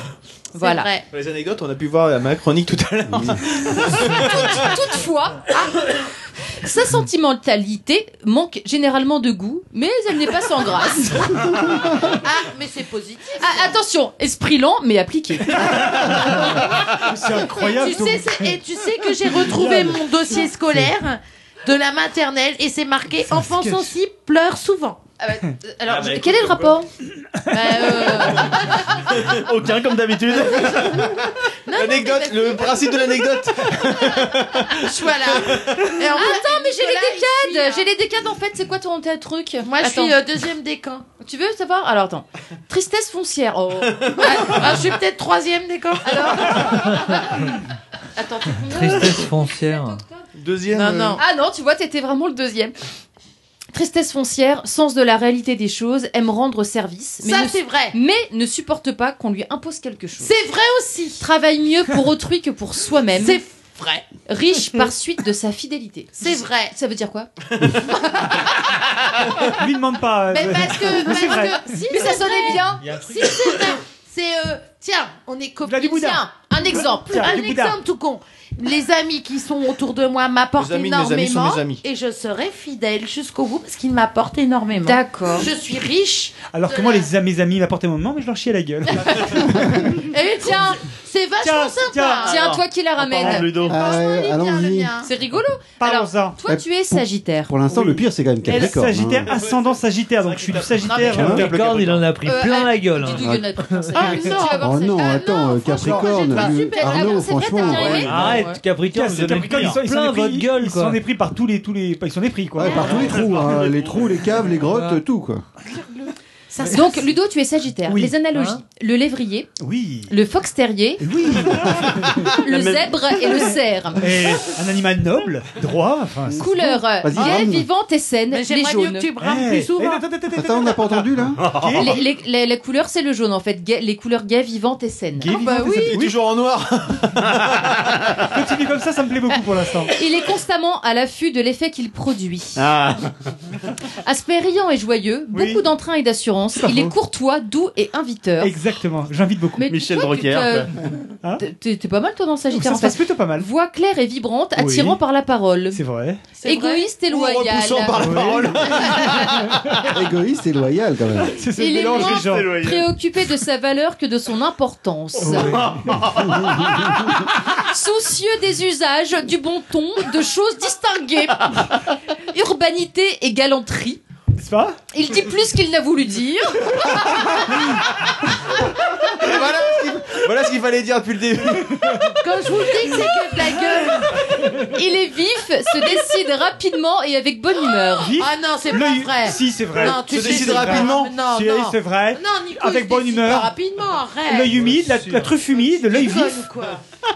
F: Voilà.
E: vrai.
D: Les anecdotes, on a pu voir à ma chronique tout à l'heure. *laughs*
F: Tout- toutefois, ah, sa sentimentalité manque généralement de goût, mais elle n'est pas sans
E: *laughs*
F: grâce.
E: *laughs* Ah, mais c'est positif.
F: Ah, attention, esprit lent mais appliqué.
G: C'est incroyable.
E: Tu sais, c'est- et tu sais que j'ai retrouvé mon dossier scolaire de la maternelle et c'est marqué enfant
G: sketch.
E: sensible pleure souvent.
F: Ah bah, euh, alors,
H: Ah bah,
F: je-
H: écoute,
F: quel est le
H: on peut.
F: rapport Bah, euh,
H: Aucun comme d'habitude.
D: L'anecdote, le principe de l'anecdote.
E: Voilà. *laughs* Et en fait,
F: euh, Attends, mais j'ai
E: Nicolas
F: les décades
E: ici, hein.
F: J'ai les décades en fait, c'est quoi ton tel truc
E: moi, je
F: Attends.
E: suis euh, deuxième décan.
F: Tu veux savoir Alors attends. Tristesse foncière.
E: *laughs*
F: Oh.
E: Ah, ah, je suis peut-être troisième décan. *laughs*
F: Attends, t'es combien
B: Tristesse foncière.
D: Deuxième.
E: Non, non.
F: Ah non, tu vois, t'étais vraiment le deuxième. Tristesse foncière, sens de la réalité des choses, aime rendre service, mais,
E: Ça,
F: ne,
E: c'est vrai.
F: mais ne supporte pas qu'on lui impose quelque chose.
E: C'est vrai aussi.
F: Travaille mieux pour autrui que pour soi-même.
E: C'est vrai.
F: Riche par suite de sa fidélité.
E: C'est vrai.
F: Ça veut dire quoi
G: *laughs* Lui demande pas. euh,
E: Mais parce que, parce
G: vrai.
E: que si
F: Mais ça
E: c'est vrai,
F: sonnait bien.
E: Si c'est vrai, c'est euh, tiens, on
G: V'là
E: est copines.
G: du Bouddha.
E: Tiens, un exemple,
G: Tiens,
E: un
G: du Bouddha.
E: exemple tout con. Les amis qui sont autour de moi m'apportent
D: Les amis de mes amis
E: énormément
D: sont mes amis.
E: et je serai fidèle jusqu'au bout parce qu'ils m'apportent énormément.
F: D'accord.
E: Je suis riche.
G: Alors que moi, les amis, mes amis m'apportaient mon moment, mais je leur chie à la gueule.
F: Eh,
E: Et tiens, c'est vachement
G: Tiens,
E: sympa.
G: tiens,
F: Tiens, toi qui la
H: Parlons de
F: ramène.
H: Ludo.
C: Ah,
E: Franchement, il est bien, le
C: allons-y. Euh,
E: mien.
F: C'est rigolo. Alors,
G: Parlons-en.
F: toi, tu es Sagittaire.
C: Pour l'instant,
G: Oui.
C: le pire, c'est quand même
G: Et
C: Capricorne. hein.
G: Sagittaire, ascendant Sagittaire, donc je suis du Sagittaire.
C: Non, mais-
G: euh,
B: Capricorne, il en a pris
F: Euh,
B: plein la gueule. hein.
F: Dis-nous, Lionel, putain, c'est-
E: Ah,
F: tu
E: non.
F: vas voir,
C: Oh
F: c'est-
C: non,
F: Ah,
C: attends, euh, Capricorne,
F: franchement, j'ai
C: lui-
F: pas super- Ah
C: Arnaud,
F: bon, c'est vrai,
C: franchement.
F: t'as bien aimé
B: Arrête, Capricorne, vous avez
G: Capricorne, ils sont- ils s'en
B: plein
G: est pris-
B: votre gueule,
G: Ils s'en
B: quoi.
G: est pris par tous les, tous les, ils s'en est pris quoi.
C: Ouais, par tous les trous, hein, les trous, les caves, les grottes,
B: Ouais.
C: tout quoi.
E: Ça, c'est-
F: Donc, Ludo, tu es Sagittaire.
G: Oui.
F: Les analogies.
B: Hein
F: le lévrier,
G: Oui.
F: le fox terrier,
G: Oui.
F: *laughs* le zèbre et le
G: *laughs*
F: cerf.
G: Et un animal noble, droit. Enfin, c'est-
F: Couleur
C: Vas-y,
F: gay,
C: Anne.
F: vivante et saine,
E: Mais
F: les
E: j'aimerais mieux
F: jaunes.
E: que tu brames
G: Eh,
E: plus souvent.
G: attends, attends, attends,
C: Attends, on n'a pas entendu
D: *laughs*
C: là
G: attends,
F: Les, les, les- les couleurs, c'est le jaune en fait. Gay- les couleurs gays, vivantes et saines.
E: Ah,
G: Gay,
E: bah
G: vivant,
D: oui. toujours en
K: *laughs*
D: noir.
G: Continue comme ça, ça me plaît beaucoup pour l'instant.
F: Il est constamment à l'affût de l'effet qu'il produit.
H: Ah,
F: Aspect riant et joyeux,
G: Oui.
F: beaucoup d'entrain et d'assurance. Il est courtois, doux et inviteur.
G: Exactement. J'invite beaucoup.
F: Mais
H: Michel
F: toi, tu
H: Drucker.
F: te-
G: Hein
F: t'es- T'es t'es pas mal toi dans Sagittaire
G: Ça
F: en
G: se passe
F: fait.
G: plutôt pas mal.
F: Voix claire et vibrante,
G: Oui.
F: attirant par la parole.
G: C'est vrai.
E: C'est vrai.
F: Égoïste et
D: Ou en
F: loyal.
D: repoussant par la
G: Oui.
D: parole.
F: *laughs*
C: Égoïste et loyal quand même.
G: C'est ce
F: Il est
G: mélange
F: moins
G: des gens.
F: Préoccupé de sa valeur que de son importance. *laughs* Soucieux des usages, du bon ton, de choses distinguées. *laughs* Urbanité et galanterie.
G: N'est-ce pas
F: Il dit plus qu'il n'a voulu dire.
D: voilà, ce qu'il- voilà ce qu'il fallait dire depuis le
F: *laughs*
D: début.
E: Quand je vous le dis que c'est que de la gueule.
F: Il est vif, se décide rapidement et avec bonne humeur.
G: Vif.
E: Ah non, c'est pas
G: L'œil-
E: vrai.
G: Si, c'est vrai.
E: Non, tu
D: Se
E: sais,
D: décide
E: c'est pas-
D: rapidement.
E: Non,
G: Si,
E: non.
G: c'est vrai.
E: Non, Nico,
G: Avec
E: il
G: bonne
E: décide
G: humeur.
E: pas rapidement, arrête.
G: L'œil humide, la, la truffe humide, l'œil
E: Tu
G: vif.
E: déconnes, quoi.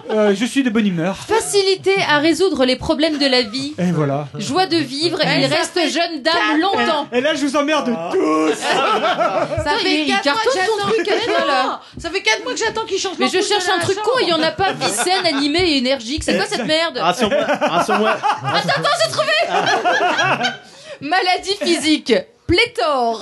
G: Euh, je suis de bonne humeur.
F: Facilité à résoudre les problèmes de la vie.
G: Et voilà.
F: Joie de vivre,
E: Ouais,
F: il
E: ça
F: reste
E: fait
F: jeune dame longtemps.
G: Et là, je vous emmerde tous.
E: Ça
F: il-
E: Ah. fait
F: il
E: 4 mois
F: cartonne
E: que
F: son
E: j'attends.
F: truc à
E: Mais
F: toi,
E: non,
F: là.
E: Ça fait 4 mois que j'attends qu'il change
F: Mais je
E: l'ampoule
F: cherche
E: de la
F: un truc
E: chambre.
F: con et il n'y en a pas. Vie saine, animée et énergique. C'est quoi cette merde *laughs*
H: rassure-moi, rassure-moi.
F: Maladie physique. pléthore.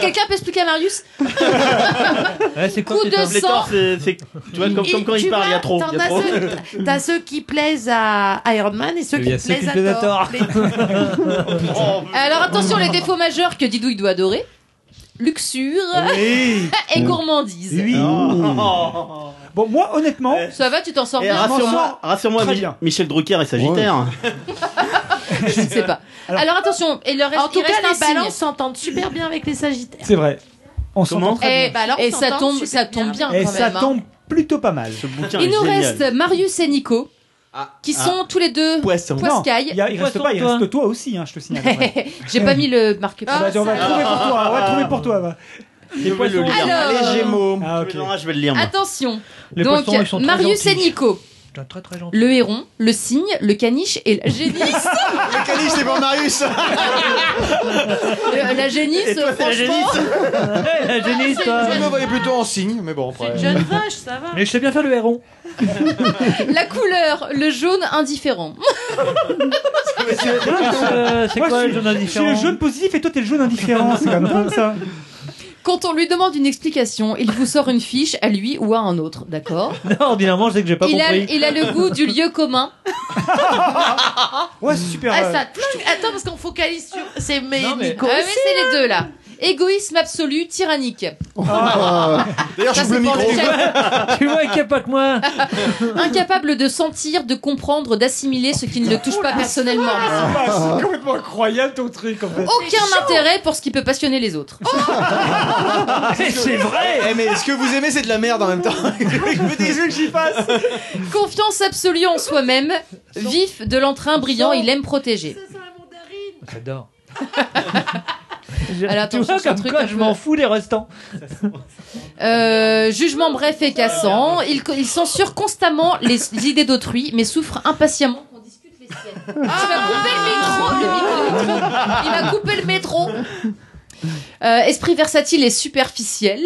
F: Quelqu'un peut expliquer à Marius
H: *laughs* Ouais, c'est
F: Coup de sang.
H: c'est, c'est- tu vois, comme,
F: Et
H: comme quand
F: tu
H: il parle, il y a
F: vois,
H: trop.
F: t'en
H: il y a
F: as
H: trop.
F: ceux- T'as ceux qui plaisent à Iron Man et *laughs*
K: Eh
F: ceux
H: Il
F: qui
H: y a ceux
F: plaisent
H: qui plaisent
F: à
H: à
F: Thor. *laughs*
K: Oh,
D: Oh,
F: Alors attention, les défauts majeurs que Didouille doit adorer luxure
G: Oui.
F: *laughs* et gourmandise.
G: Oui. Bon, moi, honnêtement.
F: Ça va, tu t'en sors
H: Eh,
F: bien.
H: rassure-moi, rassure-moi,
F: Très
H: Mi-
F: bien.
H: Michel Drucker est Sagittaire. *laughs*
F: Je ne sais pas. Alors, attention, et le reste,
E: En tout
F: il reste
E: cas, les
F: un signe.
E: balances
F: s'entendent super bien avec les sagittaires.
G: C'est vrai. On s'entend
F: Et,
G: très bien.
F: balance, ça tombe, ça tombe bien,
G: Et
F: quand
G: Eh, ça
F: même. hein.
G: tombe plutôt pas mal.
F: Il nous reste euh, Marius et Nico, qui
G: Ah.
F: sont tous les deux
G: Poisson.
F: poiscailles.
G: Non, il y a- il reste pas, il reste toi aussi, hein, je te signale. ouais.
F: *laughs* J'ai pas mis le marque-page.
G: Ah, bah, on va le trouver pour toi. On va le trouver pour toi. va.
H: Je vais le lire.
F: Alors-
H: Les Gémeaux.
G: Ah,
H: Je vais le- je vais le lire. moi.
F: Attention.
H: Les
F: Donc,
H: poissons, ils sont très
F: Marius et
H: gentils.
F: Nico. Le héron, le cygne, le caniche et la génisse. le
K: caniche, c'est pour
F: *laughs*
K: Marius.
F: La génisse,
K: Et toi, c'est la
F: franchement.
K: génisse.
F: Ouais, c'est une
D: Je
F: jeune-
D: me voyais plutôt en signe, mais bon, après.
F: Jeune vache, ça va.
A: Mais je sais bien faire le héron.
F: La couleur, le jaune indifférent.
A: c'est quoi le jaune indifférent
G: Je suis le jaune positif et toi, t'es le jaune indifférent. C'est comme dingue, ça.
F: Quand on lui demande une explication, il vous sort une fiche à lui ou à un autre, d'accord
A: Non, ordinairement, je sais que j'ai pas
F: il a,
A: compris.
F: il a le goût du lieu commun.
G: *laughs* Ouais, c'est super.
F: Ah,
G: euh,
F: ça plonge- Attends, parce qu'on focalise sur. C'est mais
G: Non, mais-
F: Nico. Ah, mais
G: aussi,
F: c'est les deux là. Égoïsme absolu, tyrannique.
D: Ah.
G: Ah.
D: D'ailleurs,
F: Ça,
D: je le
F: c'est pour
D: micro.
A: Tu vois, il n'y a pas que moi.
F: Incapable de sentir, de comprendre, d'assimiler ce qui ne le touche pas personnellement.
G: Ah, c'est complètement incroyable ton truc en fait.
F: Aucun intérêt pour ce qui peut passionner les autres. Oh.
A: c'est vrai
D: Eh, Mais ce que vous aimez, c'est de la merde en
G: *laughs*
D: même temps. je me dis que j'y passe.
F: Confiance absolue en soi-même. Vif, de l'entrain brillant, il aime protéger.
A: J'adore.
F: Alors,
A: tu
F: attention,
A: vois,
F: c'est un
A: comme
F: truc
A: quoi,
F: un
A: je
F: peu-
A: m'en fous des restants.
F: Euh, jugement bref et cassant. Il, il censure constamment les idées d'autrui, mais souffre impatiemment. qu'on discute les siennes. Tu vas couper le micro, le micro, le micro.
E: Ah.
F: Il va couper le métro. Euh, esprit versatile
A: *laughs*
F: et superficiel.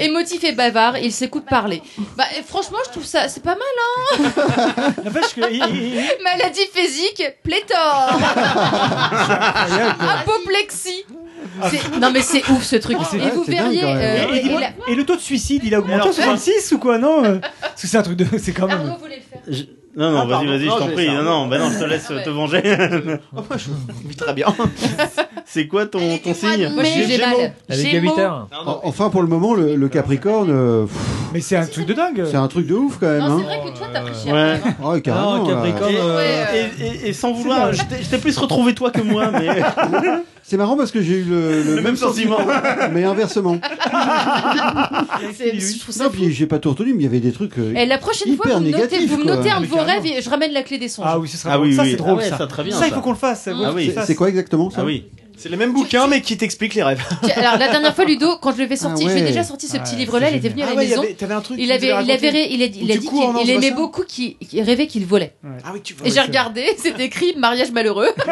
F: Émotif et bavard, il s'écoute parler. Bah, et franchement, je trouve ça, c'est pas mal,
A: *laughs*
F: hein Maladie physique,
A: *laughs*
F: pléthore. Apoplexie. C'est- Non mais c'est ouf ce truc.
G: C'est-
F: Et vous
G: c'est dingue,
F: verriez.
G: quand même.
F: euh,
G: et, et
F: et
G: dis-moi,
F: la-
G: et le taux de suicide, il a augmenté
H: Alors,
G: à 66 ou quoi Non
F: *laughs*
G: euh, Parce que c'est un truc de. C'est quand même.
H: Je- Non, non,
G: Ah,
H: vas-y,
G: pardon. Non,
H: vas-y, je
G: je
H: t'en
G: vais
H: prie.
G: ça.
H: Non, non, bah non, je te laisse
F: Ah ouais.
H: te
F: *laughs*
H: venger.
D: Très bien.
H: *laughs* C'est quoi ton, ton signe
F: Moi, j'ai- j'ai mal. Gémeaux.
C: En- Enfin, pour le moment, le, le Capricorne. euh,
G: mais c'est un truc de dingue.
C: C'est un truc de ouf quand même.
F: Non,
C: hein.
F: c'est vrai que toi t'as pris cher.
C: Ouais. Ah, Ouais, carrément.
H: Non,
C: là.
H: Oh, Capricorne, Et- euh, et- et- et sans vouloir, je t'ai- je t'ai plus retrouvé toi que moi, mais.
C: *laughs* C'est marrant parce que j'ai eu le,
H: Le même sentiment.
C: mais inversement.
F: *laughs* C'est- Je trouve ça
C: Non, puis j'ai pas tout retenu, mais il y avait des trucs. euh,
F: Et Eh, la prochaine fois,
C: hyper
F: vous me notez,
C: négatifs,
F: vous me
C: quoi.
F: notez un de
C: Mais
F: vos
C: carrément.
F: rêves et je ramène la clé des songes.
G: Ah oui, ce sera
C: Ah
G: drôle.
C: oui,
G: ça,
C: oui.
G: c'est drôle.
C: Ah ouais,
G: ça,
C: ça, très bien,
G: il faut
C: ça.
G: qu'on le fasse.
C: Ah oui, c'est quoi exactement ça
H: Ah oui.
D: C'est le même bouquin, mais qui t'explique les rêves.
F: Tiens, Alors la dernière fois, Ludo, quand je l'avais sorti,
D: Ah
F: je lui ai
D: ouais.
F: déjà sorti ce
D: Ah
F: petit
D: ouais,
F: livre-là.
D: c'est
F: Il était
D: génial.
F: venu à
D: Ah
F: la
D: ouais, il y
F: maison.
D: avait- t'avais un truc
F: Il
D: qu'il
F: avait,
D: nous avait
F: il avait,
D: raconté.
F: ré- il a, dit-
D: Où
F: il a
D: tu
F: dit
D: cours en
F: qu'il il
D: ange
F: aimait
D: bassin.
F: beaucoup qu'il il rêvait qu'il volait.
D: Ah oui, tu vois.
F: Et j'ai regardé, *laughs* c'est écrit mariage malheureux. *laughs*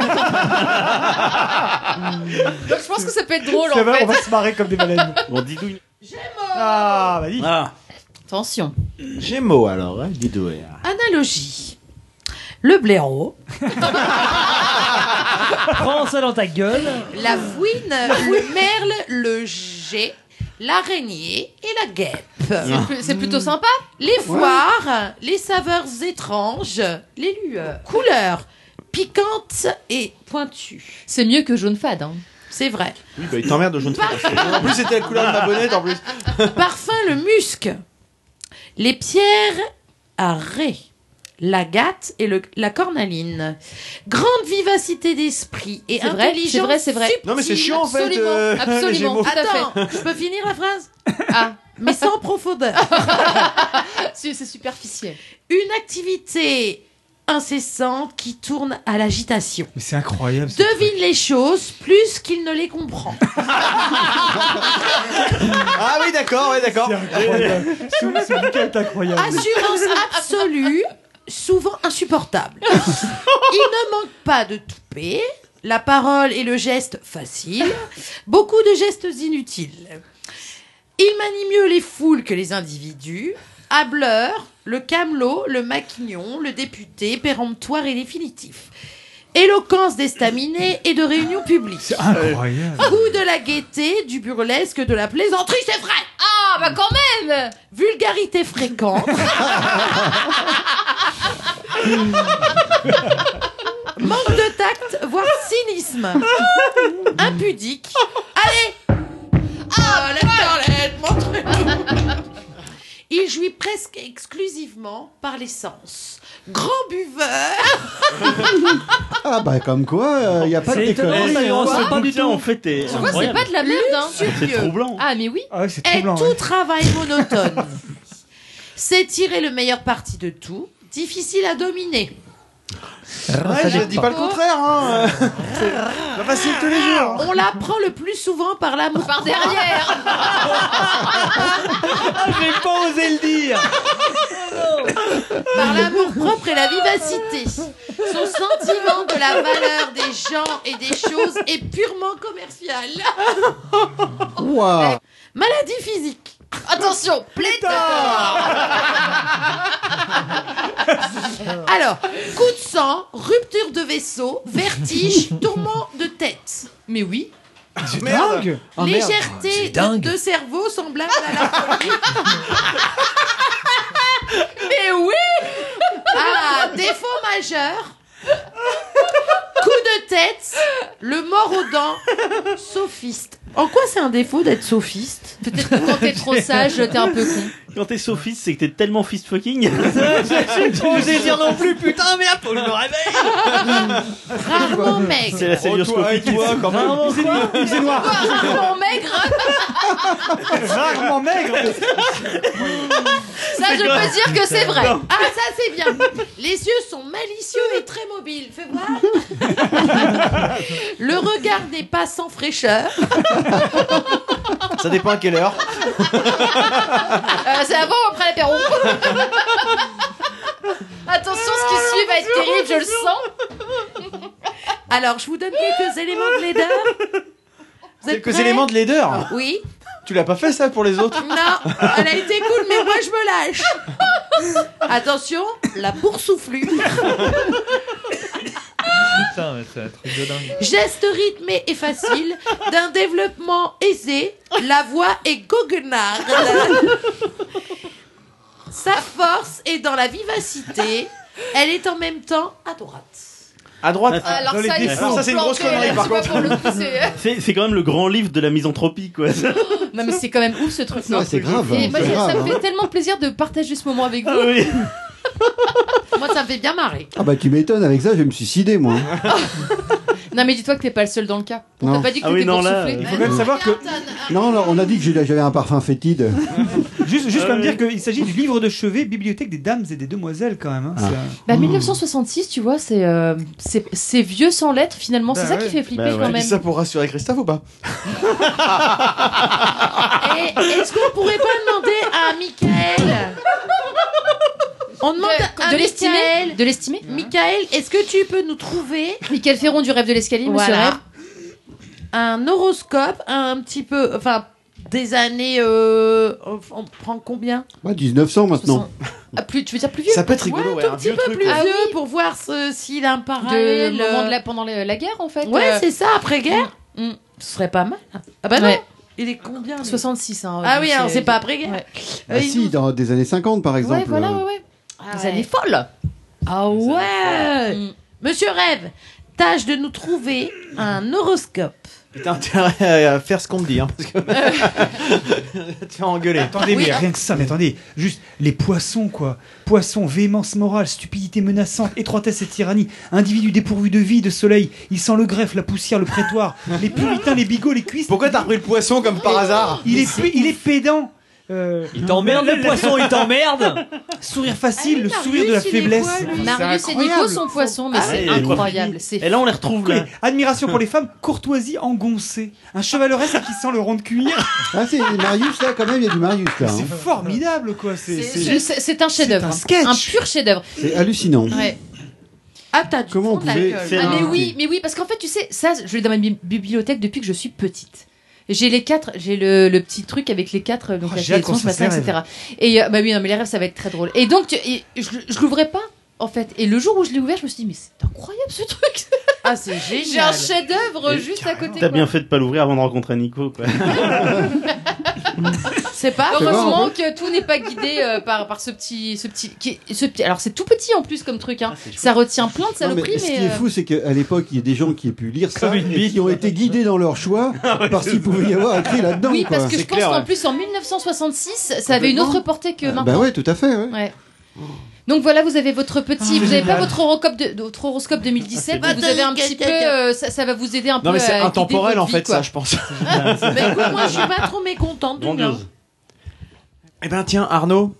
F: Donc je pense que ça peut être drôle en
G: Ça va,
F: fait.
G: on va se marrer comme des baleines.
H: *laughs* Bon, dis-nous.
G: Ah, vas-y.
F: Attention.
H: Gémeaux alors, hein, dis-nous.
E: Analogie. Le blaireau.
G: Ah,
A: Prends ça dans ta gueule.
E: La fouine, le merle, le jet, l'araignée et la guêpe.
F: C'est plus- C'est plutôt sympa.
E: Les foires, les saveurs étranges, les lueurs, couleurs piquantes et pointues.
F: C'est mieux que jaune fade. hein.
E: C'est vrai.
D: Oui, bah, il t'emmerde, je ne sais pas. En plus, c'était la couleur de ma bonnette, en plus.
E: *laughs* Parfum le musc, les pierres à ré, l'agate et le, la cornaline. Grande vivacité d'esprit et
F: C'est vrai,
E: intelligence
F: c'est vrai, c'est vrai.
E: subtile.
D: Non, mais c'est chiant, en fait,
E: Absolument,
D: euh, les
E: absolument.
D: Gémeaux.
F: tout à fait.
E: Attends, je peux finir la phrase Ah, mais sans
F: *laughs*
E: profondeur.
F: C'est c'est superficiel.
E: Une activité incessante qui tourne à l'agitation.
G: Mais c'est incroyable. ce truc.
E: Devine les choses plus qu'il ne les comprend.
D: Ah oui, d'accord, ouais, d'accord. *laughs*
G: Incroyable. Ce- ce bouquin est incroyable.
E: Assurance absolue, souvent insupportable. Il ne manque pas de toupet, la parole et le geste facile, beaucoup de gestes inutiles. Il manie mieux les foules que les individus, Hableur, le Camelot, le Maquignon, le député, péremptoire et définitif. Éloquence d'estaminets et de réunions publiques.
G: Incroyable.
E: Goût de la gaieté, du burlesque, de la plaisanterie, c'est vrai Ah, bah quand même Vulgarité *laughs* fréquente. Manque de tact, voire cynisme. Impudique. Allez Ah, la toilette, mon truc Il jouit presque exclusivement par les sens. Grand *laughs* buveur
C: Ah bah comme quoi, il n'y a pas de
H: C'est
C: déconne.
H: étonnant, ça, on sait pas du tout. En fait,
C: t'es-
E: Tu vois, c'est pas de la merde, hein.
H: C'est troublant.
E: Ah, mais oui.
G: Ah ouais, c'est
E: Et
G: troublant,
E: tout
G: ouais.
E: travail monotone. c'est tirer le meilleur parti de tout. Difficile à dominer.
K: Ah,
D: Ouais, je dis pas le contraire,
E: *laughs*
D: hein. C'est pas facile tous les jours.
E: On l'apprend le plus souvent par l'amour. Par *laughs*
F: derrière.
E: J'ai pas osé le dire. Par l'amour propre et la vivacité. Son sentiment de la valeur des gens et des choses est purement commercial.
C: Ouah.
E: Maladie physique. Attention,
G: *laughs*
E: pléthore Alors, coup de sang, rupture de vaisseau,
G: *laughs*
E: vertige, tourment de tête. Mais oui.
G: C'est dingue. Ah, merde.
E: Légèreté
G: C'est dingue.
E: de, de cerveau semblable à la
G: *laughs*
E: folie. Mais oui Ah, défaut majeur. Coup de tête, le mort aux dents, sophiste. En quoi c'est un défaut d'être sophiste Peut-être que quand t'es trop sage, t'es un peu con.
H: Quand t'es sophiste, c'est que t'es tellement fist fucking. *laughs*
B: J'ai
D: Oh,
B: pas osé dire non plus, putain, merde, faut que je me réveille.
E: Rarement mec.
H: C'est la célioscopie.
D: Oh, toi, quand même.
H: Rarement
G: quoi
H: c'est
F: *laughs*
H: noir.
E: Rarement maigre.
G: Rarement maigre.
E: Ça, je
G: D'accord.
E: peux dire que c'est vrai.
G: Non.
E: Ah, ça, c'est bien. Les yeux sont malicieux et très mobiles. Fais voir. Le regard n'est pas sans fraîcheur.
D: Ça dépend à quelle heure.
E: Euh, c'est avant ou après l'apéro Attention, ce qui suit va être terrible, je le sens. Alors, je vous donne quelques éléments de laideur. Vous êtes
D: Quelques
E: prêts
D: éléments de laideur.
E: Oui.
D: Tu l'as pas fait ça pour les autres
E: Non, elle a été cool, mais moi je me lâche. Attention, la boursouflure.
A: Putain, mais c'est un truc de dingue.
E: Geste rythmé et facile, d'un développement aisé, la voix est goguenarde. Sa force est dans la vivacité, elle est en même temps à droite.
D: À droite.
E: Alors Dans les ça, ils défauts. sont
D: c'est une grosse
E: plantés,
D: connerie
E: là,
D: par
E: tu vois,
D: contre.
E: pour le coup, c'est-
H: C'est c'est quand même le grand livre de la misanthropie, quoi.
F: *laughs* Non mais c'est quand même ouf ce truc.
H: Ah, c'est grave,
F: Et moi,
H: c'est
F: j'ai- ça
H: grave,
F: me fait
H: hein.
F: tellement plaisir de partager ce moment avec vous. *laughs*
E: moi ça me fait bien marrer.
C: Ah bah tu m'étonnes, avec ça je vais me suicider moi.
F: Non mais dis-toi que t'es pas le seul dans le cas. On
C: Non.
F: t'a pas dit que
C: Ah
F: t'étais
C: oui, non, là,
F: boursouflé.
C: il faut quand même savoir
G: que-
C: Non, non, on a dit que j'ai- j'avais un parfum
F: *laughs*
C: fétide.
G: Juste, juste pas me dire qu'il s'agit du livre de chevet, bibliothèque des dames et des demoiselles quand même. hein. C'est un-
F: Bah 1966, tu vois, c'est euh, c'est c'est vieux sans lettres finalement. c'est
D: Bah
F: ça
D: ouais.
F: qui fait flipper
D: Bah ouais.
F: quand
D: Tu
F: même.
D: dis ça pour rassurer Christophe ou pas
E: Et est-ce qu'on pourrait pas demander à Michael On demande à
F: de l'estimer
E: Michael.
F: De l'estimer
E: Michael, est-ce que tu peux nous trouver
F: Michael Ferron du rêve de l'escalier, monsieur
E: Voilà.
F: Rêve.
E: un horoscope un petit peu enfin des années euh, on prend combien
C: Bah 1900 maintenant.
E: Ah, plus tu veux dire plus vieux
C: Ça peut être rigolo, ouais,
E: ouais, un
C: un
E: tout petit
C: vieux
E: peu
C: truc,
E: plus Ah,
C: ouais.
E: vieux pour voir ce- s'il a un
F: Ah De,
E: parallèle
F: le moment de la,
E: euh,
F: pendant la, la guerre en fait.
E: ouais
F: euh.
E: c'est ça après guerre
F: Mm.
E: ce serait pas mal ah bah non
F: Ouais.
E: il est combien lui
F: 66 hein,
E: ah
F: donc
E: oui alors
F: c'est- Euh,
E: c'est pas après guerre
C: Ah si, dans des années 50 par exemple.
E: ouais.
F: Des années folles.
E: Ah ouais
F: Mm.
E: Monsieur Rêve, tâche de nous trouver un horoscope.
D: T'as intérêt à faire ce qu'on me dit, hein, parce que *laughs* tu vas engueuler.
G: Attendez, mais rien que ça, mais attendez, juste les poissons quoi. Poissons, véhémence morale, stupidité menaçante, étroitesse et tyrannie, individu dépourvu de vie, de soleil, il sent le greffe, la poussière, le prétoire, les puritains, les bigots, les cuisses.
D: Pourquoi t'as repris le poisson comme par hasard
G: Il est, pu- il est pédant. euh,
B: Il t'emmerde, le poisson, il t'emmerde.
G: Sourire
F: Ah
G: facile, le sourire de la faiblesse.
F: Marius et Nico sont poissons, mais
G: Ah
F: c'est
G: ouais,
F: incroyable. C'est
H: Et là, on les retrouve là.
G: Admiration pour les femmes, courtoisie engoncée, un chevaleresque qui sent le rond de cuir.
C: *laughs* Ah c'est Marius là quand même, il y a du Marius là.
G: C'est
C: hein.
G: formidable quoi. C'est
F: c'est- c'est- c'est un chef-d'œuvre, hein. un, pur chef-d'œuvre.
C: C'est hallucinant.
F: Ouais.
E: Ah, t'as
C: Comment on pouvait faire
F: Ah, mais
C: un-
F: oui, mais oui, parce qu'en fait, tu sais, ça, je l'ai dans ma bi- bibliothèque depuis que je suis petite. J'ai les quatre, j'ai le, le petit truc avec les quatre, euh, donc
E: Oh,
F: la
E: j'ai hâte
F: télévision,
E: qu'on
F: ce
E: fasse
F: matin,
E: les
F: etc. Et euh, bah oui, non, mais les rêves, ça va être très drôle. Et donc, tu- et je, je l'ouvrais pas, en fait. Et le jour où je l'ai ouvert, je me suis dit, mais c'est incroyable ce truc.
E: Ah, c'est
F: *laughs* J'ai un
E: génial.
F: chef-d'œuvre
H: Et
F: juste à côté.
H: T'as bien
F: quoi.
H: fait de pas l'ouvrir avant de rencontrer Nico, quoi.
F: C'est pas
H: C'est bon,
F: heureusement
H: hein.
F: que tout n'est pas guidé euh, par, par ce petit ce petit qui est- ce petit alors c'est tout petit en plus comme truc hein. ça retient plein de
C: Ah, Non, mais
F: saloperies mais,
C: ce qui est
F: euh,
C: fou, c'est qu'à l'époque, il y a des gens qui aient pu lire ça et qui ont été guidés dans leur
F: *laughs*
C: choix parce qu'il pouvait y avoir écrit là-dedans.
F: Ah oui
C: quoi.
F: parce que je pense qu'en plus en 1966 ça avait une autre portée que maintenant.
C: Bah ouais, tout à fait. ouais.
F: Ouais. Donc voilà, vous avez votre petit, vous n'avez pas votre horoscope, de, votre horoscope 2017,
E: Ah, c'est
F: mais vous
E: bien.
F: avez un petit peu, euh, ça, ça va vous aider un peu.
D: Non, mais c'est
F: à guider
D: intemporel
F: votre
D: en
F: vie,
D: fait,
F: quoi.
D: ça,
F: *laughs*
D: je pense.
F: Bah, écoute, moi, je suis pas trop mécontente du mien.
D: Eh ben tiens, Arnaud.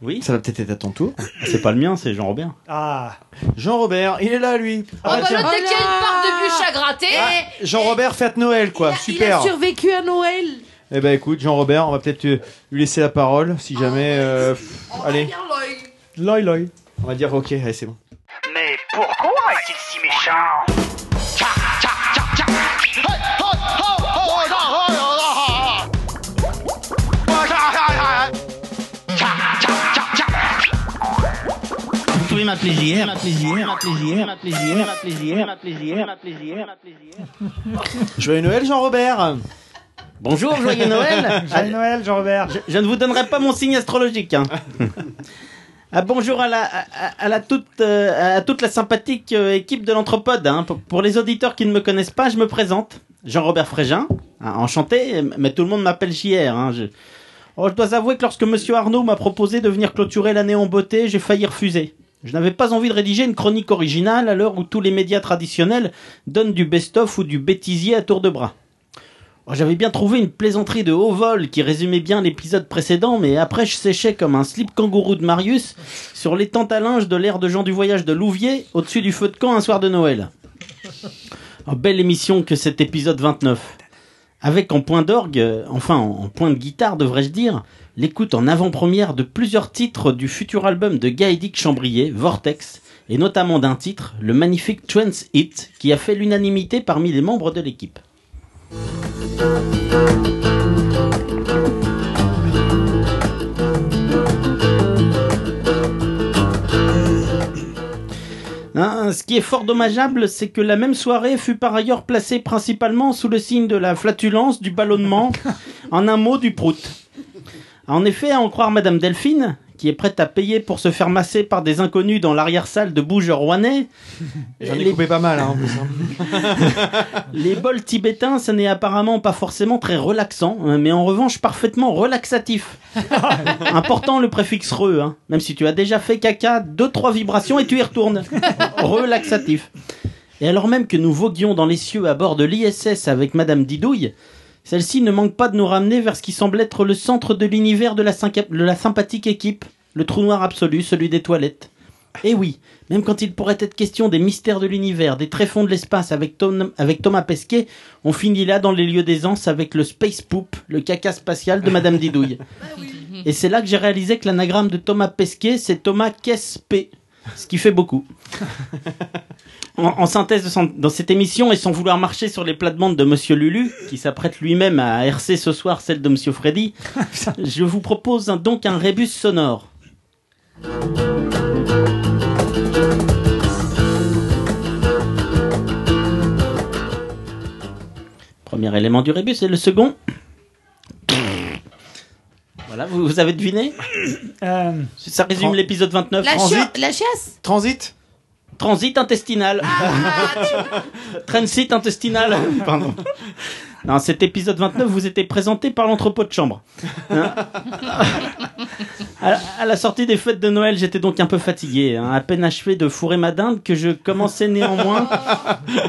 D: Oui. Ça va peut-être être à ton tour.
H: *laughs* C'est pas le mien, c'est Jean-Robert.
D: Ah. Jean-Robert, il est là, lui.
E: Oh,
F: Ah, bah,
D: tiens.
F: là, dès qu'il y a une part de bûche à gratter,
G: Ah,
D: Jean-Robert fête Noël, quoi.
E: Il a
D: Super.
E: survécu à Noël.
D: Eh ben écoute, Jean-Robert, on va peut-être euh, lui laisser la parole,
F: Ah
D: si jamais. euh, pff, allez.
F: Oh,
D: Loi, loi. On va dire ok, allez, c'est bon.
K: Mais pourquoi est-il si méchant Tcha, tcha, tcha, tcha. Hey, ho, ho, ho, ho, ho, ho, ho, ho, ho. Tcha, tcha, tcha, tcha, tcha, tcha.
B: Vous pouvez m'appeler JR, m'appeler JR, m'appeler JR, m'appeler JR, m'appeler JR, m'appeler JR, m'appeler JR, m'appeler JR.
D: Joyeux Noël, Jean-Robert.
H: Bonjour, *laughs* joyeux Noël.
G: Joyeux Noël, Jean-Robert.
H: Je, je ne vous donnerai pas mon signe astrologique.
G: *laughs*
H: hein. Ah, bonjour à la, à, à la toute, euh, à toute la sympathique euh, équipe de l'Anthropode. hein. Pour, pour les auditeurs qui ne me connaissent pas, je me présente. Jean-Robert Frégin, hein, enchanté, mais tout le monde m'appelle JR. hein. Je... Oh, je dois avouer que lorsque Monsieur Arnaud m'a proposé de venir clôturer l'année en beauté, j'ai failli refuser. Je n'avais pas envie de rédiger une chronique originale à l'heure où tous les médias traditionnels donnent du best-of ou du bêtisier à tour de bras. Oh, J'avais bien trouvé une plaisanterie de haut vol qui résumait bien l'épisode précédent, mais après je séchais comme un slip kangourou de Marius sur les tentes à linge de l'air de gens du voyage de Louviers au-dessus du feu de camp un soir de Noël. Oh, belle émission que cet épisode 29. Avec en point d'orgue, euh, enfin en en point de guitare devrais-je dire, l'écoute en avant-première de plusieurs titres du futur album de Guy Dick Chambrier, Vortex, et notamment d'un titre, le magnifique Trance Hit, qui a fait l'unanimité parmi les membres de l'équipe. Hein, ce qui est fort dommageable, c'est que la même soirée fut par ailleurs placée principalement sous le signe de la flatulence, du ballonnement, en un mot du prout. En effet, à en croire Madame Delphine, qui est prête à payer pour se faire masser par des inconnus dans l'arrière-salle de Bouge Rouennais,
D: *laughs* J'en ai
H: les-
D: coupé pas mal, hein, en plus, hein.
H: *laughs* les bols tibétains, ça n'est apparemment pas forcément très relaxant, hein, mais en revanche parfaitement
D: *laughs*
H: relaxatif. Important le préfixe re, hein. même si tu as déjà fait caca, deux trois vibrations et tu y
D: *laughs*
H: retournes. Relaxatif. Et alors même que nous voguions dans les cieux à bord de l'ISS avec Madame Didouille, celle-ci ne manque pas de nous ramener vers ce qui semble être le centre de l'univers de la, synca- de la sympathique équipe, le trou noir absolu, celui des toilettes. Et Eh oui, même quand il pourrait être question des mystères de l'univers, des tréfonds de l'espace avec, Tom- avec Thomas Pesquet, on finit là dans les lieux d'aisance avec le Space Poop, le caca spatial de Madame Didouille. Et c'est là que j'ai réalisé que l'anagramme de Thomas Pesquet, c'est Thomas Caisse-P, ce qui fait beaucoup. En, en synthèse de son- dans cette émission, et sans vouloir marcher sur les plates-bandes de Monsieur Lulu, qui s'apprête lui-même à RC ce soir celle de Monsieur
D: *laughs*
H: Freddy, je vous propose un- donc un rébus sonore. Premier élément du rébus, et le second. Voilà, vous, vous avez deviné Ça résume
D: Euh, Tran-
H: l'épisode 29.
E: La,
H: Transit.
E: chio- la chiasse
D: Transit
H: Transit intestinal. *laughs* Transit intestinal. Pardon. Non, cet épisode 29 vous était présenté par l'entrepôt de chambre. Hein à, la- à la sortie des fêtes de Noël, j'étais donc un peu fatigué. hein. À peine achevé de fourrer ma dinde que je commençais néanmoins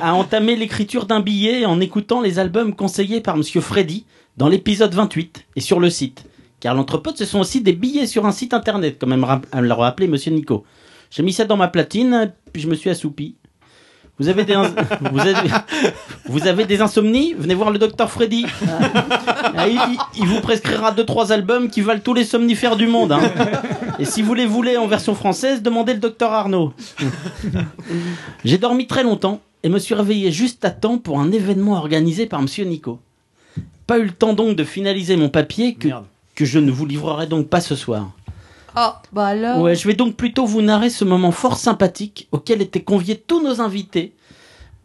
H: à entamer l'écriture d'un billet en écoutant les albums conseillés par Monsieur Freddy dans l'épisode 28 et sur le site. Car l'entrepôt, ce sont aussi des billets sur un site internet, quand même, rap- à me le rappeler Monsieur Nico. J'ai mis ça dans ma platine, puis je me suis assoupi. Vous avez des, ins- *laughs* vous avez, vous avez des insomnies Venez voir le docteur Freddy. Ah, il, il- il vous prescrira deux trois albums qui valent tous les somnifères du monde. hein. Et si vous les voulez en version française, demandez le docteur Arnaud. J'ai dormi très longtemps et me suis réveillé juste à temps pour un événement organisé par Monsieur Nico. pas eu le temps donc de finaliser mon papier que, que je ne vous livrerai donc pas ce soir.
E: Oh, bah alors.
H: Ouais, je vais donc plutôt vous narrer ce moment fort sympathique auquel étaient conviés tous nos invités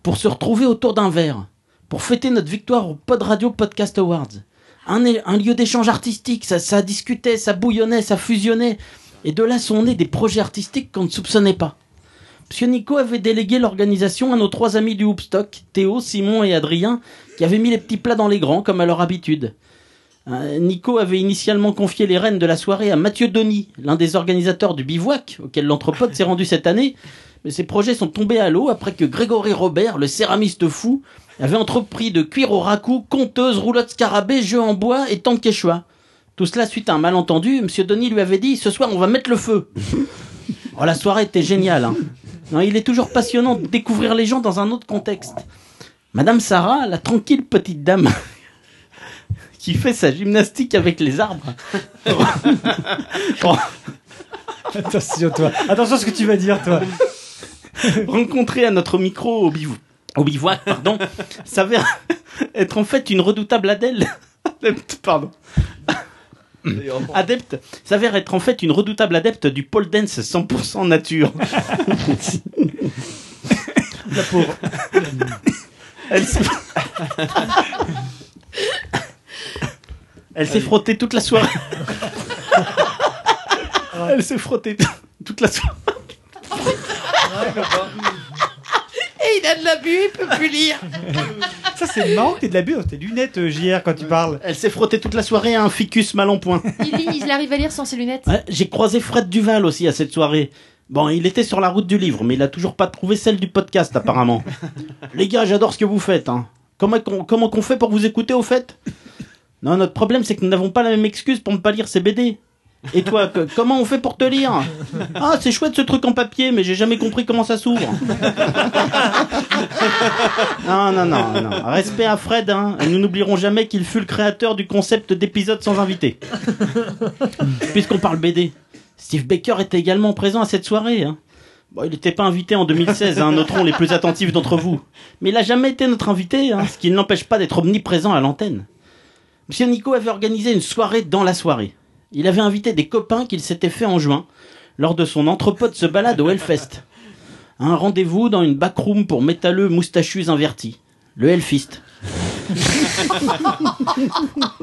H: pour se retrouver autour d'un verre, pour fêter notre victoire au Pod Radio Podcast Awards. Un, é- un lieu d'échange artistique, ça, ça discutait, ça bouillonnait, ça fusionnait. Et de là sont nés des projets artistiques qu'on ne soupçonnait pas. Monsieur Nico avait délégué l'organisation à nos trois amis du Hoopstock, Théo, Simon et Adrien, qui avaient mis les petits plats dans les grands, comme à leur habitude. Euh, Nico avait initialement confié les rênes de la soirée à Mathieu Denis, l'un des organisateurs du bivouac, auquel l'entrepôt s'est rendu cette année, mais ses projets sont tombés à l'eau après que Grégory Robert, le céramiste fou, avait entrepris de cuire au raku, conteuse, roulotte scarabée, jeu en bois et tant quechua. Tout cela suite à un malentendu, Monsieur Denis lui avait dit « Ce soir, on va mettre le feu !» *laughs* Oh, la soirée était géniale. hein. Non, il est toujours passionnant de découvrir les gens dans un autre contexte. Madame Sarah, la tranquille petite dame *laughs* qui fait sa gymnastique avec les arbres. *laughs* Attention, toi. Attention à ce que tu vas dire, *laughs* toi. Rencontrée à notre micro au, bivou- au bivouac, *laughs* pardon, s'avère être en fait une redoutable Adèle. Adepte, pardon. Adepte s'avère être en fait une redoutable adepte du pole dance 100% nature. *laughs* La pauvre. Elle s'est... Elle s'est frottée toute
K: *laughs*
H: la soirée. Elle s'est frottée toute la soirée.
E: Et il a de la buée, il peut
G: *laughs*
E: plus lire.
G: Ça, c'est marrant que t'aies de la buée dans tes lunettes, euh, JR, quand tu parles.
H: Elle s'est frottée toute la soirée à un ficus mal en point.
F: Il, lit, il arrive à lire sans ses lunettes.
H: Ouais, J'ai croisé Fred Duval aussi à cette soirée. Bon, il était sur la route du livre, mais il a toujours pas trouvé celle du podcast *laughs* apparemment. Les gars, j'adore ce que vous faites. hein. Comment qu'on comment qu'on fait pour vous écouter au fait Non, notre problème c'est que nous n'avons pas la même excuse pour ne pas lire ces BD. Et toi, que- comment on fait pour te lire Ah, c'est chouette ce truc en papier, mais j'ai jamais compris comment ça *laughs* s'ouvre. Non, non, non, non. Respect à Fred, hein. Et nous n'oublierons jamais qu'il fut le créateur du concept d'épisode sans invité. Puisqu'on parle BD, Steve Baker était également présent à cette soirée. hein. Bon, il n'était pas invité en 2016, hein, noterons les plus attentifs d'entre vous. Mais il n'a jamais été notre invité, hein, ce qui ne l'empêche pas d'être omniprésent à l'antenne. Monsieur Nico avait organisé une soirée dans la soirée. Il avait invité des copains qu'il s'était fait en juin, lors de son entrepôt de se balade au Hellfest. Un rendez-vous dans une backroom pour métalleux moustachus invertis. Le Hellfist.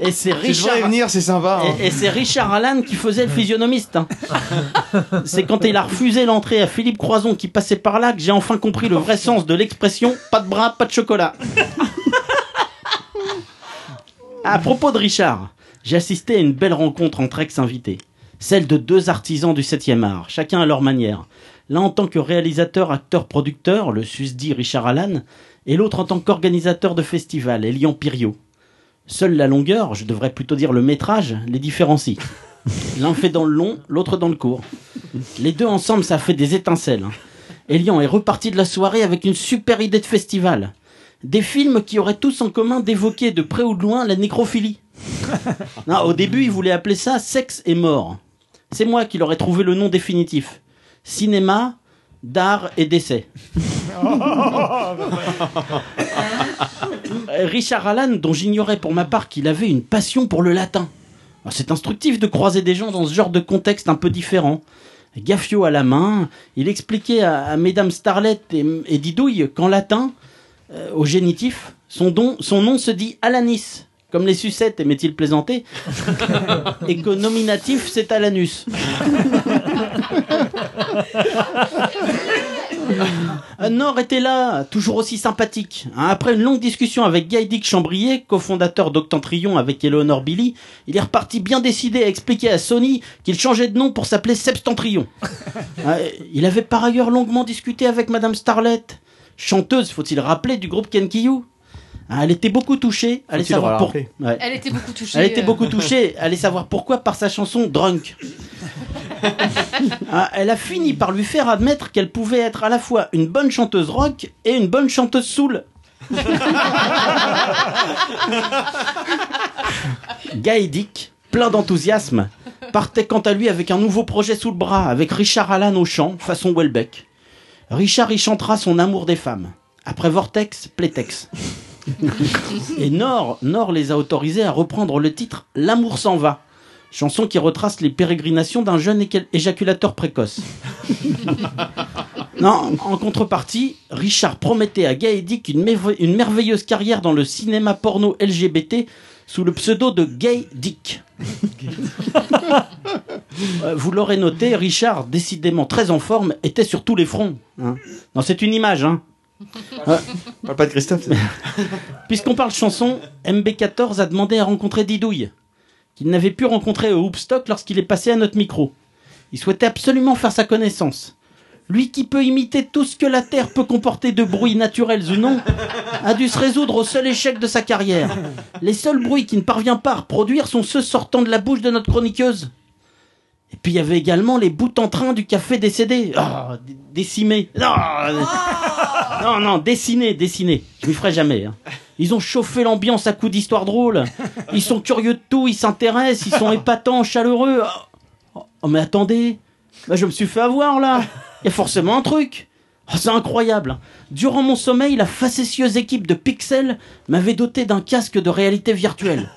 H: Et c'est
D: Tu
H: Richard.
D: devrais venir, c'est sympa. hein.
H: Et, et c'est Richard Allan qui faisait le physionomiste. hein. C'est quand il a refusé l'entrée à Philippe Croison qui passait par là que j'ai enfin compris le vrai sens de l'expression pas de bras, pas de chocolat. À propos de Richard, j'ai assisté à une belle rencontre entre ex-invités. Celle de deux artisans du 7e art, chacun à leur manière. L'un en tant que réalisateur, acteur, producteur, le susdit Richard Allan, et l'autre en tant qu'organisateur de festival, Elian Piriot. Seule la longueur, je devrais plutôt dire le métrage, les différencie. L'un fait dans le long, l'autre dans le court. Les deux ensemble, ça fait des étincelles. hein. Elian est reparti de la soirée avec une super idée de festival. Des films qui auraient tous en commun d'évoquer de près ou de loin la nécrophilie. Non, au début, il voulait appeler ça Sexe et mort. C'est moi qui leur ai trouvé le nom définitif. Cinéma, d'art et décès. Euh, Richard Allan, dont j'ignorais pour ma part qu'il avait une passion pour le latin. Alors, C'est instructif de croiser des gens dans ce genre de contexte un peu différent. Gaffio à la main, il expliquait à, à mesdames Starlet et, et Didouille qu'en latin, euh, au génitif, son, don- son nom se dit Alanis, comme les sucettes, aimait-il plaisanter, *laughs* et que nominatif, c'est Alanus. *laughs* Euh, Nord était là, toujours aussi sympathique. Hein, Après une longue discussion avec Gaïdic Chambrier, cofondateur d'Octentrion avec Eleanor Billy, il est reparti bien décidé à expliquer à Sony qu'il changeait de nom pour s'appeler
D: *laughs*
H: Septentrion. Euh, il avait par ailleurs longuement discuté avec Madame Starlet, chanteuse, faut-il rappeler, du groupe Kenkyu. Hein, Elle était beaucoup touchée, allez
D: Faut-il le
H: savoir pour...
D: rappeler
H: Ouais.
F: Elle était beaucoup touchée.
H: Elle était
F: euh.
H: beaucoup touchée, allez savoir pourquoi, par sa chanson
F: *laughs*
H: Drunk. Ah, elle a fini par lui faire admettre qu'elle pouvait être à la fois une bonne chanteuse rock et une bonne chanteuse soul. Gaïdic, plein d'enthousiasme, partait quant à lui avec un nouveau projet sous le bras, avec Richard Allan au chant, façon Welbeck. Richard y chantera son amour des femmes. Après Vortex, Playtex. Et Nord, Nord les a autorisés à reprendre le titre L'amour s'en va, chanson qui retrace les pérégrinations d'un jeune éca- éjaculateur précoce. Non, en contrepartie, Richard promettait à Gaédic une, merve- une merveilleuse carrière dans le cinéma porno LGBT sous le pseudo de Gay Dick. Euh, Vous l'aurez noté, Richard, décidément très en forme, était sur tous les fronts. hein. Non, c'est une image, *laughs* hein. Parle pas de Christophe. Puisqu'on parle chanson, MB14 a demandé à rencontrer Didouille, qu'il n'avait pu rencontrer au Hoopstock lorsqu'il est passé à notre micro. Il souhaitait absolument faire sa connaissance. Lui qui peut imiter tout ce que la Terre peut comporter de bruits naturels ou non, a dû se résoudre au seul échec de sa carrière. Les seuls bruits qu'il ne parvient pas à reproduire sont ceux sortant de la bouche de notre chroniqueuse. Et puis il y avait également les bouts en train du café décédé. Ah, d- décimé. Non, euh, non, non, dessiné, dessiné. Je m'y ferai jamais. hein. Ils ont chauffé l'ambiance à coups d'histoires drôles. Ils sont curieux de tout, ils s'intéressent, ils sont épatants, chaleureux. Oh, oh, mais attendez, Bah, je me suis fait avoir là. Il y a forcément un truc. Oh, c'est incroyable. Durant mon sommeil, la facétieuse équipe de Pixel m'avait doté d'un casque de réalité virtuelle.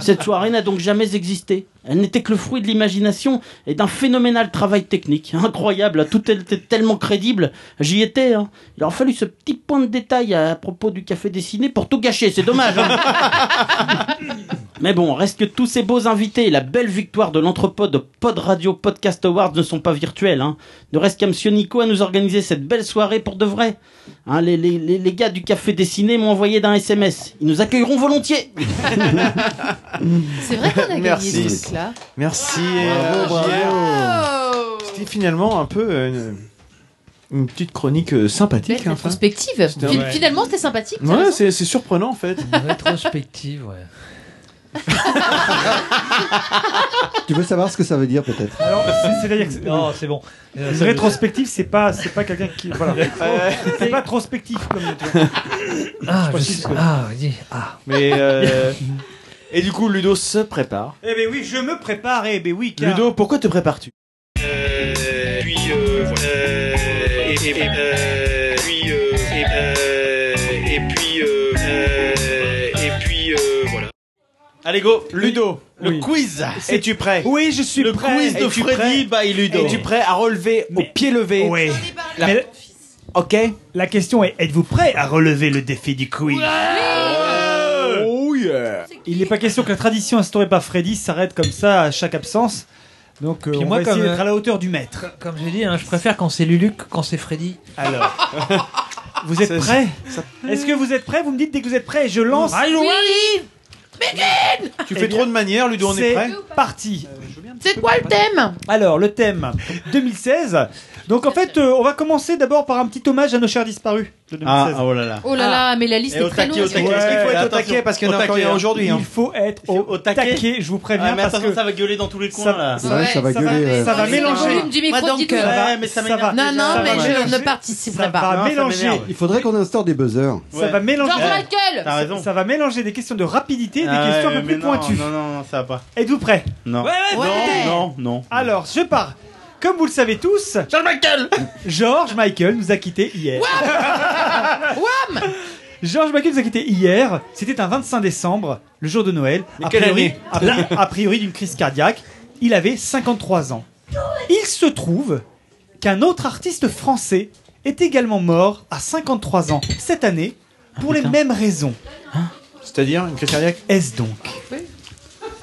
H: Cette soirée n'a donc jamais existé. Elle n'était que le fruit de l'imagination et d'un phénoménal travail technique. Incroyable, hein. tout était tellement crédible. J'y étais. hein. Il aurait fallu ce petit point de détail à propos du café dessiné pour tout gâcher. C'est dommage. hein. Mais bon, reste que tous ces beaux invités et la belle victoire de l'entrepôt de Pod Radio Podcast Awards ne sont pas virtuels. Hein. Ne reste qu'à Monsieur Nico à nous organiser cette belle soirée pour de vrai. Hein, les, les- les- les gars du Café Dessiné m'ont envoyé d'un SMS. Ils nous accueilleront volontiers.
F: C'est vrai qu'on a gagné
D: Merci.
F: ce truc-là.
D: Merci. euh, Pierre. C'était finalement un peu euh, une, une petite chronique euh, sympathique.
F: Belle
D: enfin.
F: rétrospective.
D: C'était un-
F: Fin- Finalement, c'était sympathique. t'as
D: Ouais,
F: raison.
D: c'est c'est surprenant en fait.
A: Rétrospective, ouais.
C: Tu veux savoir ce que ça veut dire peut-être
F: Ah
G: Alors, c'est- c'est-à-dire que c'est-
A: Non, c'est bon. Euh,
G: Une
A: ça-
G: rétrospective, c'est pas, c'est pas quelqu'un qui. Voilà. C'est pas prospectif comme.
A: Ah,
G: Je
A: je
G: sais
A: sais-
G: pas.
A: ah, oui, ah.
D: Mais euh, *laughs* et du coup, Ludo se prépare.
G: Eh ben oui, je me prépare. Eh ben oui, car- Euh,
D: Ludo, pourquoi te prépares-tu
K: Puis Euh, et euh, puis euh, et puis euh, et puis euh, voilà.
D: Allez go, Ludo, le quiz. Es-tu prêt
G: Oui, je suis
D: Le
G: prêt.
D: quiz de
G: Es-tu
D: Freddy
G: prêt
D: by Ludo. Es-tu prêt à relever au
G: Mais-
D: pied levé
G: Oui.
D: La-
G: Mais-
D: Ok.
G: La question est êtes-vous prêt à relever le défi du quiz
D: Oh yeah.
G: Il n'est pas question que la tradition instaurée par Freddy s'arrête comme ça à chaque absence. Donc euh,
A: Puis
G: on
A: moi,
G: va essayer
A: comme,
G: d'être
A: euh,
G: à la hauteur du maître.
A: Comme j'ai dit, hein, je préfère quand c'est Luluc que quand c'est Freddy. *laughs*
G: Alors, vous êtes
D: euh, Ça-
G: prêts Est-ce que vous êtes prêts Vous me dites dès que vous êtes prêts et je lance.
F: Oui,
D: Tu
G: Eh
D: fais
G: bien,
D: trop de manières, Ludo, on est Euh,
G: C'est
D: prêt
G: parti.
F: c'est quoi le thème
G: Alors, le thème 2016. Donc en fait, euh, on va commencer d'abord par un petit hommage à nos chers disparus de 2016.
H: oh là là.
F: Oh là
G: Ah.
F: là, mais la liste *gasps*
H: Et
F: est
H: au
F: très
H: taquet, au
F: longue.
H: taquet.
G: Ouais,
H: Est-ce qu'il faut être au
D: attention.
H: taquet parce qu'il y en a
D: Au
H: encore
D: taquet,
H: un
D: hein.
H: aujourd'hui.
G: Il faut être au,
H: Au taquet. Ah,
G: je vous préviens.
H: mais
G: parce
H: attention,
G: que
H: ça va gueuler dans tous les coins
G: ça-
H: là.
C: C'est vrai que ça va
G: ça va-
C: gueuler. euh,
G: ça va
F: C'est le
G: mélanger.
F: volume du micro
B: Moi, donc,
F: dit tout.
B: euh,
G: va-
H: Ouais, mais ça
G: ça
H: m'énerve.
G: va-
F: Non, non,
H: ça
F: mais
H: va
F: je
G: mélanger.
F: ne participerai
G: Ça
F: pas.
G: va
H: Non, ça
G: mélanger.
H: m'énerve.
C: Il faudrait qu'on instaure des buzzers.
G: Ça va mélanger.
F: Georges Michael
H: T'as raison.
G: Ça va mélanger des questions de rapidité et des
H: Ah
G: questions
H: ouais,
G: un peu plus
H: mais non,
G: pointues.
H: Non, non, non, ça va pas.
G: Êtes-vous prêts
H: Non.
F: ouais.
H: Non, non, non.
G: Alors, je pars. Comme vous le savez tous,
H: Charles Michael
G: George Michael nous a quittés hier. George Michael nous a quittés hier. C'était un 25 décembre, le jour de Noël.
D: Mais quelle année
G: a priori- a priori d'une crise cardiaque. Il avait 53 ans. Il se trouve qu'un autre artiste français est également mort à 53 ans cette année
F: Ah,
G: pour les mêmes raisons.
D: C'est-à-dire une crise cardiaque
G: Est-ce donc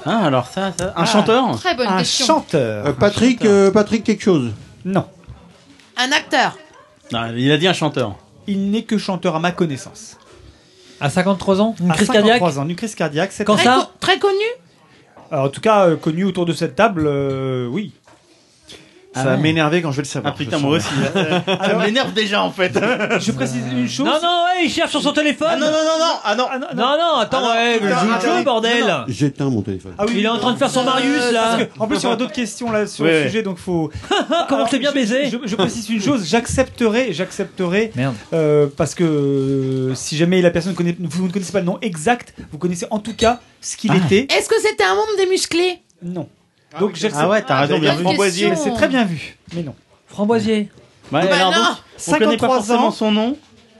H: Ah, alors ça, ça. Un chanteur
F: Très bonne
G: un
F: question.
G: chanteur
C: Euh, Patrick, euh, Patrick quelque chose.
G: Non.
F: Un acteur.
H: Non, il a dit un chanteur.
G: Il n'est que chanteur à ma connaissance.
A: À 53 ans, une
G: À
A: crise cardiaque.
G: 53 ans, une crise cardiaque. c'est-
A: Quand
F: Très,
A: ça
F: co- très connu
G: Alors, en tout cas, euh, connu autour de cette table, euh, oui.
D: Ça
H: Ah
D: va
H: ouais.
D: m'énerver quand je vais le
H: Ah
D: savoir.
H: putain,
D: je
H: moi
D: sens
H: aussi. *laughs* Ça m'énerve déjà en *laughs* fait.
G: Je précise une chose.
A: Non, non, ouais, il cherche sur son téléphone.
H: Ah non, non, non, non. Ah non.
A: non, non, attends,
H: Ah, non,
A: ouais,
H: putain,
A: joue *laughs* le jeu,
H: attends.
A: bordel.
C: J'éteins mon téléphone.
G: Ah oui,
A: Il est en train de faire son Marius là.
G: Parce que, en plus, il y
A: *laughs*
G: aura d'autres questions là sur
H: Oui,
G: le
H: oui.
G: sujet, donc faut.
A: Ah, *laughs* comment
G: Alors,
A: c'est bien
G: je-
A: baisé
G: Je, je précise une chose. J'accepterai, j'accepterai,
A: Merde.
G: euh, parce que euh, si jamais la personne connaît, vous ne connaissez pas le nom exact, vous connaissez en tout cas ce qu'il Ah.
A: Ah.
G: était.
F: Est-ce que c'était un membre des musclés
G: Non. Donc j'accepte.
H: Ah ouais, t'as raison, bien
F: bonne
H: vu.
F: question.
G: Mais c'est très bien vu. Mais non.
A: Framboisier.
H: Ouais,
F: Bah
H: alors
D: Ben
F: non.
H: donc, on connaît pas
G: 53
H: forcément
G: ans.
H: son nom.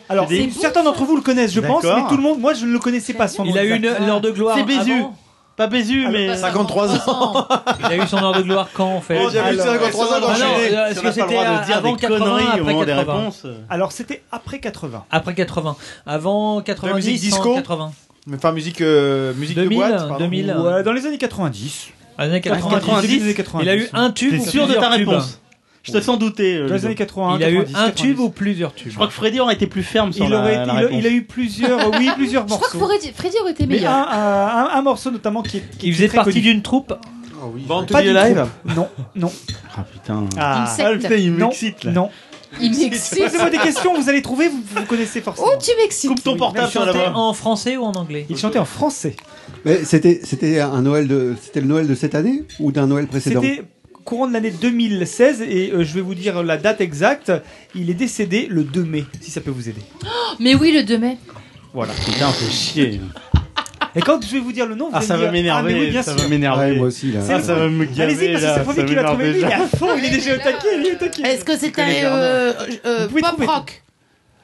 G: Alors,
D: C'est bon,
G: certains d'entre vous le connaissent, je pense,
D: D'accord.
G: mais tout le monde, moi je ne le connaissais pas son
D: Il a eu une heure de gloire C'est Bézu. avant
H: Pas Bézu,
A: Ah,
D: mais
A: Oh,
D: 53 ans.
A: Il a eu son heure de gloire quand en fait
D: Oh, j'ai vu Alors, 53 ans
A: Ah non,
D: d'enchaîner.
A: euh,
D: Ça
A: Est-ce que
D: n'a pas le
A: c'était
D: droit de dire
A: avant
D: des
A: 80
D: conneries au
A: après
D: moment des
A: 80.
D: réponses.
G: Alors, c'était après 80.
A: Après 80. Avant 90,
D: musique disco
A: 80.
D: Enfin, musique, euh, musique de
A: 2000,
D: boîte. pardon.
A: 2000.
G: Ouais, dans les années 90.
A: Années 90, début des années 90. Il a eu un tube
H: T'es
A: ou
H: sûr de ta
A: plusieurs tubes
H: réponse Je te sens douter. euh,
G: Dans les
H: Ludo.
G: années 80.
A: Il a eu
G: 90,
A: un tube ou plusieurs tubes
H: Je crois que Freddy aurait été plus ferme sur
G: Il,
H: la,
G: aurait,
H: la
G: il a-
H: réponse.
G: il a eu plusieurs, oui, plusieurs
F: Je crois
G: morceaux.
F: que Freddy, Freddy aurait été
G: Mais un,
F: meilleur.
G: un- un- un morceau notamment qui, est- qui
A: Il
G: est
A: faisait
G: très
A: partie
G: connu.
A: d'une troupe.
G: Pas du
D: Live
G: tout. Non, non.
H: Ah putain.
G: Ah,
F: Une secte.
H: putain, il
G: non,
H: m'excite là.
G: non.
F: Il m'excite.
G: Posez-moi
A: *laughs*
G: des questions, vous allez trouver, vous, vous connaissez forcément.
F: Oh, tu m'excites.
H: Coupe ton portable
A: Il
H: sur la
A: chantait
H: voix.
A: en français ou en anglais
G: Il chantait en français.
C: Mais c'était c'était un Noël de c'était le Noël de cette année ou d'un Noël précédent
G: C'était courant de l'année 2016 et euh, je vais vous dire la date exacte. Il est décédé le 2 mai, si ça peut vous aider.
F: Oh, Mais oui, le 2 mai.
H: Voilà. Putain, fait chier.
G: Et quand je vais vous dire le nom, vous
H: Ah,
G: allez
H: ça
G: me
H: va
G: dire,
H: m'énerver.
G: Ah, mais oui, bien
H: ça
G: sûr.
H: va m'énerver.
C: Ouais, moi aussi là.
H: Ah, ça va me gaver.
G: Allez-y, parce que c'est le premier
H: là, ça
G: qui l'a trouvé. Lui,
H: m'énerve
G: il est
H: déjà.
G: à fond, Oh, il est déjà au taquet, il est au taquet.
E: Est-ce que c'était
H: connais
E: un euh, euh,
G: Vous pouvez
E: pop
G: trouver.
E: rock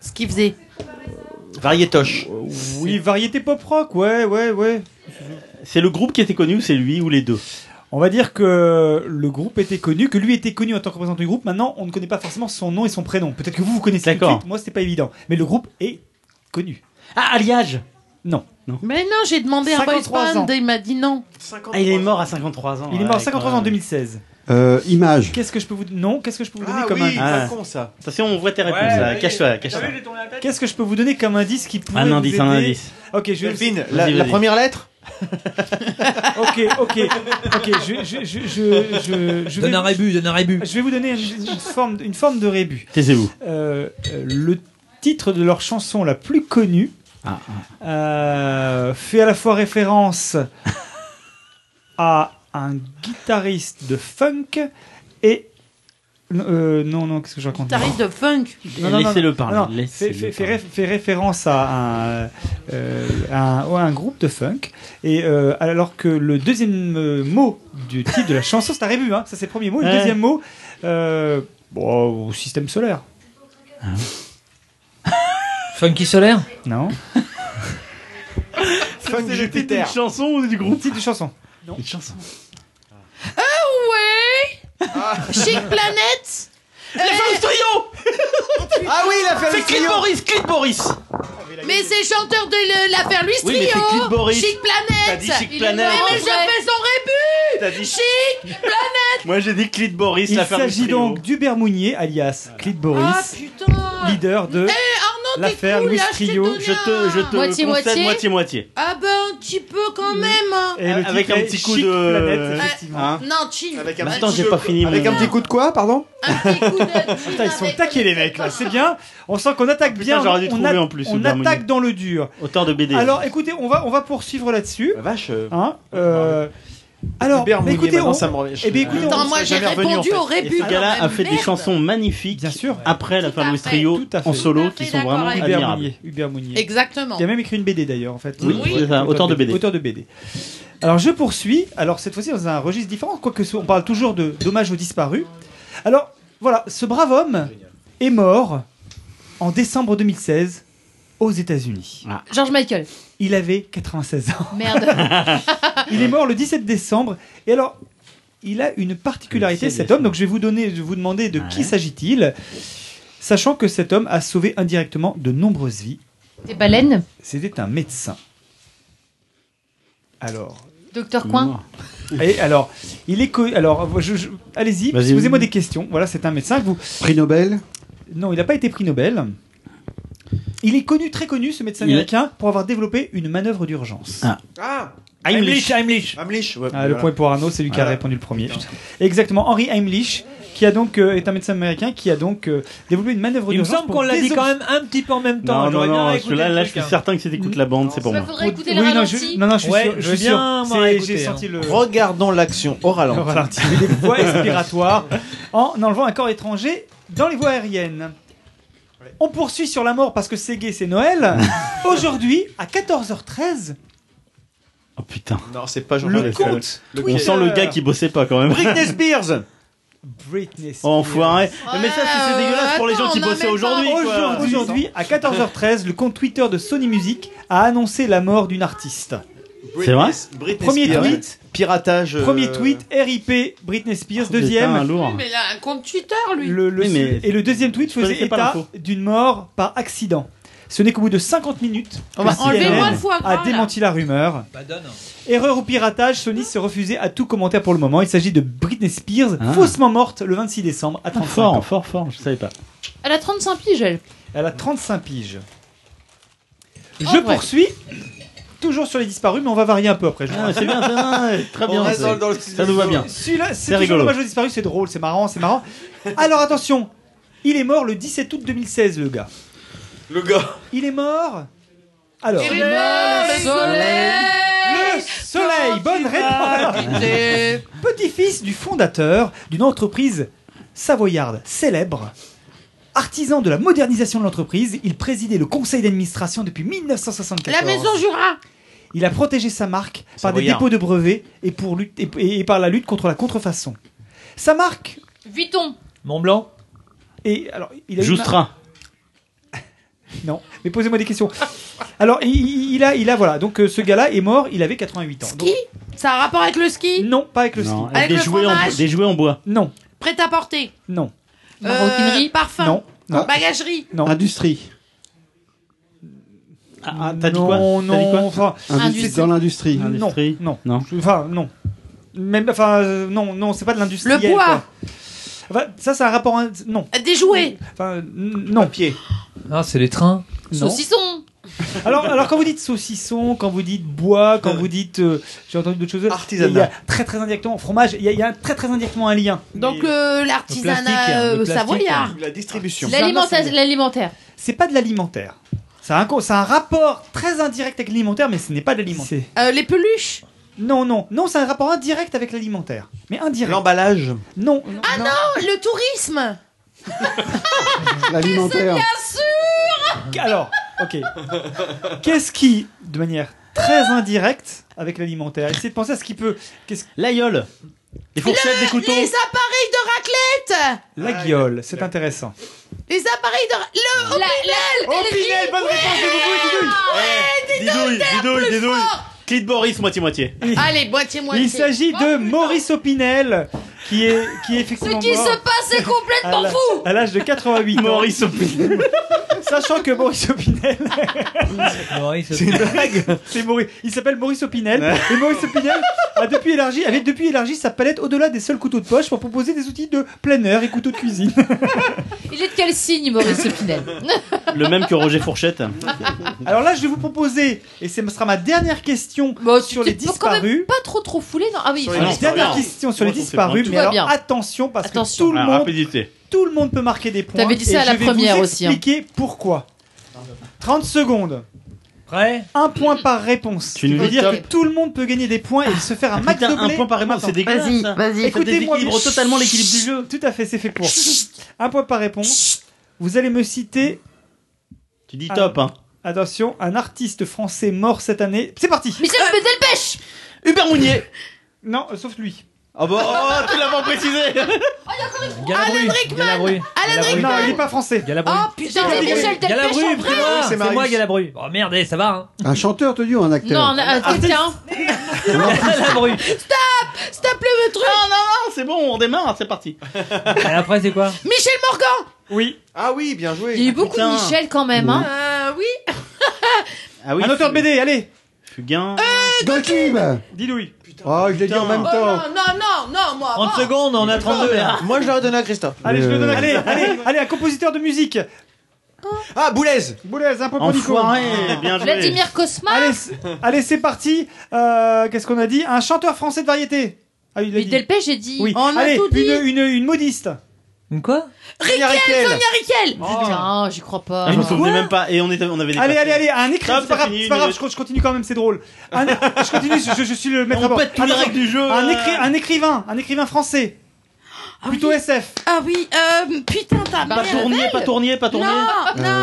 E: Ce qu'il faisait.
D: Variétoche.
G: Euh, Oui, variété pop rock, ouais, ouais, ouais.
H: C'est le groupe qui était connu ou c'est lui ou les deux
G: On va dire que le groupe était connu, que lui était connu en tant que représentant du groupe. Maintenant, on ne connaît pas forcément son nom et son prénom. Peut-être que vous vous connaissez tout de
H: D'accord.
G: suite. Moi, c'était pas évident. Mais le groupe est connu.
H: Ah, Alliage
G: Non.
E: Mais non, j'ai demandé un boys
G: 53 ans.
E: band et il m'a dit non.
H: Ah, il est mort à 53 ans.
G: Il est mort à 53 ans en 2016.
C: Euh, image.
G: Qu'est-ce que je peux vous non Qu'est-ce que je peux vous donner
D: Ah
G: comme
D: oui,
G: indice
D: pas con ça.
H: Attention, on voit tes réponses là. Cache-toi, cache-toi.
G: Qu'est-ce que je peux vous donner comme indice qui pourrait
H: Un
G: vous
H: indice, un
G: aider
H: indice.
G: Ok, je vais.
D: Delphine, la,
H: Vas-y,
D: la
H: vas-y.
D: première lettre
G: *laughs* Ok, ok, ok. Je, je, je, je, je, je vais,
A: Donne un rébut, donne un rébut.
G: je vais vous donner une, une forme, une forme de rébut.
H: Taisez-vous.
G: Euh, euh, le titre de leur chanson la plus connue
H: Ah,
G: euh, fait à la fois référence à un guitariste de funk et euh, non, non, qu'est-ce que je raconte
E: Guitariste de funk.
G: Non, non, non,
H: Laissez-le
G: non.
H: parler,
G: Non,
H: laissez-le
G: fait, fait- fait
H: parler.
G: réf- fait référence à un, euh, un- ouais, un groupe de funk. Et euh, alors que le deuxième euh, mot du titre de la chanson, c'est un rébut, hein, ça c'est le premier mot.
H: Ouais.
G: Le deuxième mot, euh, bon, au système solaire.
H: Hein
A: Funky solaire
G: Non
D: Funk Jupiter.
G: chanson ou du groupe Titre de chanson.
H: Une chanson.
E: Ouais Chic Planet
D: *laughs* Ah oui, il a fait
H: C'est
D: le trio.
H: Cliff Boris, Cliff Boris
E: Mais c'est chanteur de le- l'affaire Louis
H: Oui, mais c'est Cliff
E: Trio
H: Boris.
E: Chic
H: T'as
E: Planet
H: dit Chic
E: Il est
H: Planet.
E: mort, Mais je fais son rébut
H: T'as dit-
E: Chic
H: Moi j'ai dit Cliff Boris,
G: Il
H: la ferme
G: s'agit donc d'Hubert Mounier, alias Clit
E: Ah
G: Boris,
E: putain Eh,
G: leader de
E: Arnaud, t'es
G: l'affaire
E: cool,
G: Louis
E: là, je t'ai
G: Trio.
E: donné
H: Je te, je te
F: Moitié,
H: concède
F: moitié.
H: moitié-moitié.
E: Ah bah un petit peu quand même hein.
G: et le
H: Avec
G: titre
H: un
G: est
H: petit coup
G: Chic
H: de-
G: Planète,
E: Ah,
G: effectivement.
H: Hein
E: Non, chill
D: Avec
H: Bah,
D: un
H: attends,
D: petit
H: j'ai
D: jeu-
H: pas fini.
D: Avec
H: mon-
D: un petit coup de quoi, pardon
E: Un petit
G: *laughs*
E: coup de gin
G: Putain, ils sont
E: avec-
G: taqués les mecs là, c'est bien. On sent qu'on
E: Oh,
G: attaque
H: Putain,
G: bien.
H: j'aurais dû
G: on
H: trouver
G: a-
H: en plus,
G: on
H: Hubert Mounier.
G: attaque dans le dur.
H: Auteur de BD.
G: Alors écoutez, on va, on va poursuivre là-dessus.
D: La vache. euh,
G: Hein euh, alors,
D: Hubert
G: mais
D: Mounier,
G: écoutez,
D: maintenant,
G: on-
D: ça me revient. Je-
G: eh bien, écoutez, on-
E: Attends, moi j'ai
D: jamais revenu,
E: répondu
D: en fait.
E: au
H: Et
E: rébut
H: ce
E: quand
H: gars-là a
E: même,
H: fait des
E: merde.
H: chansons magnifiques
G: bien sûr,
H: après la
E: Tout
H: fin
E: à
H: Louis
E: fait.
H: Trio
G: Tout à fait.
H: en solo
E: Tout à
H: qui
E: fait
H: sont
E: d'accord
H: vraiment
E: avec
G: Hubert
H: admirables.
G: Mounier. Hubert Mounier.
E: Exactement
G: Il y a même écrit une BD d'ailleurs en fait.
H: Oui, Oui. c'est ça, auteur de BD.
G: Auteur de BD. Alors je poursuis. Alors cette fois-ci dans un registre différent, quoique ce- on parle toujours de dommages aux disparus. Alors voilà, ce brave homme est mort en décembre 2016 aux États-Unis.
H: Ah.
F: George Michael.
G: Il avait 96 ans. *laughs*
F: Merde.
G: Il est mort le 17 décembre. Et alors, il a une particularité,
H: Le 17
G: cet homme. Donc, je vais vous donner, je vais vous demander de qui s'agit-il, sachant que cet homme a sauvé indirectement de nombreuses vies.
F: Des baleines.
G: C'était un médecin. Alors,
F: Docteur
G: *laughs*
F: Coin.
G: et alors, il est co- alors, je- je- allez-y,
H: Vas-y.
G: posez-moi des questions. Voilà, c'est un médecin. Vous,
C: Prix Nobel.
G: non, il n'a pas été prix Nobel. Il est connu, très connu, ce médecin
H: Il est-
G: américain, pour avoir développé une manœuvre d'urgence.
H: Ah.
D: Ah
A: Heimlich, Heimlich.
D: Amlich ouais,
G: Ah, le
D: voilà.
G: point est pour Arnaud, c'est lui qui a
D: Voilà.
G: répondu le premier. Exactement, Henry Heimlich, qui a donc euh, est un médecin américain qui a donc euh, développé une manœuvre
A: Il me
G: d'urgence.
A: semble
G: pour
A: qu'on l'a dit
G: désobs-
A: quand même un petit peu en même temps.
H: Non, non,
A: J'aurais bien
H: non, parce
A: réécouté
H: que là,
A: le
H: là je
A: truc,
H: suis
A: hein.
H: certain que si t'écoutes la bande, c'est pour
F: Il
H: moi.
F: faudrait écouter
G: Oui,
F: le
G: non, je,
F: ralenti.
G: non, non, je suis
A: Ouais,
G: sûr.
A: je
G: je
A: veux
G: suis
A: bien
G: sûr.
A: m'en
G: C'est-
A: réécouter,
G: J'ai
A: hein.
G: senti le.
D: Regardons l'action au
G: le
D: ralenti.
G: ralenti. Il y a des voies expiratoires en enlevant un corps étranger dans les voies aériennes. On poursuit sur la mort parce que c'est gay, c'est
H: *laughs*
G: Noël. Aujourd'hui, à 14h13,
H: Oh putain.
D: Non, c'est pas
G: le
D: Jean-Paul
G: compte euh,
H: *laughs* On sent le gars qui bossait pas quand même.
D: Britney Spears
G: Britney Spears.
H: Enfoiré. Mais ça, c'est- c'est dégueulasse pour les gens qui bossaient aujourd'hui. quoi.
G: Aujourd'hui, aujourd'hui, à 14h13, le compte Twitter de Sony Music a annoncé la mort d'une artiste.
H: C'est vrai
D: Britney
G: Premier
D: Spears.
G: tweet.
D: Piratage. euh,
G: Premier tweet, RIP Britney
H: Oh,
G: Spears. Deuxième,
H: putain, lourd.
E: Mais il a un compte Twitter, lui.
G: Le- le-
H: Oui, mais-
G: Et le deuxième tweet faisait
H: connaissais pas
G: état
H: l'info.
G: d'une mort par accident. Ce n'est qu'au bout de 50 minutes que
H: bah,
G: CNN
E: enlevez-moi le foie gras,
G: a démenti la rumeur.
A: Bah donne.
G: Erreur ou piratage, Sony s'est refusé à tout commentaire pour le moment. Il s'agit de Britney Spears,
H: Ah.
G: faussement morte le 26 décembre à 35 ans.
H: Fort, fort, fort, je savais pas.
F: Elle a 35 piges, elle.
G: Elle a 35 piges.
E: Oh,
G: Je
F: Ah ouais.
G: poursuis, toujours sur les disparus, mais on va varier un peu après. je
H: Ah,
G: crois.
H: c'est bien, ça, ouais, très bien.
D: reste
H: ça.
D: dans le-
H: ça nous va bien.
G: Celui-là,
H: C'est
G: c'est toujours
H: rigolo.
G: dommage aux disparus, c'est drôle, c'est marrant, c'est marrant. Alors attention, il est mort le 17 août 2016, le gars.
D: Le gars.
G: Il est mort. Alors,
E: Il est mort, le soleil.
G: le soleil, bonne réponse.
E: Des-
G: Petit-fils du fondateur d'une entreprise savoyarde célèbre. Artisan de la modernisation de l'entreprise, il présidait le conseil d'administration depuis 1974.
E: La maison Jura.
G: Il a protégé sa marque par des
H: Savoyard.
G: dépôts de brevets et, pour lutte- et- et- et par la lutte contre la contrefaçon. Sa marque
F: Vuitton.
A: Mont Blanc.
G: et alors il a eu ma-
H: Joustra.
G: *laughs* non mais posez-moi des questions. Alors il, il a il a voilà donc euh, ce gars-là est mort il avait 88 ans. Donc,
E: Ski. Ça a un rapport avec le ski
G: non pas avec le
H: Non,
G: ski.
H: avec
E: Avec
H: des,
E: le
H: jouets en,
E: fromage.
H: des jouets en bois.
G: Non
E: Prêt à porter. Euh,
G: non
F: Maroquinerie.
E: Parfum.
G: non non.
E: Bagagerie.
G: Non.
C: Industrie.
H: Ah, ah, t'as dit
G: Non,
H: quoi T'as dit
G: non
H: quoi
G: enfin,
C: Industrie.
F: Industrie.
C: Dans l'industrie.
G: non
H: Industrie.
G: non
H: Non.
G: enfin non même enfin euh, non non c'est pas de l'industrie.
E: Le bois.
G: ça c'est un rapport in- non
E: Des jouets.
G: enfin n- non pied
A: Ah, c'est les trains.
G: non.
F: Saucisson.
G: Alors, alors quand vous dites saucisson, quand vous dites bois, quand vous dites, euh, j'ai entendu d'autres choses.
D: Artisanat.
G: Il y a très très indirectement fromage. Il y a, il y a très très indirectement un lien.
E: Donc
G: Mais
E: euh,
A: le plastique,
E: l'artisanat
A: hein, le
E: euh,
A: plastique,
E: savoyard.
D: La distribution.
F: L'alimenta-
G: c'est-
F: L'alimentaire.
G: c'est pas de l'alimentaire. C'est un, co- c'est un rapport très indirect avec l'alimentaire, mais ce n'est pas de l'alimentaire.
E: Euh, les peluches.
G: Non, non, non, c'est un rapport indirect avec l'alimentaire, mais indirect.
D: L'emballage.
G: Non, non,
E: Ah non, le tourisme. Ah,
C: L'alimentaire.
G: Alors, ok. Qu'est-ce qui, de manière très indirecte avec l'alimentaire, essayez de penser à ce qui peut. Qu'est-ce
H: L'aïeul. Des fourchettes, des couteaux.
E: Les appareils de raclette.
H: Ah,
G: la guiole, c'est intéressant.
E: Les appareils de ra- le
F: La,
H: Opinel, bonne réponse de Boubou et Didouille. Didouille, Didouille, Didouille. Clit de Boris, moitié-moitié.
E: Allez, moitié moitié.
F: Ah,
G: Il s'agit de Maurice Opinel, qui est, qui est effectivement
F: Ce qui
G: mort
F: se passe est
G: à
F: complètement
G: la-
F: fou.
G: à l'âge de 88 ans.
H: Maurice Opinel.
G: *laughs* Sachant que Maurice Opinel, *laughs*
A: c'est
G: c'est Maurice, il s'appelle Maurice Opinel, et Maurice Opinel a depuis élargi, avait depuis élargi sa palette au-delà des seuls couteaux de poche pour proposer des outils de plein air et couteaux de cuisine.
F: Il est de quel signe, Maurice Pinel
H: Le même que Roger Fourchette.
G: Alors là, je vais vous proposer, et ce sera ma dernière question
F: Bon, tu
G: sur les
F: t'es quand même
G: disparus.
F: pas trop trop foulé, non Ah oui.
H: les disparus.
G: Dernière
H: Non.
G: question sur les
H: Moi, je trouve que c'est
G: disparus,
H: bon.
G: mais
F: Tout va
G: alors
F: bien.
G: attention parce
F: Attention.
G: que tout le
H: Ah,
G: monde
H: rapidité.
G: Tout le monde peut marquer des points.
F: T'avais dit ça
G: et
F: à la
G: je vais
F: première
G: vous
F: aussi, hein.
G: expliquer pourquoi. 30 secondes.
A: Prêt
G: Un point par réponse.
H: Tu
G: Tu
H: nous
G: veux
H: dis
G: dire
H: top.
G: que tout le monde peut gagner des points et se faire un match
H: Ah,
G: de
H: Putain, un point par réponse, c'est dégueulasse.
E: Vas-y,
H: ça.
E: vas-y.
H: Ça
G: Écoutez-moi
H: déséquilibre
G: bien.
H: totalement l'équilibre du jeu.
G: Tout à fait, c'est fait pour. Un point par réponse. Vous allez me citer,
H: Tu dis
G: Ah.
H: top, hein.
G: attention, un artiste français mort cette année. C'est parti
F: Michel euh... Delpech
H: Hubert Mounier.
G: Non, euh, sauf lui.
H: Oh bah, oh, tu l'as pas
E: *laughs*
H: précisé.
E: Oh,
A: Galabru. Galabru.
E: Alan
A: Galabru.
G: Non, il est pas français.
F: Ah
A: Galabru.
E: Oh putain,
F: J'avais
E: mais
F: dit
E: Michel
F: Michel Delpech
A: Galabru, putain,
F: en vrai
A: c'est
D: Marius.
A: moi Galabru. Oh merde, eh, ça va hein.
C: Un chanteur, te dis, ou un acteur
F: Non,
H: Ah,
F: euh, un-
D: Ah,
F: un- quelqu'un.
H: *laughs*
A: Galabru.
E: S'il te plaît, le truc.
H: Ah non, non, c'est bon, on démarre, c'est parti.
A: Et après c'est quoi
E: Michel Morgan.
G: Oui.
D: Ah oui, bien joué.
F: Il y a eu beaucoup
H: Putain.
F: de Michel quand même, hein
E: Euh, oui.
H: Ah oui.
G: Un auteur BD, allez
H: Fugain.
C: Gottlieb
G: Dis-lui.
C: Oh, je l'ai dit en même
E: Euh, Oh
C: temps.
E: non, non, non, non, moi.
A: 30
E: avant.
A: secondes, on a 32
G: hein.
A: là.
D: Moi, je l'aurais donné à Christophe.
G: Allez, je le
C: Euh.
G: donne. à- Allez, allez, allez, un compositeur de musique.
D: Ah, Boulez
G: Boulez, un point pour Nico. Ah.
H: Enfoiré, bien joué.
F: Vladimir Cosma
G: Allez, c- allez, c'est parti. Euh, Qu'est-ce qu'on a dit Un chanteur français de variété. Ah, il l'a
F: Mais
G: dit.
F: Delpech, j'ai dit.
G: Oui.
E: On a
G: allez,
E: tout dit.
G: Une, une, une modiste.
A: Une quoi
D: Sonia Riquel
E: Sonia Riquel.
F: Putain, j'y crois pas.
H: Ah, je me souvenais même pas, et on, était, on avait des
G: Allez, allez, allez, un écrivain.
H: Hop,
G: C'est pas
H: c'est
G: grave,
H: fini,
G: c'est pas
H: une
G: grave,
H: minute.
G: je, co- je continue quand même, c'est drôle. Un-
H: *laughs*
G: je continue, je, je suis le maître à
H: On
G: bord.
H: pète toutes les
G: Attends,
H: règles du jeu.
G: un,
H: euh.
G: écri- un écrivain, un écrivain français.
E: Ah
G: Plutôt
E: oui.
G: SF.
E: Ah oui, euh, putain, t'as
H: Pas tournier, pas tournier, pas tournier.
E: Non, non.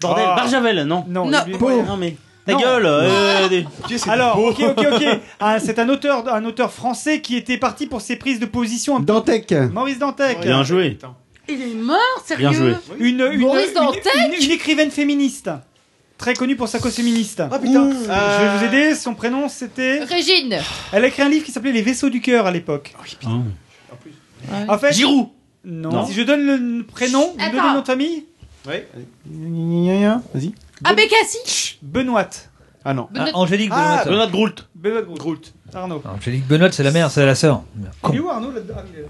H: Bordel,
G: Ah.
H: Barjavel, non.
G: Non,
E: Non.
G: lui-
H: Ouais, Non mais Ta gueule euh, des-
G: Alors, ok, ok,
B: *laughs*
G: ok. Ah, c'est un auteur, un auteur français qui était parti pour ses prises de position.
C: Dantec.
G: Maurice Dantec.
H: Bien joué.
E: Il est mort, sérieux
G: Une, une,
E: Maurice
G: une-
E: Dantec
G: une- une écrivaine féministe. Très connue pour sa cause féministe. Ah putain. Je vais vous aider. Son prénom c'était.
E: Régine
G: Elle a écrit un livre qui s'appelait Les vaisseaux du cœur à l'époque. En fait.
H: Giroud.
G: Non.
H: Non.
G: Si je donne le prénom, vous me donnez
E: Attends.
G: le nom de famille.
D: Oui. Vas-y.
E: Ah, Bécassi
G: Benoît. Ah.
D: Ah non.
E: Benoît-
A: Angélique Benoît.
H: Benoît Groult.
G: Benoît Groult. Arnaud.
A: Angélique Benoît, c'est la mère, c'est la sœur.
G: Il est où Arnaud là-dedans Ah, il est là.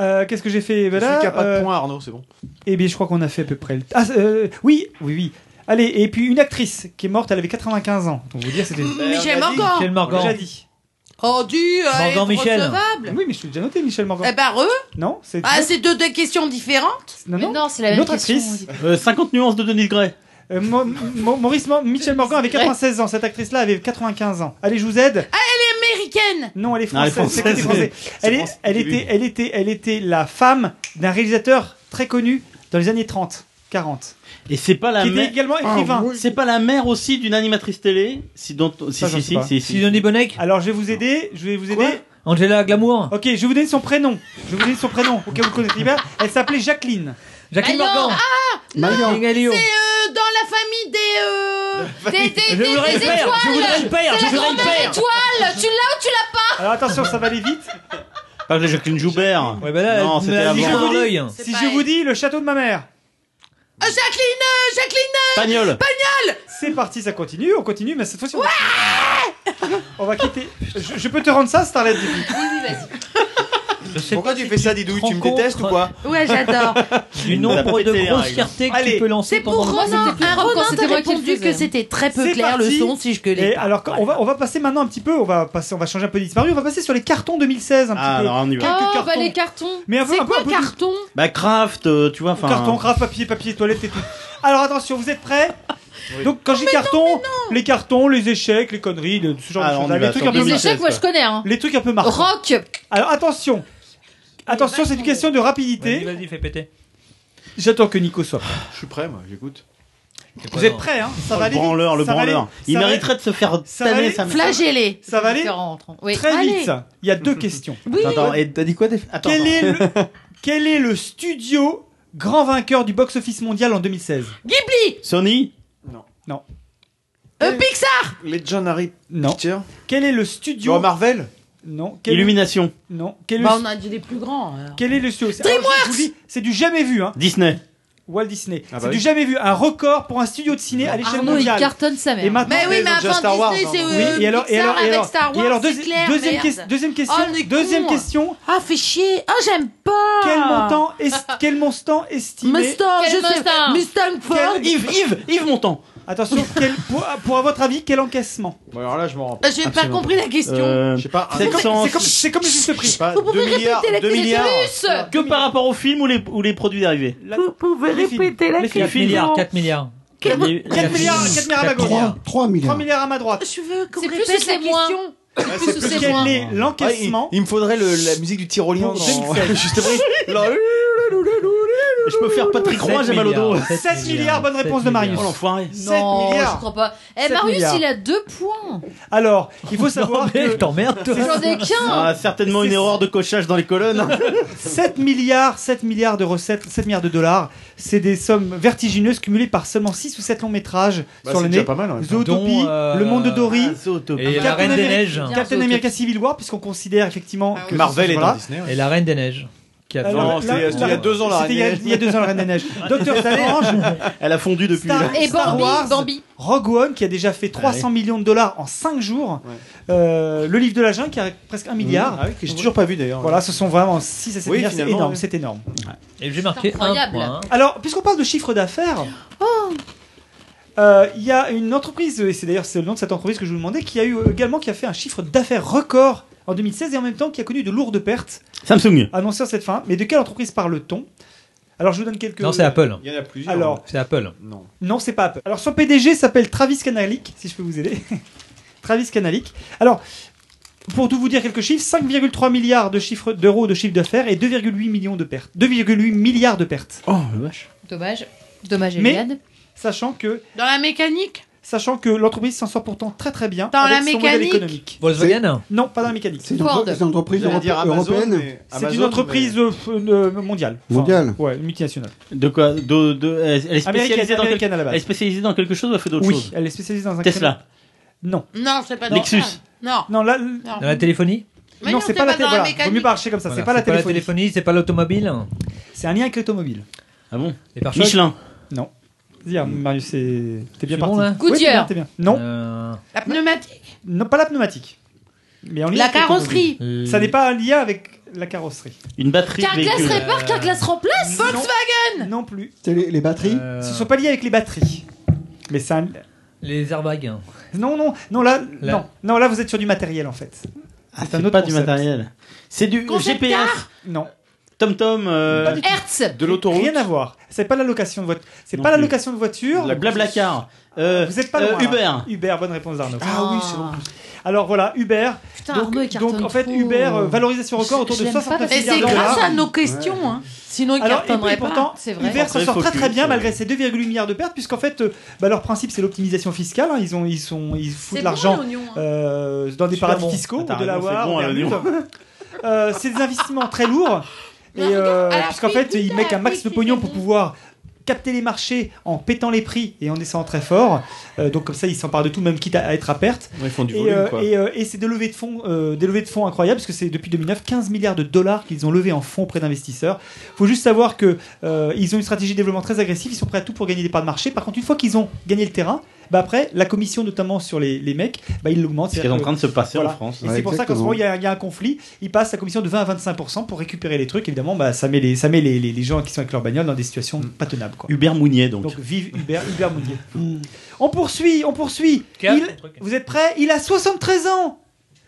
G: Euh, Qu'est-ce que j'ai fait ben
D: Celui
G: là,
D: qui a pas
G: euh,
D: de points, Arnaud, c'est bon.
G: Eh bien, je crois qu'on a fait à peu près le. Ah, euh, oui, oui, oui. Allez, et puis une actrice qui est morte, elle avait 95 ans. Donc vous dire, c'était.
E: Michel
A: Quel
E: Morgan
G: On l'a déjà
A: Morgan.
G: dit.
E: Oh, du
A: Morgan Michel.
G: Oui, mais je l'ai déjà noté, Michel Morgan.
E: Eh ben, eux
G: Non, c'est.
E: Ah, c'est deux, deux questions différentes
G: non,
F: Mais
G: non.
F: non, c'est la
G: Une
F: même
G: autre
F: question.
G: actrice.
H: Euh, 50 nuances de Denis Gray.
G: Euh, Mo- Mo- Maurice Mo- Michel Morgan avait 96 ans. Cette actrice-là avait 95 ans. Allez, je vous
F: Ah,
G: aide.
E: Américaine
G: Non, elle est
H: Non, elle est
G: française. c'est que des
H: française.
G: Français. Elle, est- elle était, elle, était, elle était la femme d'un réalisateur très connu dans les années 30, 40.
H: Et c'est pas la
G: qui était
H: mère.
G: également
A: Ah,
G: écrivain.
H: C'est pas la mère aussi d'une animatrice télé si dont si
G: Ça, j'en
H: si
G: sais
H: si,
G: pas.
H: si, si.
A: Sidonie Bonnec
G: Alors, je vais vous aider. Je vais vous aider.
A: Quoi Angela Glamour
G: Ok, je vais vous donner son prénom. Je vais vous donner son prénom. Ok, vous connaissez bien. Elle s'appelait Jacqueline.
A: Jacqueline
E: Mais non,
A: Morgan
E: Ah,
A: Marie Galio
E: C'est euh, dans la famille des. euh, des, des,
A: Je
E: des-
A: voudrais
E: des
A: le faire,
E: étoiles
A: je voudrais le faire,
E: C'est
A: je
E: la
A: voudrais le
E: grande-mère
A: faire.
E: étoile Tu l'as ou tu l'as pas
G: Alors attention, ça va aller vite.
H: Pas la Jacqueline Joubert.
A: Ouais, bah là,
H: non,
A: elle
H: c'était
A: me l'a dit
H: avant.
A: dans l'œil.
E: C'est
G: Si
E: pas
G: je
E: elle.
G: vous dis le château de ma mère.
E: Euh, Jacqueline euh, Jacqueline
H: Pagnol.
G: C'est parti, ça continue, on continue, mais cette fois-ci on... on va quitter. Je, je peux te rendre ça, Starlet du coup
A: Je sais
D: Pourquoi
A: pas
D: tu
A: si
D: fais ça, Didouille Tu me
A: rencontres-
D: détestes ou quoi
K: *laughs*
E: Ouais, j'adore
A: Du
H: On a
A: nombre
H: pété
A: de
H: les
A: grosses
H: règles.
A: fiertés que
G: Allez.
A: tu peux lancer
E: C'est
A: pendant
E: pour
A: le
E: Ronan
F: c'était
E: Un
F: Ronan,
E: Ronan
F: c'était
E: t'a
F: moi qui le
E: répondu
F: faisais.
E: que c'était très peu
G: C'est
E: clair le
G: parti.
E: son si je gueulais
G: Et
E: pas.
G: alors, on va, on va passer maintenant un petit peu, on va, passer, on va changer un peu de disparu, on va passer sur les cartons 2016 un petit
H: Ah
G: peu.
H: alors on y va.
G: Quelques
F: Oh, bah
G: cartons.
F: les cartons.
G: Mais un peu-
F: C'est
G: un peu-
F: quoi
G: un peu-
F: carton
H: Bah Kraft, euh, tu vois enfin.
G: Carton, grave, papier, papier, toilette et tout. Alors attention, vous êtes prêts Donc quand je dis carton, les cartons, les échecs, les conneries, le- ce genre
H: Alors, Ah, on y
G: de choses.
H: va,
G: Les trucs, un
H: attends.
G: peu,
F: Les
H: Michel,
F: échecs, moi
H: quoi.
F: je connais. hein.
G: les trucs un peu marquants.
F: Rock.
G: Alors attention Attention, c'est une question de
A: Vas-y,
G: rapidité.
A: vas-y, fais péter.
G: J'attends que Nico soit prêt.
D: Je suis prêt, moi, j'écoute.
G: Vous êtes prêts, hein Ça va
H: le
G: aller vite.
H: branleur, le
G: Ça va aller-
H: branleur. Il
G: ça va aller-
H: mériterait de se faire
G: ça va
H: tanner
G: aller-
H: sa mère.
F: Flagellé.
G: Ça va aller
F: Différent entre- Oui.
G: Très
F: Allez.
G: vite, ça. il y a
H: *laughs*
G: deux questions.
H: Attends, attends, et t'as dit quoi t'es- Attends.
G: Quel
H: attends.
G: est, le,
H: *laughs*
G: quel est le studio grand vainqueur du box-office mondial en 2016
E: Ghibli
H: Sony
E: euh, Pixar
D: Legendary
G: Non.
D: Picture
G: Quel est le
D: Tu
G: studio
D: vois Marvel
G: Non. Quel,
H: Illumination.
G: non. Quel, est
E: Bah,
G: le,
E: on a dit les plus grands. alors.
G: quel est le studio C'est- alors, je vous dis, C'est du jamais vu, hein.
H: Disney.
G: Walt Disney.
D: Ah bah
G: c'est
D: oui.
G: du jamais vu. Un record pour un studio de ciné à l'échelle
F: Arnaud, il
G: mondiale.
F: cartonne sa
G: Et
F: mère.
G: maintenant,
E: Mais oui,
D: ils
E: mais
D: ont déjà
E: enfin,
D: Star Wars,
E: Disney,
D: hein,
E: c'est
D: donc.
E: euh,
G: Oui, et alors, et
E: Pixar
G: alors, et alors,
E: avec Star
G: et alors
E: Wars,
G: deuxi-
E: c'est clair,
G: deuxième,
E: merde.
G: ques- deuxième question,
E: Oh, les cons.
G: deuxième question,
E: Ah, fais chier Ah, j'aime pas
G: quel montant, est, quel montant estimé
E: Mustang,
F: Quel
E: je sais
F: Mustang
E: Mustang Ford
G: Quel-
H: Yves, Yves, Yves Montand.
G: Attention, quel, pour, pour à votre avis, quel encaissement
D: Bon, alors là, je m'en rends
E: Euh, J'ai pas
H: Absolument.
E: compris la question.
H: Euh,
D: Je sais pas, un-
G: C'est comme,
H: 700.
G: c'est comme- c'est comme le juste
D: Je
G: prix.
D: sais pas,
E: Vous pouvez
D: 2 milliards,
E: répéter la
D: 2
E: question
D: milliards.
E: plus
H: Que par rapport au film ou les, ou les produits dérivés
G: La-
E: Vous pouvez
G: les films,
E: répéter la
G: les films.
A: 4 milliards, 4 milliards.
H: 4
G: 4 milliards, 4 milliards à ma gauche.
C: 3, 3 milliards.
G: 3 milliards à ma droite. Ah,
E: Je veux qu'on
F: C'est plus
E: répète
F: ou
E: la
F: c'est moins
E: question.
F: Plus sous ses
G: Quel
F: points.
G: est
D: Ah, il,
G: l'encaissement
D: il me faudrait le- la musique du tyrolien
G: pour
H: *laughs*
D: dans...
G: 2016
D: *laughs*
H: Je peux faire Patrick Roy, j'ai mal au dos.
G: 16 milliards, bonne réponse de Marius.
H: Oh l'enfoiré.
G: 7
F: Non, je
G: milliards.
F: crois pas. Eh,
G: 7
F: Marius,
G: milliards.
F: il a deux points.
G: Alors, il faut savoir
A: Mais je
G: que
A: t'emmerde, toi.
F: J'en ai qu'un.
H: Ah,
D: *laughs*
H: certainement une
G: C'est-
H: erreur de cochage dans les colonnes.
G: *laughs* 7 milliards, 7 milliards de recettes, 7 milliards de dollars, c'est des sommes vertigineuses cumulées par seulement 6 ou 7 longs métrages
D: Bah,
G: sur
D: c'est
G: l'année.
D: déjà pas mal. hein.
G: Zootopie,
A: Dont, euh,
G: Le Monde de Dory,
A: Et
G: Captain
A: la Reine des
G: America.
A: Neiges.
F: Bien.
G: Captain
F: Zootopie.
G: America Civil War, puisqu'on considère effectivement
E: Ah
G: que
D: Marvel est dans
G: là.
D: Disney. ouais.
A: Et la Reine des Neiges. Qui a fait-
G: Alors,
D: Non, c'était
G: la-
D: c'était il y a
G: la-
D: deux ans, la
G: C'était il y a-
D: reine.
G: il y a deux ans la Reine des
D: *laughs*
G: Neiges. *laughs* Docteur Strange,
H: Elle a fondu depuis.
G: Star-
H: là.
F: Et
G: Star
F: Bambi,
G: Wars.
F: Bambi.
G: Rogue One qui a déjà fait
D: Ah
G: 300 millions de dollars en 5 jours, Euh, le livre de la jungle qui a presque 1 milliard.
D: Ah oui, que j'ai toujours pas vu d'ailleurs.
G: Voilà, ce sont vraiment 6 à 7
D: Oui,
G: milliards, c'est
D: finalement,
G: énorme,
D: oui.
G: c'est énorme.
A: Et j'ai marqué un
F: Incroyable.
A: point.
G: Alors, puisqu'on parle de chiffre d'affaires,
D: Oh.
G: euh, il y a une entreprise, et c'est d'ailleurs c'est le nom de cette entreprise que je vous demandais, qui a eu euh, également qui a fait un chiffre d'affaires record en 2016 et en même temps qui a connu de lourdes pertes
H: Samsung.
G: annoncées en cette fin. Mais de quelle entreprise parle-t-on Alors, je vous donne quelques.
A: Non, c'est Apple.
D: Il y en a plusieurs.
G: Alors,
A: C'est Apple.
D: non.
G: non, c'est pas Apple. Alors, son PDG s'appelle Travis Kanalik, si je peux vous aider. *laughs* Travis Kanalik. Alors, pour tout vous dire quelques chiffres, 5,3 milliards de chiffres d'euros de chiffre d'affaires et 2,8 millions de pertes. 2,8 milliards de pertes.
H: Oh la vache.
F: Dommage. Dommage,
G: Mais-
F: Eliade.
G: Sachant que
E: Dans la mécanique
G: sachant que l'entreprise s'en sort pourtant très très bien.
E: Dans
G: avec
E: la
G: son modèle
E: mécanique
G: économique.
A: Volkswagen
G: C'est- Non, pas dans la mécanique.
C: C'est une Ford. entreprise- c'est une entreprise
G: J'allais dire
C: europé-
G: Amazon,
C: européenne
G: mais- C'est
C: Amazon,
G: une entreprise euh, f- euh, mondiale. Enfin,
C: Mondiale.
G: Ouais, une multinationale.
H: De quoi de, de- Elle est spécialisée
G: Américaine,
H: dans,
G: américaine à la base.
H: elle est spécialisée dans quelque chose ou elle fait d'autres
G: Oui,
H: choses
G: elle est spécialisée dans un
H: Tesla.
G: Non.
E: Non, c'est pas
H: Lexus.
E: Non.
G: Non, là.
A: Dans la téléphonie
E: Mais
G: non,
E: non,
G: c'est
E: t'es
G: pas, la
E: pas dans la
G: téléphonie. Voilà, vaut
E: mécanique.
G: mieux pas arracher comme ça.
A: Voilà,
G: c'est pas la téléphonie.
A: c'est pas l'automobile.
G: C'est un lien avec l'automobile.
H: Ah bon
A: Les pare-chocs Mm.
H: Michelin.
G: Non. Dire, Marius, c'est- t'es bien
A: Je suis
G: parti.
A: bon, là
G: Ouais, t'es bien, t'es bien. Non.
A: Euh,
E: La pneumatique.
G: Non, pas la pneumatique. Mais en lien
E: La
G: avec l'automobile.
A: carrosserie.
G: Ça n'est pas un lien avec la carrosserie.
H: Une batterie de
F: Carglass
H: véhicule.
F: répare, Carglass remplace
E: Volkswagen.
G: Non plus.
C: C'est les, les batteries
A: euh,
G: Ce ne sont pas liés avec les batteries. Mais ça.
A: Les airbags.
G: Non, non, non, là,
A: Là.
G: Non, non, là, vous êtes sur du matériel en fait.
H: Ah,
G: un
H: c'est
G: autre
H: pas du
G: concept.
H: matériel. C'est du
E: Concept
H: GPS.
E: car.
G: Non,
H: TomTom. euh,
G: Pas du-
E: Hertz.
D: De l'autoroute
G: rien à voir. C'est pas la location de voiture. C'est
H: Non
G: pas la
H: plus.
G: location de voiture.
H: La Blablacar. Euh,
G: Vous êtes pas
H: euh,
G: loin.
H: Uber.
G: là. Uber, bonne réponse d'Arnaud.
F: Ah oui, c'est bon.
G: Alors voilà, Uber.
F: Putain,
G: donc,
F: Arnaud, il
G: donc,
F: cartonne
G: en fait,
F: trop.
G: Uber euh, valorisait son record
F: Je-
G: autour
F: je
G: de
F: l'aime pas
G: 69
F: parce
E: Et
F: que
G: milliards
E: c'est
G: de
E: grâce
G: dollars.
E: à nos questions. Hein. Sinon, ils
G: Alors, et puis,
E: cartonneraient
G: pourtant,
E: pas. C'est vrai.
G: Uber s'en
H: Très
G: sort très
H: focus,
G: très bien
H: ouais.
G: malgré ses 2,8 milliards de pertes, puisqu'en fait, euh, bah, leur principe c'est l'optimisation fiscale. hein. Ils ont, ils sont, ils foutent
E: C'est
G: de
E: bon,
G: l'argent
E: l'oignon, hein.
G: euh, dans des
H: Super
G: paradis
H: bon.
G: fiscaux,
H: Ah, t'as
G: de la
H: raison, c'est
G: Loire,
H: bon,
G: en
H: à l'oignon.
G: Bermude. *laughs* Euh, C'est des investissements très lourds, et
E: Mais regarde,
G: euh,
E: à la
G: puisqu'en
E: Pépite,
G: fait, ils
E: à
G: mettent
E: la
G: un max de
E: Pépite,
G: pognon
E: c'est
G: pour
E: bon.
G: pouvoir capter les marchés en pétant les prix et en descendant très fort. Euh, donc comme ça, ils s'emparent de tout, même quitte à- à être à perte.
D: Ouais, Ils font du
G: Et,
D: volume,
G: euh,
D: quoi.
G: et, euh, et c'est des levées de fonds, euh, des levées de fonds incroyables, parce que c'est depuis 2009 15 milliards de dollars qu'ils ont levés en fonds auprès d'investisseurs. Faut juste savoir que euh, ils ont une stratégie de développement très agressive, ils sont prêts à tout pour gagner des parts de marché. Par contre, une fois qu'ils ont gagné le terrain, bah après la commission notamment sur les, les mecs, bah ils l'augmentent.
H: Ce qui est en
G: C'est-à-dire
H: train de se passer en
G: Voilà.
H: France.
G: que- Et
C: Ouais,
G: c'est pour ça qu'en ce
C: exactement.
G: moment il y, a- il y a un conflit, ils passent la commission de 20 à 25 pour récupérer les trucs. Évidemment, bah ça met les ça met les, les- les gens qui sont avec leur bagnole dans des situations pas tenables. Quoi.
H: Uber Mounier, donc. Hmm.
G: Donc
H: *laughs*
G: vive Hubert, Hubert Mounier. On poursuit, on poursuit.
A: Quatre,
G: Il-
A: un truc.
G: vous êtes prêts Il a 73 ans.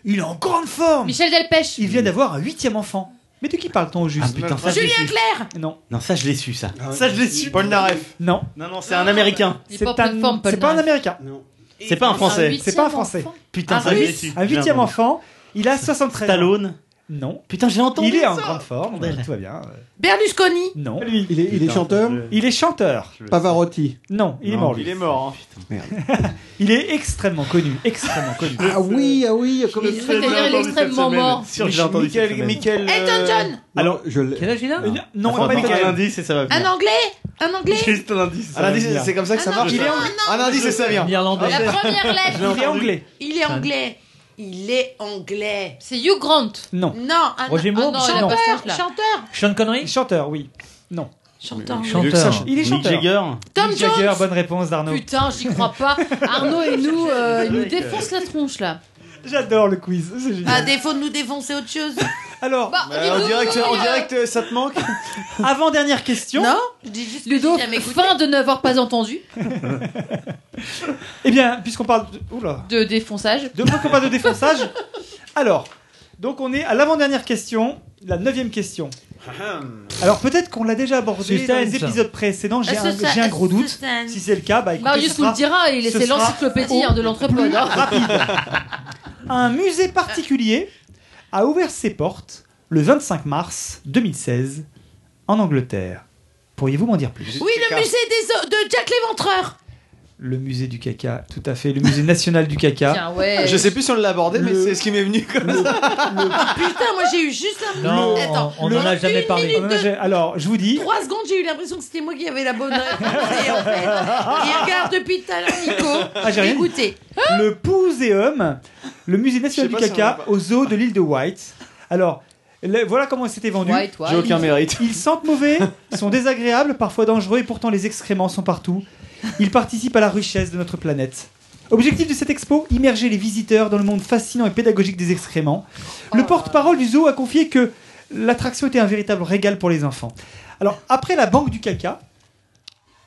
G: Il est en grande forme.
F: Michel Delpech.
G: Il vient d'avoir un huitième enfant. Mais de qui parle-t-on au juste
H: Ah, putain, ça, je l'ai
E: Julien
H: su. Euh,
E: Clerc.
G: Non,
H: Non, ça, je l'ai su, ça.
G: Ah
H: ça, je l'ai su.
D: Paul Naref.
G: non.
H: Non, non, c'est un américain.
F: Il est
G: C'est
F: pas en pleine forme,
G: un,
F: Paul
G: c'est pas un
F: Naref.
G: Américain.
H: C'est pas un français.
G: C'est pas un français.
H: Putain,
F: Un
H: ça, je l'ai
F: Russe.
H: su.
G: Un huitième
H: Merde.
G: enfant. Il a 73 ans.
H: Stallone.
G: Non.
H: Putain, j'ai entendu.
G: Il est en
H: ça.
G: grande forme.
H: Bordel.
G: Tout va bien. Euh,
E: Berlusconi.
G: Non.
C: Il est, il est
H: Putain,
C: chanteur
H: je-
G: Il est chanteur.
C: Pavarotti.
G: Non, il est
H: Non,
G: mort
D: Il
G: lui.
D: est mort. hein.
G: Il est extrêmement connu. Extrêmement connu.
C: Ah oui, ah oui, comme
F: Il est extrêmement mort.
H: Sûr que j'ai entendu. cette
D: Michael,
H: semaine.
D: Michael, euh,
E: Elton John.
C: Alors, je l'ai.
A: Quel âge il a
G: Une- Non,
H: Attends,
G: pas
H: attends,
G: Michael.
H: un indice et ça
K: euh,
H: va
E: Un
H: venir.
E: anglais. Un anglais.
H: Juste un indice.
D: Un indice, c'est comme ça que ça
E: Ah,
D: marche.
E: non,
D: Il est
E: non,
D: anglais.
E: non.
D: Un indice, c'est ça vient.
A: Irlandais.
E: La première lettre.
G: Il est anglais.
E: Il est anglais. Il est anglais.
F: C'est Hugh Grant.
G: Non.
E: Non, un
A: Roger Moore,
F: Ah non,
A: c'est-
F: elle a
G: non.
F: pas cette
E: chanteur.
F: là.
E: Chanteur.
A: Sean Connery
G: Chanteur, oui. Non.
E: Chanteur.
A: Chanteur.
G: Il est
H: Mick
G: chanteur.
H: Jagger.
E: Tom
G: Mick Jagger,
E: Jones.
G: bonne réponse d'Arnaud.
F: Putain, j'y crois pas. Arnaud et nous, euh, il nous défonce la tronche là. Ah,
G: J'adore le quiz. C'est
E: À
G: génial.
E: défaut de nous défoncer autre chose.
G: Alors,
F: Bah,
D: Euh,
F: dis-nous,
D: en direct,
F: euh,
D: en direct, euh, ça te
G: *laughs*
D: manque
G: avant dernière question.
E: Non Je dis juste que
F: Ludo,
E: j'ai jamais écouté.
F: fin de n'avoir pas entendu
G: Eh bien, puisqu'on parle de... Oula.
F: de défonçage.
G: De pourquoi pas de
F: *laughs*
G: défonçage Alors, donc on est à l'avant-dernière question, la neuvième question. Alors peut-être qu'on l'a déjà abordé
A: Suspense.
G: dans les épisodes précédents, j'ai un,
E: Est-ce que ça-
G: j'ai un gros
E: est-ce que
G: doute.
E: ça-
G: Si c'est le cas, bah écoutez,
F: Marius
G: ce
F: nous
G: sera
F: le dira, il est-
G: ce
F: c'est
G: sera
F: l'encyclopédie hein, de l'entrepreneur.
G: un musée particulier a ouvert ses portes le 25 mars 2016 en Angleterre. Pourriez-vous m'en dire plus
E: Oui, le musée des o- de Jack l'Éventreur.
G: Le musée du caca, tout à fait, le musée national du caca.
F: Tiens, ouais.
D: Je sais plus si on l'a abordé, mais
G: Le-
D: c'est ce qui m'est venu comme ça.
G: Ah.
E: Putain, moi j'ai eu juste un
A: Non,
E: Attends,
A: on n'en a jamais
E: une
A: parlé.
E: minute
G: Ah,
E: de
G: j'ai- Alors, je vous dis,
E: 3 secondes, j'ai eu l'impression que c'était moi qui avais la bonne réponse. Et en fait, il regarde depuis tout à l'heure Nico.
G: Ah, j'ai rien dit.
E: Écoutez,
G: le Pouséum, le musée national
D: Je
G: du
D: sais pas si
G: caca
D: on l'a pas.
G: au zoo de l'île de White. Alors, le- voilà comment c'était vendu.
F: Ouais, toi,
D: J'ai aucun mérite.
G: Ils sentent mauvais, sont désagréables, parfois dangereux et pourtant les excréments sont partout. Ils participent à la richesse de notre planète. Objectif de cette expo immerger les visiteurs dans le monde fascinant et pédagogique des excréments.
E: Oh.
G: Le porte-parole du zoo a confié que l'attraction était un véritable régal pour les enfants. Alors, après la banque du caca,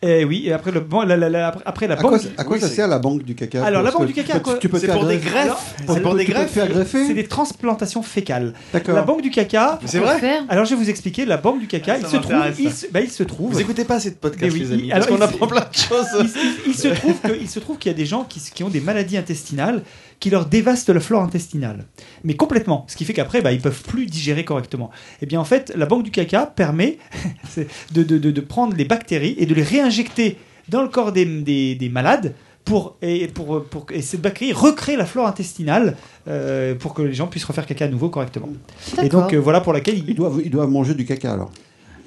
G: eh oui, et après, le, ban- la, la- la- après- après la
C: À quoi,
G: banque.
C: à quoi
D: Oui,
C: ça
D: c'est-
C: sert la banque du caca
G: Alors, la
C: Parce que
G: banque du caca,
C: tu-
G: quoi.
C: Tu peux te
D: C'est
C: faire
D: pour des
C: greffes.
D: greffes. C'est pour des
C: Tu peux te
D: greffes.
C: faire
G: C'est
C: greffer
G: des transplantations fécales. La
C: D'accord.
G: banque du caca.
D: C'est vrai
F: Faire.
G: Alors, je vais vous expliquer, la banque du caca,
H: Ah,
G: il
H: ça
G: se, trouve,
H: m'intéresse,
G: il,
H: ça.
G: se, bah, il se trouve.
D: Vous écoutez pas cette podcast,
G: Mais oui,
D: les amis,
G: alors,
D: parce qu'on
G: il-
D: apprend plein de
G: il,
D: choses.
G: il- il se trouve que- il se trouve qu'il y a des gens qui, qui ont des maladies intestinales qui leur dévastent la flore intestinale, mais complètement. Ce qui fait qu'après, bah, ils peuvent plus digérer correctement. Et bien en fait, la banque du caca permet *laughs* c'est de, de- de- de prendre les bactéries et de les réinjecter dans le corps des, des- des malades pour, et pour, pour essayer de bactéries recréer la flore intestinale euh, pour que les gens puissent refaire caca à nouveau correctement. Et
C: D'accord.
G: donc euh, voilà pour laquelle ils
C: doivent, ils doivent manger du caca alors.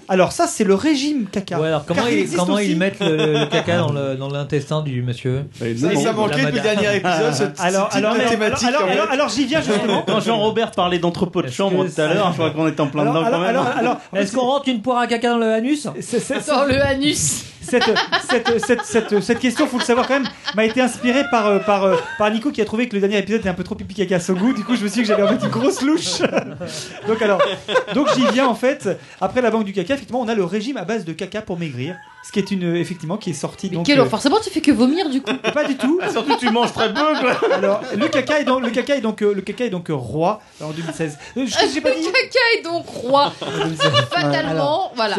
G: Alors ça c'est le régime caca.
A: Ouais, alors comment,
G: Car il
A: ils,
G: existe
A: comment
G: aussi.
A: ils mettent le, le caca
G: *laughs*
A: dans le- dans l'intestin du monsieur
G: Ça,
H: Bah,
G: il
A: La
G: s'est manqué depuis le
A: madame. Ah.
G: dernier épisode, ce petit- Alors, cette alors, petite hein. alors, thématique, alors, quand même. alors, alors, j'y viens, justement.
H: *laughs* Quand Jean-Robert parlait d'entrepôt de chambre
A: *laughs*
H: tout à l'heure, je crois qu'on est en plein
A: Alors,
H: dedans
A: alors,
H: quand même.
A: alors, alors, Est-ce qu'on rentre une poire à caca dans le anus
F: Dans le anus.
G: Cette, cette, cette, cette, cette question, faut le savoir quand même, m'a été inspirée par, euh, par, euh, par Nico qui a trouvé que le dernier épisode était un peu trop pipi caca au goût. Du coup, je me suis dit que j'avais en fait une grosse louche. donc alors, donc j'y viens en fait. Après la banque du caca, effectivement, on a le régime à base de caca pour maigrir, ce qui est une effectivement qui est sorti. donc,
F: Quel
G: euh,
F: horreur. Forcément, tu fais que vomir du coup.
G: Pas du tout. Ah, Surtout tu manges très peu quoi. Alors le caca est donc le caca est donc euh, le caca est donc euh, roi en 2016. Euh, je-
F: Ah,
G: j'ai
F: *laughs*
G: pas dit-
F: Le caca est donc roi. *laughs* Fatalement,
G: Alors,
F: voilà.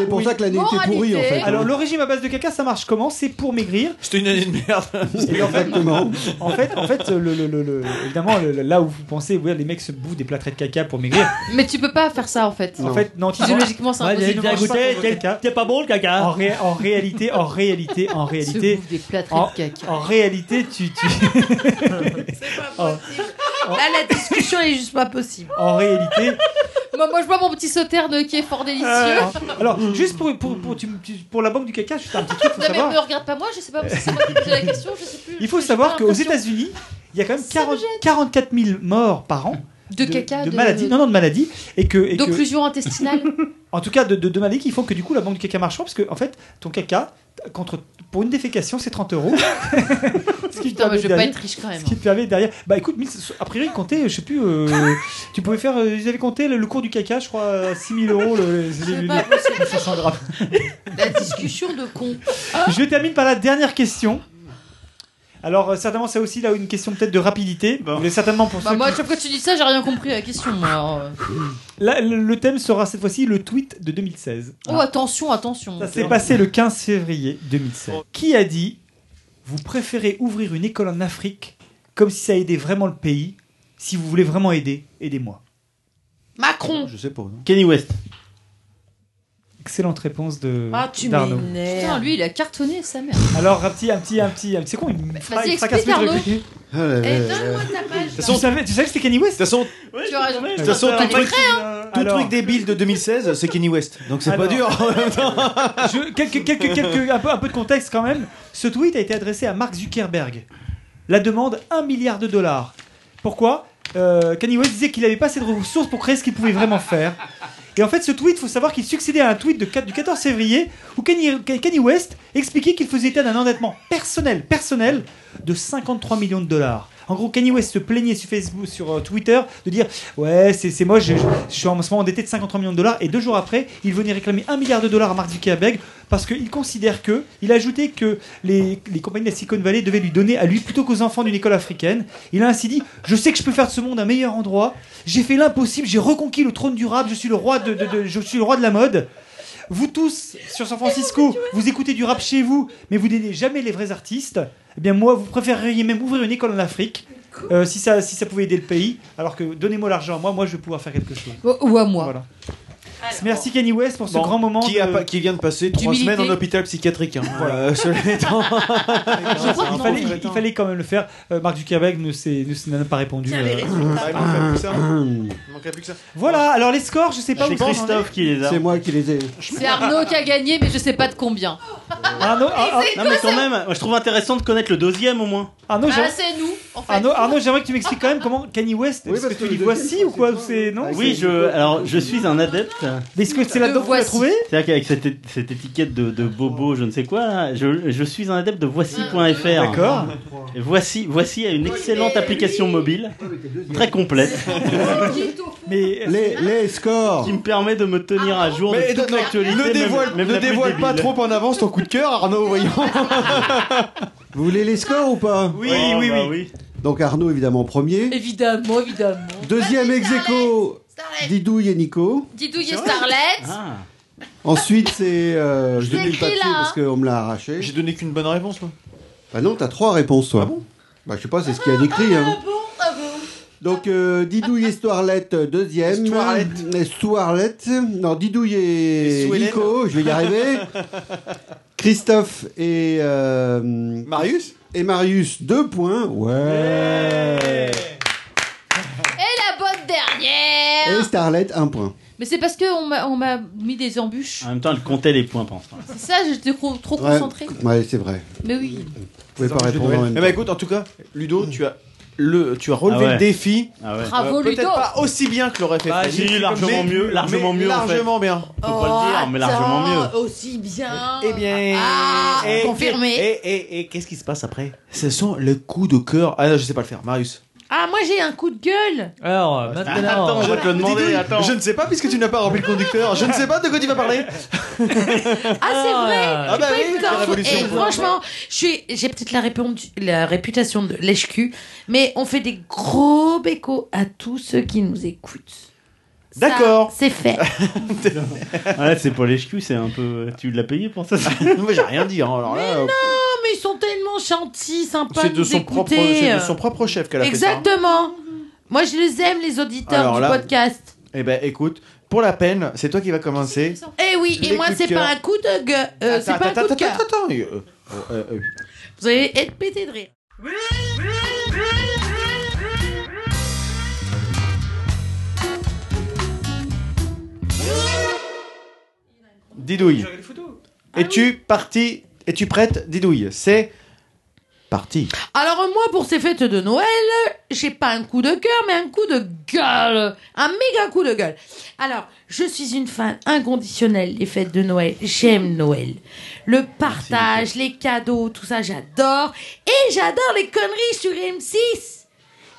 G: Oui. Alors le régime à base de caca, ça marche comment C'est pour maigrir.
D: C'était une année de merde. *laughs*
G: Exactement. En fait, en fait, le, le- le- le- évidemment, le- le- là où vous pensez, ouais, les mecs se bouffent des plâtrés de caca pour maigrir.
F: Mais tu peux pas faire ça en fait.
G: En fait, non. tu-
F: Physiologiquement, c'est
G: Ouais,
F: impossible.
G: t'as goûté,
F: *laughs*
G: t'es-
A: T'es pas bon le caca.
G: En, ré- en réalité, en réalité, en réalité, en, en réalité, tu, *laughs* tu-
E: Là, la discussion est juste pas possible.
G: en réalité,
F: Moi, moi, je bois mon petit sauterne qui est fort délicieux. *laughs*
G: Euh, alors, juste pour, pour, pour, tu- tu- pour la banque du caca, juste un petit truc, faut
F: non, mais
G: savoir.
F: me regarde pas moi, je sais pas si c'est moi qui pose la question, je sais plus.
G: Il faut savoir qu'aux États-Unis, il y a quand même 40 44 000 morts par an.
F: De caca,
G: de,
F: de-
G: maladies, non, non, de maladies, et que, et que-
F: D'occlusion intestinale.
G: *laughs* en tout cas, de, de, de maladies qui font que du coup la banque du caca marche pas, parce que en fait, ton caca, contre, pour une défécation, c'est 30
F: *laughs*
G: euros. Ce qui te
F: Putain,
G: permet
F: mais je vais pas
G: derrière-
F: être riche quand même. hein.
G: Ce qui te permet derrière. Bah écoute, mille- a priori, ils comptaient, je sais plus, euh, tu pouvais faire, euh, ils avaient compté le, le cours du caca, je crois, 6000 euros, le, le-
E: pas
G: *laughs* le- 500 grammes.
E: La discussion de con.
G: Je termine par la dernière question. Alors, euh, certainement, c'est aussi là une question peut-être de rapidité. Mais certainement pour
F: Bah,
G: ceux
F: moi,
G: qui-
F: chaque fois que tu dis ça, j'ai rien compris à la question. moi, alors, euh.
G: Là, le le thème sera cette fois-ci le tweet de 2016.
F: Oh, attention, attention.
G: Ah. Ça s'est passé le 15 février 2016. Qui a dit Vous préférez ouvrir une école en Afrique comme si ça aidait vraiment le pays Si vous voulez vraiment aider, aidez-moi.
E: Macron.
G: Oh, Je sais pas. Kenny West. Excellente réponse de
F: Ah, tu
G: d'Arnaud.
F: Putain, lui, il a cartonné sa mère.
G: Alors, un petit, un petit, un petit. un petit- C'est con, il me
D: Ah,
G: fra-
F: vas-y,
G: il fracasse
F: explique,
G: mes trucs.
F: Arnaud.
G: De toute façon, Tu savais, tu savais que c'était Kenny West De
D: toute façon,
F: Tu aurais-
D: de toute
F: Putain,
D: façon,
F: t'aurais
D: tout truc, euh,
F: été prêt, hein.
D: tout
G: Alors-
D: truc débile de 2016, c'est Kenny West. Donc c'est pas
G: Alors-
D: dur.
G: *laughs*
D: *laughs*
G: Je- quelques- quelques- quelques- un, peu, un peu de contexte quand même. Ce tweet a été adressé à Mark Zuckerberg. La demande 1 milliard de dollars. Pourquoi Euh, Kanye West disait qu'il n'avait pas assez de ressources pour créer ce qu'il pouvait vraiment faire. Et en fait, ce tweet, faut savoir qu'il succédait à un tweet de 4 du 14 février où Kanye, Kanye West expliquait qu'il faisait état d'un endettement personnel, personnel de 53 millions de dollars. En gros, Kanye West se plaignait sur Facebook, sur euh, Twitter, de dire ouais, c'est c'est moi, je, je- je suis en ce moment endetté de 53 millions de dollars. Et deux jours après, il venait réclamer 1 milliard de dollars à Mark Zuckerberg parce qu'il considère que, il a ajouté que les, les compagnies de la Silicon Valley devaient lui donner à lui plutôt qu'aux enfants d'une école africaine. Il a ainsi dit je sais que je peux faire de ce monde un meilleur endroit. J'ai fait l'impossible, j'ai reconquis le trône du rap. Je suis le roi de, de- de- je suis le roi de la mode. Vous tous, sur San Francisco, vous écoutez du rap chez vous, mais vous n'aidez jamais les vrais artistes. Eh bien, moi, vous préféreriez même ouvrir une école en Afrique, euh, si, ça, si ça pouvait aider le pays, alors que donnez-moi l'argent à moi, moi, je vais pouvoir faire quelque chose.
F: Ou à moi.
G: Merci Kenny West pour ce
D: Bon,
G: grand moment.
D: qui, a pas- qui vient de passer trois
G: d'humilité.
D: semaines en hôpital psychiatrique. hein. Euh, cela
F: *laughs*
D: étant.
G: Il fallait, il- il fallait quand même le faire. Euh, Marc Zuckerberg ne s'est- ne s'est- n'a pas répondu.
D: Tiens, les
G: euh.
D: résultats. Ah, il manquerait plus que ça. Il manquerait plus que ça.
G: Voilà, alors les scores, je sais pas
D: C'est
G: où hein. ça en est.
D: Christophe qui les a.
C: C'est moi qui les ai.
F: C'est Arnaud qui a gagné, mais je sais pas de combien.
G: Ah, Arnaud,
H: non mais quand même, moi, je trouve intéressant de connaître le deuxième au moins.
G: Arnaud,
F: Ah, c'est nous, en fait.
G: Arnaud, Arnaud, j'aimerais que tu m'expliques quand même comment Kanye West.
H: Oui,
G: Est-ce
H: parce
G: que tu
H: que
G: dis
H: le
G: voici ou quoi C'est non
H: Oui, je, alors je suis un adepte.
G: Mais est-ce que c'est là-dedans que tu l'as trouvé
H: C'est-à-dire qu'avec cette, é- cette étiquette de, de bobo, je ne sais quoi, là, je, je suis un adepte de voici.fr.
G: D'accord.
H: Et Voici, voici a une excellente application mobile, très complète.
G: Mais *laughs*
H: les,
C: scores
H: qui me permet de me tenir à jour
D: Mais
H: de toute
D: non,
H: l'actualité.
D: ne
H: même-
D: dévoile,
H: même
D: ne
H: la plus
D: dévoile pas
H: débile.
D: trop en avance ton coup de cœur, Arnaud, voyons.
C: *laughs* Vous voulez les scores ou pas
H: Oui, Oh, oui,
D: Ah,
H: bah oui.
C: Donc Arnaud évidemment premier.
F: Évidemment, évidemment.
C: Deuxième ex aequo, Didouille et Nico.
F: Didouille et Starlet.
G: Ah.
C: Ensuite c'est... euh, je
F: C'est
C: donne le
F: écrit,
C: papier
F: là,
C: parce qu'on me l'a arraché.
D: J'ai donné qu'une bonne réponse moi. Ah
C: Bah non, t'as trois réponses toi. Bah je sais pas, c'est ce qu'il y a d'écrit. hein. Donc euh, Didouille et Stoirlette euh, deuxième. Et Stoirlette. Non, Didouille et,
D: Souélène. *laughs*
C: Nico, je vais y arriver. Christophe et... euh,
D: Marius
C: et Marius, 2 points. Ouais.
E: la bonne dernière
C: Et Starlet, 1 point.
E: Mais c'est parce qu'on m'a on m'a mis des embûches.
B: En même temps, elle comptait les points, pense.
E: C'est ça, j'étais trop, trop
C: Ouais,
E: concentrée.
C: ouais, c'est vrai.
E: Mais oui.
C: Vous pouvez pas répondre en même
D: Eh ben écoute, en tout cas, Ludo, tu as le, tu as
C: Ah
D: relevé
C: ouais.
D: le défi.
C: ouais.
E: Bravo,
D: Peut-être
E: Ludo.
D: pas aussi bien que l'aurait fait.
B: Bah,
D: Freddy,
B: si, largement
D: mais-
B: mieux, largement
D: mais
B: mieux, en fait.
D: Largement bien.
B: Faut pas le dire, mais largement mieux.
E: Aussi bien.
D: Eh bien. eh,
E: Ah,
G: eh,
D: Et-
E: confirmé.
D: Et, et- et eh, qu'est-ce qui se passe après Ce sont les coups de cœur. Ah non, je sais pas le faire, Marius.
E: Ah, moi j'ai un coup de gueule.
A: Alors, maintenant.
D: Attends, je vais te le demander.
B: attends.
D: Je ne sais pas puisque tu n'as pas rempli le conducteur. Je ne sais pas de quoi tu vas parler.
E: Ah, c'est vrai.
D: Ah
E: J'ai
D: bah
E: pas
D: oui,
E: eu le
D: c'est la
E: temps.
D: révolution.
E: Et franchement, je suis- j'ai peut-être la, répon- la réputation de lèche-cul, mais on fait des gros bécos à tous ceux qui nous écoutent. Ça,
D: D'accord. *laughs*
E: C'est fait.
B: Ouais, c'est pas les ch'culs, c'est un peu. Tu l'as payé pour ça
D: *laughs* Moi, j'ai rien dit. hein. Alors là, euh,
E: Non, mais ils sont tellement gentils, sympas.
D: c'est de
E: nous
D: son propre,
E: écouter.
D: c'est de son propre chef qu'elle a fait ça.
E: Exactement. Moi, je les aime, les auditeurs
D: Alors
E: du
D: là-
E: podcast.
D: Eh ben écoute, pour la peine, c'est toi qui vas commencer.
E: Eh oui,
D: Les
E: et moi,
D: coups de
E: c'est
D: cœur.
E: pas un coup de gueule. euh, c'est
D: Attends,
E: pas un
D: attends,
E: coup de
D: attends,
E: cœur.
D: attends, attends, euh, euh, euh,
E: Vous allez être pété de rire.
D: Didouille.
G: Ah
D: Es-tu parti Es-tu prête Didouille, c'est parti.
E: Alors moi, pour ces fêtes de Noël, j'ai pas un coup de cœur, mais un coup de gueule. Un méga coup de gueule. Alors, je suis une fan inconditionnelle des fêtes de Noël. J'aime Noël. Le partage, les cadeaux, tout ça, j'adore. Et j'adore les conneries sur M6.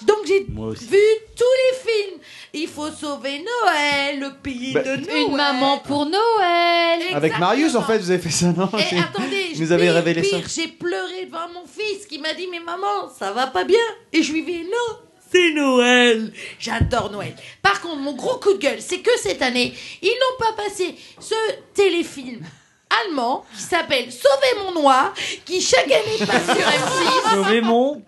E: Donc j'ai vu tous les films. Il faut sauver Noël, le pays
D: Bah,
E: de Noël.
F: Une maman pour Noël.
D: Avec Marius, en fait, vous avez fait ça, non
F: Eh,
E: Et Eh, attendez,
D: Oh, Vous avez
E: pire,
D: révélé ça.
E: pire, J'ai pleuré devant mon fils qui m'a dit Mais maman, ça va pas bien. Et je lui ai dit Non, c'est Noël. J'adore Noël. Par contre, mon gros coup de gueule, c'est que cette année, ils n'ont pas passé ce téléfilm allemand qui s'appelle Sauver mon noir, qui
D: *laughs*
E: chaque année passe sur M6.
A: Sauver mon.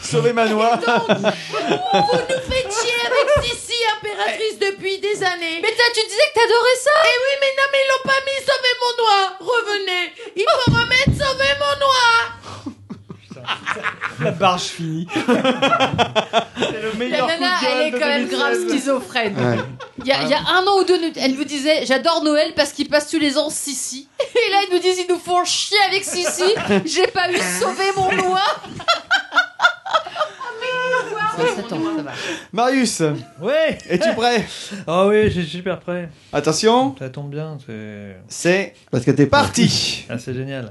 D: Sauver Manoir. *laughs*
E: Vous nous faites chier avec Sissi, impératrice, depuis des années.
F: Mais t'as- tu disais que t'adorais ça.
E: Eh oui, mais non, mais ils l'ont pas mis Sauver mon noir. Revenez, il faut remettre Sauver mon noir.
G: La barge finie.
F: La nana, elle est quand même grave schizophrène.
C: Ouais.
F: Il y, a, il y a un an ou deux, elle nous disait J'adore Noël parce qu'il passe tous les ans Sissi. *laughs* Et là, ils nous disent Ils nous font chier avec Sissi. J'ai pas eu sauver mon loi.
D: Marius,
A: Ouais
D: es-tu prêt
A: Ah oui, j'ai super prêt.
D: Attention,
A: Ça tombe bien, c'est.
D: c'est
C: Parce que t'es parti.
D: parti.
A: Ah, c'est génial.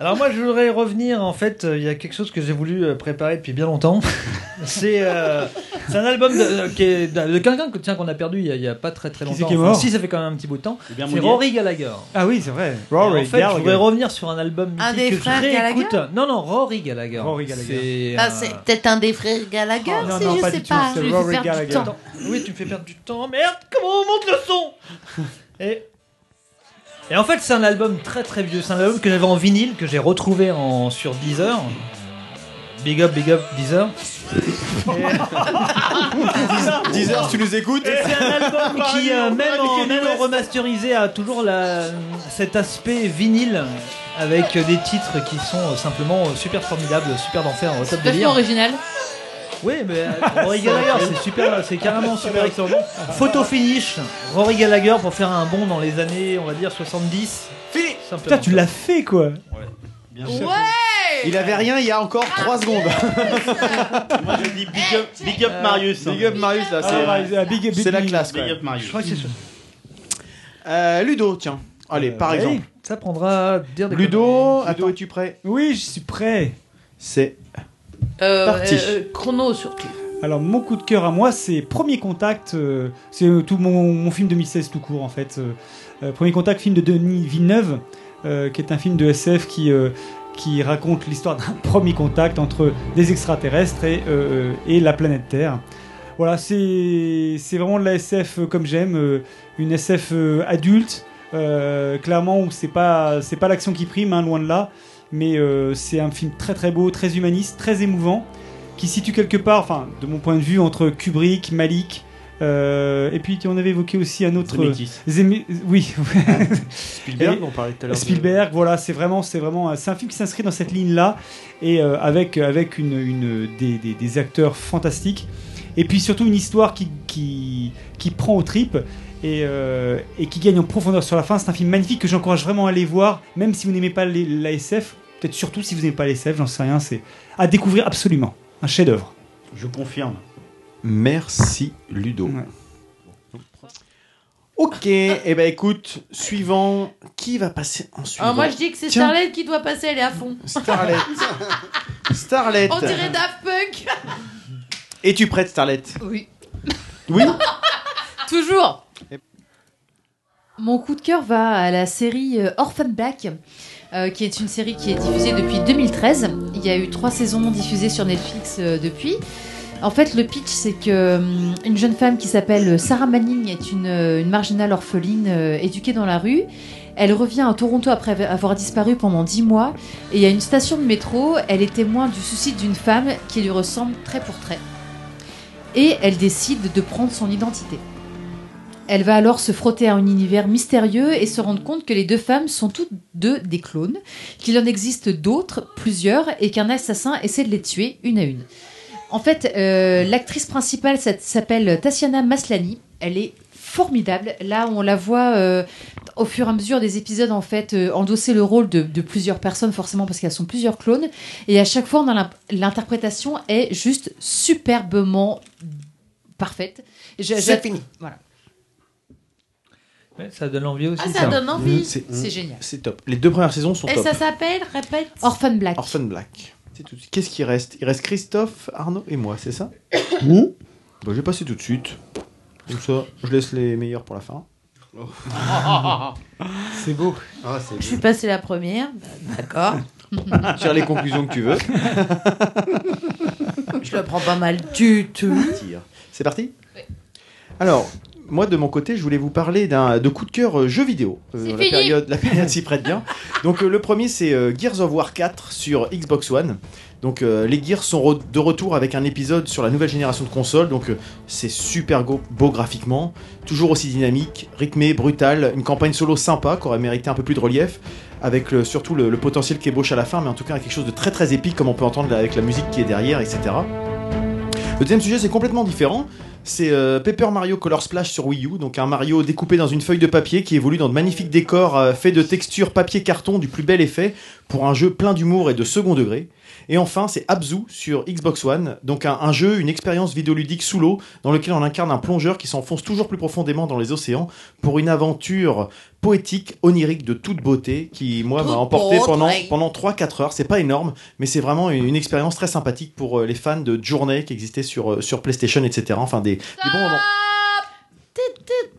A: Alors moi, je voudrais revenir, en fait, euh, il y a quelque chose que j'ai voulu euh, préparer depuis bien longtemps. *laughs* c'est euh, c'est un album de, euh, qui est de- de quelqu'un que tiens qu'on a perdu il y a, il y a pas très très
G: Qui
A: longtemps.
G: c'est qui est
A: Enfin,
G: mort
A: si, ça fait quand même un petit bout de temps.
B: bien
A: C'est
B: Mounier.
A: Rory Gallagher.
G: Ah oui, c'est vrai.
A: Et
G: Rory
A: en fait, je voudrais
G: Gallagher.
A: revenir sur un album mythique
E: Un des
A: que je
E: frères Gallagher
A: réécoute. Non, non, Rory Gallagher.
G: Rory Gallagher.
A: C'est,
E: Ah,
A: euh,
E: c'est peut-être un des frères Gallagher,
G: Oh, non,
E: si
G: non,
E: je
G: pas
E: sais
G: du tout,
E: pas.
G: c'est
F: Je vais
G: Rory
F: faire du
G: Gallagher.
F: temps.
A: Attends, oui, tu me fais perdre du temps. Merde, comment on monte le son Eh. *laughs*
D: *laughs*
A: Et. Et en fait, c'est un album très très vieux. C'est un album que j'avais en vinyle, que j'ai retrouvé en, sur Deezer. Big up, big up,
D: *laughs*
A: Deezer.
D: 10 heures, tu nous écoutes
A: C'est un album qui, euh, même, en,
D: Mickey
A: même en
D: West.
A: remasterisé, a toujours la, cet aspect vinyle avec euh, des titres qui sont euh, simplement euh, super formidables, super d'enfer, au top de
F: Vachement
A: lire.
F: original.
A: Oui, mais
G: *laughs*
A: euh, Rory Gallagher, c'est super, euh, c'est carrément super excellent. Photo finish, Rory Gallagher pour faire un bond dans les années, on va dire 70.
D: Fini.
A: Simplement.
G: Putain, tu l'as fait quoi
D: Il avait rien il y a encore
G: Ah.
D: 3 secondes.
G: *laughs*
B: Moi, je dis big up, big up Marius.
D: Big up Marius, là,
G: Ah,
D: c'est-
G: ouais, euh, Big-
D: c'est
G: Big-
D: la classe.
B: Big
D: quoi.
B: up Marius.
A: Je crois que c'est ça.
D: Euh, Ludo, tiens. Allez,
G: Euh,
D: par
G: Bah
A: Ouais,
D: exemple.
A: Ça prendra à dire des
D: Ludo, attends, es-tu prêt
G: Oui, je suis prêt.
D: C'est
E: Euh,
D: Parti.
E: euh, euh, chrono surtout.
G: Alors mon coup de cœur à moi, c'est Premier Contact. euh, c'est euh, tout mon, mon film 2016 tout court en fait. euh, euh, Premier Contact, film de Denis Villeneuve, euh, qui est un film de SF qui euh, qui raconte l'histoire d'un *laughs* premier contact entre des extraterrestres et, euh, et la planète Terre. Voilà, c'est c'est vraiment de la SF euh, comme j'aime, euh, une SF euh, adulte, euh, clairement où c'est pas c'est pas l'action qui prime, hein, loin de là, mais euh, c'est un film très très beau, très humaniste, très émouvant qui se situe quelque part, enfin, de mon point de vue, entre Kubrick, Malik, Euh, et puis, tu- on avait évoqué aussi un autre.
D: Zemeckis.
G: Zeme- Oui. *laughs*
D: Spielberg, on parlait tout à l'heure de-
G: Spielberg, voilà, c'est vraiment, c'est vraiment, euh, c'est un film qui s'inscrit dans cette ligne-là et euh, avec avec une, une- des, des- des acteurs fantastiques et puis surtout une histoire qui qui, qui prend aux tripes. Et, euh, et qui gagne en profondeur sur la fin. C'est un film magnifique que j'encourage vraiment à aller voir, même si vous n'aimez pas les- la SF, peut-être surtout si vous n'aimez pas la SF, j'en sais rien, c'est à découvrir absolument. Un chef-d'œuvre.
H: Je confirme.
D: Merci Ludo. Ok, et ben écoute, suivant, qui va passer ensuite
E: Alors Ah, moi je dis que c'est
D: Tiens,
E: Starlet qui doit passer, elle est
G: *laughs*
E: à fond.
D: Starlet. Starlet.
E: On dirait Daft Punk.
D: Es-tu prête, Starlet
E: Oui.
D: Oui
F: *laughs*
E: Toujours.
F: Mon coup de cœur va à la série euh, Orphan Black, euh, qui est une série qui est diffusée depuis 2013. Il y a eu trois saisons diffusées sur Netflix euh, depuis. En fait, le pitch, c'est que hum, une jeune femme qui s'appelle Sarah Manning est une, euh, une marginale orpheline euh, éduquée dans la rue. Elle revient à Toronto après av- avoir disparu pendant 10 mois. Et à une station de métro, elle est témoin du suicide d'une femme qui lui ressemble trait pour trait. Et elle décide de prendre son identité. Elle va alors se frotter à un univers mystérieux et se rendre compte que les deux femmes sont toutes deux des clones, qu'il en existe d'autres, plusieurs, et qu'un assassin essaie de les tuer une à une. En fait, euh, l'actrice principale s'appelle- s'appelle Tatiana Maslani. Elle est formidable. Là, on la voit euh, au fur et à mesure des épisodes, en fait, euh, endosser le rôle de, de plusieurs personnes, forcément, parce qu'elles sont plusieurs clones. Et à chaque fois, on a l'imp- l'interprétation est juste superbement parfaite. Je-
E: C'est
F: je-
E: fini.
F: Voilà.
A: Ouais, Ça donne envie aussi.
E: Ah, ça donne envie.
F: C'est génial.
D: C'est top. Les deux premières saisons sont
E: Et
D: top.
E: ça s'appelle, répète.
F: Orphan Black.
D: Orphan Black. C'est tout de suite. Qu'est-ce qui reste Il reste Christophe, Arnaud et moi, c'est ça Bah, je vais passer tout de suite. Comme ça, je laisse les meilleurs pour la fin. *laughs*
G: Ah, C'est beau.
E: Je suis passée la première. D'accord.
D: Tire les conclusions que tu veux.
E: *laughs* Je le prends pas mal du tout.
D: Tire. C'est parti Alors, moi de mon côté, je voulais vous parler d'un de coup de cœur euh, jeu vidéo. Euh,
E: C'est
D: la
E: fini.
D: période, la période s'y prête bien. Donc euh, le premier c'est euh, Gears of War 4 sur Xbox One. Donc euh, les Gears sont re- de retour avec un épisode sur la nouvelle génération de consoles. Donc euh, c'est super go- beau graphiquement, toujours aussi dynamique, rythmé, brutal, une campagne solo sympa qui aurait mérité un peu plus de relief avec le- surtout le, le potentiel qu'ébauche à la fin, mais en tout cas quelque chose de très très épique comme on peut entendre avec la musique qui est derrière, etc. Le deuxième sujet, c'est complètement différent. C'est euh, Paper Mario Color Splash sur Wii U, donc un Mario découpé dans une feuille de papier qui évolue dans de magnifiques décors euh, faits de textures papier-carton du plus bel effet pour un jeu plein d'humour et de second degré. Et enfin, c'est Abzu sur Xbox One, donc un, un jeu, une expérience vidéoludique sous l'eau dans lequel on incarne un plongeur qui s'enfonce toujours plus profondément dans les océans pour une aventure poétique, onirique de toute beauté qui, moi, m'a
H: Toute
D: emporté pendant,
H: beauté.
D: pendant 3-4 heures. C'est pas énorme, mais c'est vraiment une, une expérience très sympathique pour euh, les fans de Journée qui existait sur, euh, sur PlayStation, etc. Enfin, des, des *laughs* bons moments.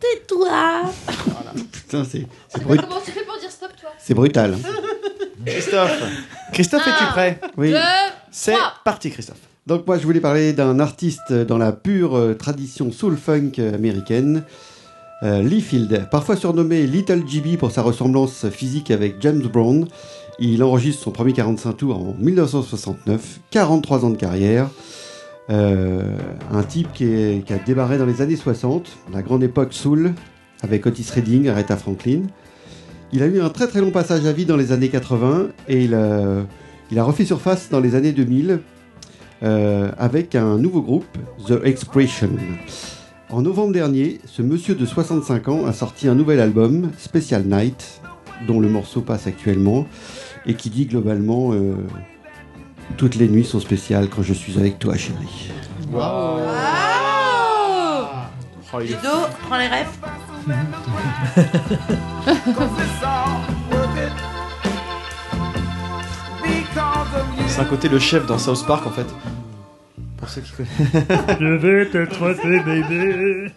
E: Tais-toi.
C: Putain, c'est c'est brut-
E: Comment tu fais pour dire stop, toi
C: c'est brutal. hein.
D: Christophe, Christophe, es-tu prêt
C: Oui.
D: C'est parti, Christophe.
C: Donc moi je voulais parler d'un artiste dans la pure euh, tradition soul funk américaine, euh, Lee Field, parfois surnommé Little GB pour sa ressemblance physique avec James Brown. Il enregistre son premier 45 tours en 1969, 43 ans de carrière. Euh, un type qui, est- qui a débarré dans les années 60, la grande époque soul, avec Otis Redding, Aretha Franklin. Il a eu un très très long passage à vie dans les années 80 et il a, il a refait surface dans les années 2000 euh, avec un nouveau groupe, The Expression. En novembre dernier, ce monsieur de 65 ans a sorti un nouvel album, Special Night, dont le morceau passe actuellement et qui dit globalement euh, Toutes les nuits sont spéciales quand je suis avec toi, chérie.
E: Oh
D: Oh, il est-
E: Ludo, prends les refs.
D: C'est un côté le chef dans South Park, en fait. Pour ceux qui connaissent.
K: Je vais t'être fait, bébé.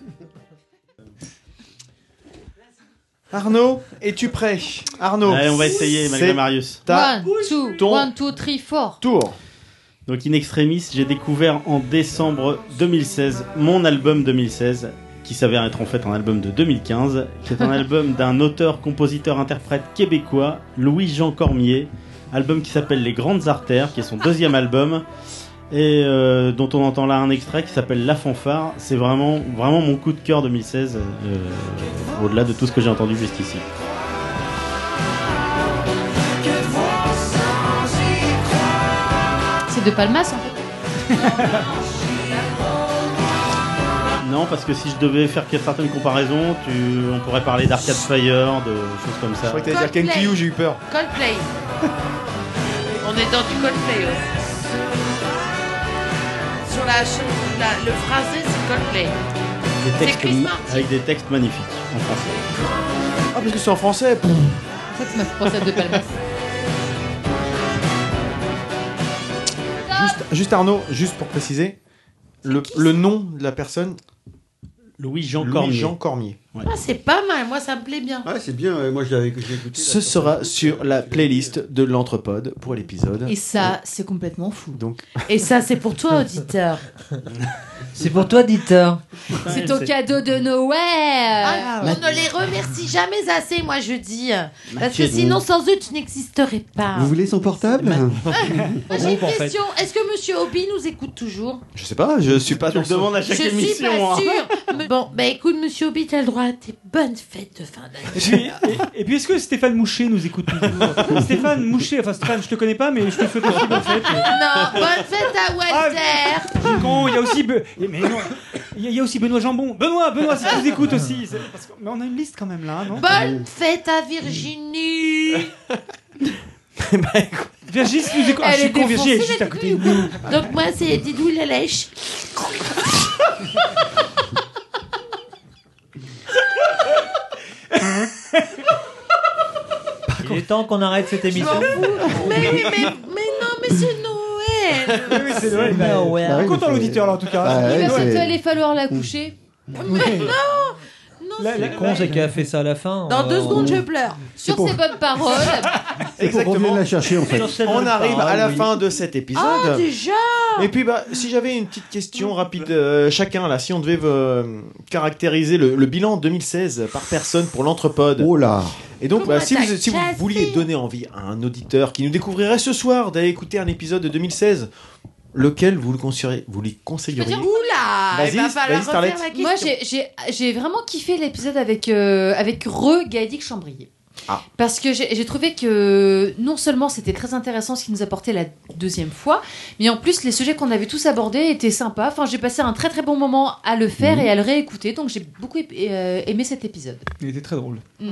D: Arnaud, es-tu prêt Arnaud.
H: Allez, on va essayer, malgré
D: c'est
H: Marius.
D: Ta
F: One, two,
D: ton-
F: one, two, three, four.
D: tour.
H: Donc In Extremis, j'ai découvert en décembre 2016 mon album 2016, qui s'avère être en fait un album de 2015, qui est un album d'un auteur, compositeur, interprète québécois, Louis-Jean Cormier, album qui s'appelle Les Grandes Artères, qui est son deuxième album, et euh, dont on entend là un extrait qui s'appelle La Fanfare. C'est vraiment, vraiment mon coup de cœur 2016, euh, au-delà de tout ce que j'ai entendu jusqu'ici.
F: C'est de Palmas en fait.
H: Non, parce que si je devais faire certaines comparaisons, tu, on pourrait parler d'Arcade Fire, de choses comme ça.
D: Je crois que t'allais dire Kenki ou j'ai eu peur.
E: Coldplay. On est dans du Coldplay. ouais. Sur la, ch- la- le phrasé, c'est Coldplay.
H: Des
E: C'est
H: textes
E: Chris
H: ma-
E: Martin.
H: avec des textes magnifiques en français.
D: Ah, parce que c'est en français. pff.
F: En fait, ça m'a fait penser à de Palmas.
D: Juste, juste Arnaud, juste pour préciser, le, le nom de la personne,
H: Louis-Jean
D: Louis Jean Cormier.
E: Ah, c'est pas mal, moi ça me plaît bien.
D: Ah,
C: Ouais, c'est bien. euh, Moi, je l'avais j'ai écouté. là,
D: Ce
C: sur-
D: sera sur la playlist de l'Entrepode pour l'épisode.
F: Et ça, c'est complètement fou.
D: Donc,
E: *laughs* Et ça, c'est pour toi, auditeur.
A: C'est pour toi, Dieter.
F: C'est ton cadeau de Noël.
E: Ah, on ne les remercie jamais assez, moi je dis. Parce que
H: Mathieu.
E: sinon, sans eux, tu n'existerais pas.
C: Vous voulez son portable
D: *laughs*
E: Moi, Ah. J'ai une
A: Groupe, en fait.
E: question. Est-ce que Monsieur Hobby nous écoute toujours
D: je sais pas, *laughs* je suis pas
H: Tu
D: dans
H: le demandes à
E: Je
H: chaque
E: suis
H: émission.
E: pas
H: hein. *laughs*
E: sûre. Me- Bon, bah écoute, Monsieur Hobby, t'as le droit à tes bonnes fêtes de fin d'année.
G: Et puis, et- et puis est-ce que Stéphane Moucher nous écoute toujours Stéphane Moucher, enfin Stéphane, je te connais pas, mais je te souhaite aussi bonne fête.
E: Non, bonne fête à
D: Ah,
E: Walter.
G: Ah, J'ai con, il y a aussi, Be- mais non, il y a- il y a aussi Benoît Jambon. Benoît, Benoît, si tu nous écoutes aussi. c'est- parce que- mais on a une liste quand même là, non
E: Bonne fête à Virginie.
H: *laughs* Bah,
G: Virgil, si tu nous écoutes, ah, je suis con, Virgil, elle est juste à côté.
E: défoncée, la couille. Donc moi, c'est Didou
G: *laughs*
E: la lèche.
A: Il est temps qu'on arrête cette
E: Je
A: émission.
E: m'en
A: *laughs*
E: fous. Mais oui, mais, mais non, mais c'est Noël.
G: Oui, oui, c'est Noël. bah,
A: Ah ouais.
C: Bah oui,
G: Content
C: mais c'est-
G: l'auditeur là en tout
E: Ah,
G: cas.
C: Bah,
F: Il
C: ouais,
F: va
C: c'est-
F: peut-être aller falloir la coucher.
D: Mm.
E: Non,
G: Là,
E: c'est-
G: là,
A: Le con, c'est qui a fait ça à la fin. euh,
E: Dans
A: On-
E: deux secondes, je pleure.
F: Sur
C: pour-
F: ces
D: *laughs*
F: bonnes paroles,
C: C'est pour qu'on vienne
D: Exactement.
C: la chercher, en fait.
A: Sur ces
D: On
A: bonnes
D: arrive à
A: paroles,
D: la
A: oui.
D: fin de cet épisode.
E: Ah, déjà
D: Et puis, bah, si j'avais une petite question rapide, euh, chacun, là, si on devait euh, caractériser le, le bilan 2016 par personne pour l'entrepode.
C: Oh là
D: Et donc,
E: Comment
D: bah, si,
E: t'as
D: vous, si vous
E: chassé
D: vouliez donner envie à un auditeur qui nous découvrirait ce soir d'aller écouter un épisode de 2016, lequel vous, le conseilleriez, vous lui conseilleriez
E: Oula
D: Vas-y,
E: Il va falloir
D: vas-y, Starlet.
E: refaire la question.
F: moi j'ai- j'ai j'ai vraiment kiffé l'épisode avec, euh, avec Re Gaëdic Chambrier.
D: Ah.
F: Parce que j'ai j'ai trouvé que non seulement c'était très intéressant ce qu'il nous apportait la deuxième fois, mais en plus les sujets qu'on avait tous abordés étaient sympas. Enfin, j'ai passé un très très bon moment à le faire et à le réécouter, donc j'ai beaucoup ép- euh, aimé cet épisode.
G: Il était très drôle.
F: Mm.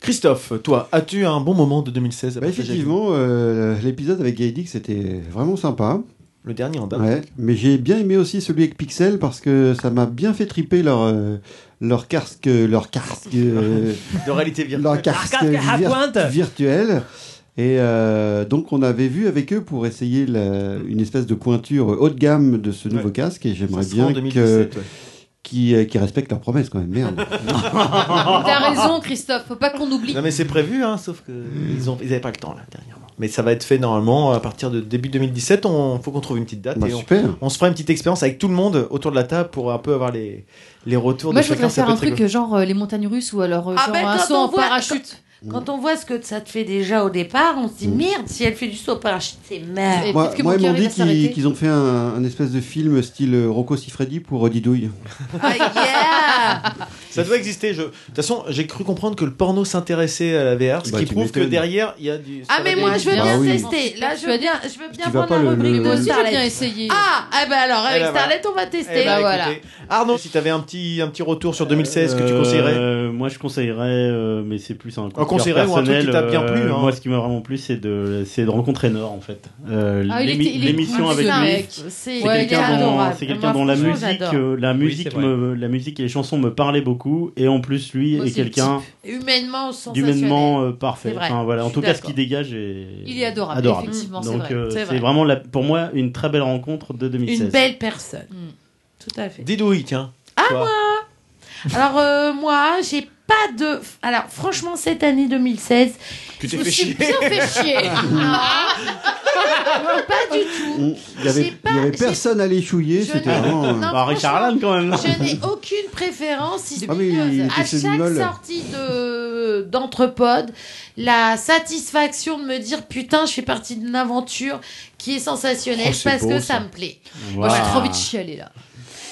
D: Christophe, toi, as-tu un bon moment de 2016 à
C: Bah,
D: partager avec
C: effectivement, euh, l'épisode avec Gaïdix c'était vraiment sympa.
D: nous Le dernier en date.
C: Ouais, mais j'ai bien aimé aussi celui avec Pixel parce que ça m'a bien fait triper leur euh, leur casque leur casque
D: *laughs*
C: euh,
D: De réalité virtuelle.
C: leur casque
A: casque à
C: vir-
A: pointe.
C: virtuel. Et euh, donc on avait vu avec eux pour essayer la- une espèce de pointure haut de gamme de ce nouveau casque et
D: Ça
C: j'aimerais
D: sera en
C: bien que
D: 2017, ouais.
C: qui respectent respecte leurs promesses quand même merde.
E: Ah,
F: T'as raison, Christophe, faut pas qu'on oublie.
D: Non mais c'est prévu, hein, sauf que
C: Mm.
D: ils ont, ils avaient pas le temps là dernièrement. Mais ça va être fait normalement à partir de début 2017. On faut qu'on trouve une petite date
C: Bah,
D: et on,
C: super.
D: on se fera une petite expérience avec tout le monde autour de la table pour un peu avoir les les retours
F: Moi,
D: de
F: je
D: chacun.
F: voudrais
D: Ça
F: faire
D: peut
F: un
D: être rigolo.
F: truc genre euh, les montagnes russes ou alors euh,
E: Ah,
F: genre
E: ben,
F: un
E: quand
F: saut
E: on
F: en
E: voit-
F: parachute.
E: Quand on voit ce que ça te fait déjà au départ, on se dit merde, si elle fait du saut au parachute, c'est
C: *laughs*
E: merde.
F: Mm. Et
C: Moi,
F: Bah, peut-être que
C: moi,
F: mon
C: ils m'ont
F: cœur, il
C: dit
F: va s'arrêter.
C: qu'ils qu'ils ont fait un, un espèce de film style euh, Rocco Siffredi pour euh, Didouille.
E: Ah, yeah
D: Ça doit exister. Je... De toute façon, j'ai cru comprendre que le porno s'intéressait à la VR, ce
C: Bah,
D: qui
C: tu
D: prouve que
C: m'étonnes.
D: derrière il y a du. ça
E: Ah,
D: va
E: mais
D: bien
E: moi, je veux bien
C: Ah oui.
E: tester. Là, je veux bien, je veux bien
C: vas pas
E: prendre la
C: le-
E: rubrique
C: le-
E: de
F: Moi aussi, j'ai bien
E: Starlet.
F: essayé.
E: Ah, eh ben alors, avec
D: Eh ben voilà.
E: Starlet, on va tester.
D: Eh ben,
F: voilà.
D: écoutez, Arnaud, si t'avais un petit un petit retour sur 2016 que tu conseillerais.
H: Euh, Moi, je conseillerais, euh, mais c'est plus un coup de cœur
D: conseillerait ou un truc
H: personnel, euh,
D: qui t'a bien plu, hein.
H: Moi, ce qui m'a vraiment plu, c'est de, c'est de rencontrer Nord, en fait. Euh,
F: Ah, il
H: l'émi-
F: était- il est
H: L'émission
F: cool,
H: avec
F: ce
H: lui.
F: mec.
E: C'est
H: C'est
F: Ouais, il est
H: quelqu'un dont,
E: adorable.
H: c'est quelqu'un
E: Moi,
H: dont la
E: franchement,
H: musique,
E: j'adore.
H: euh, la musique,
A: c'est vrai.
H: me- la musique et les chansons me parlaient beaucoup. Et en plus, lui
F: Moi,
H: est
F: c'est le
H: quelqu'un
E: Humainement, sensationnel.
H: d'humainement euh, parfait.
E: C'est vrai.
H: Enfin, voilà, en
E: Je
H: tout
E: suis
H: cas, ce
E: d'accord.
H: qu'il dégage est
F: Il est adorable, effectivement, c'est
H: Donc,
F: vrai.
H: euh,
E: C'est
H: c'est
E: vrai.
H: vraiment, la- pour moi, une très belle rencontre de 2016.
E: Une belle personne.
F: Mm.
E: Tout à fait.
D: Didouille, tiens.
E: Ah,
D: Toi.
E: Alors euh, moi, j'ai pas de. Alors franchement, cette année 2016,
D: Tu
E: je
D: t'es
E: me
D: fait
E: suis
D: chier.
E: bien fait chier. Ah. Pas du tout.
C: Il y avait,
E: J'ai pas-
C: il y avait
E: j'ai-
C: personne à les chouiller,
E: Je
C: c'était
E: n'ai-
C: vraiment. euh,
E: non, Bah, Richard franchement, Allan,
C: quand même.
E: Je n'ai aucune préférence si
C: Ah oui, il était
E: À chaque
C: séminole.
E: sortie de d'entrepode, la satisfaction de me dire putain, je fais partie d'une aventure qui est sensationnelle
F: Oh, c'est
E: parce
F: beau,
E: que
F: ça.
E: ça me plaît.
F: Moi, j'ai
E: Voilà.
F: trop envie de chialer là.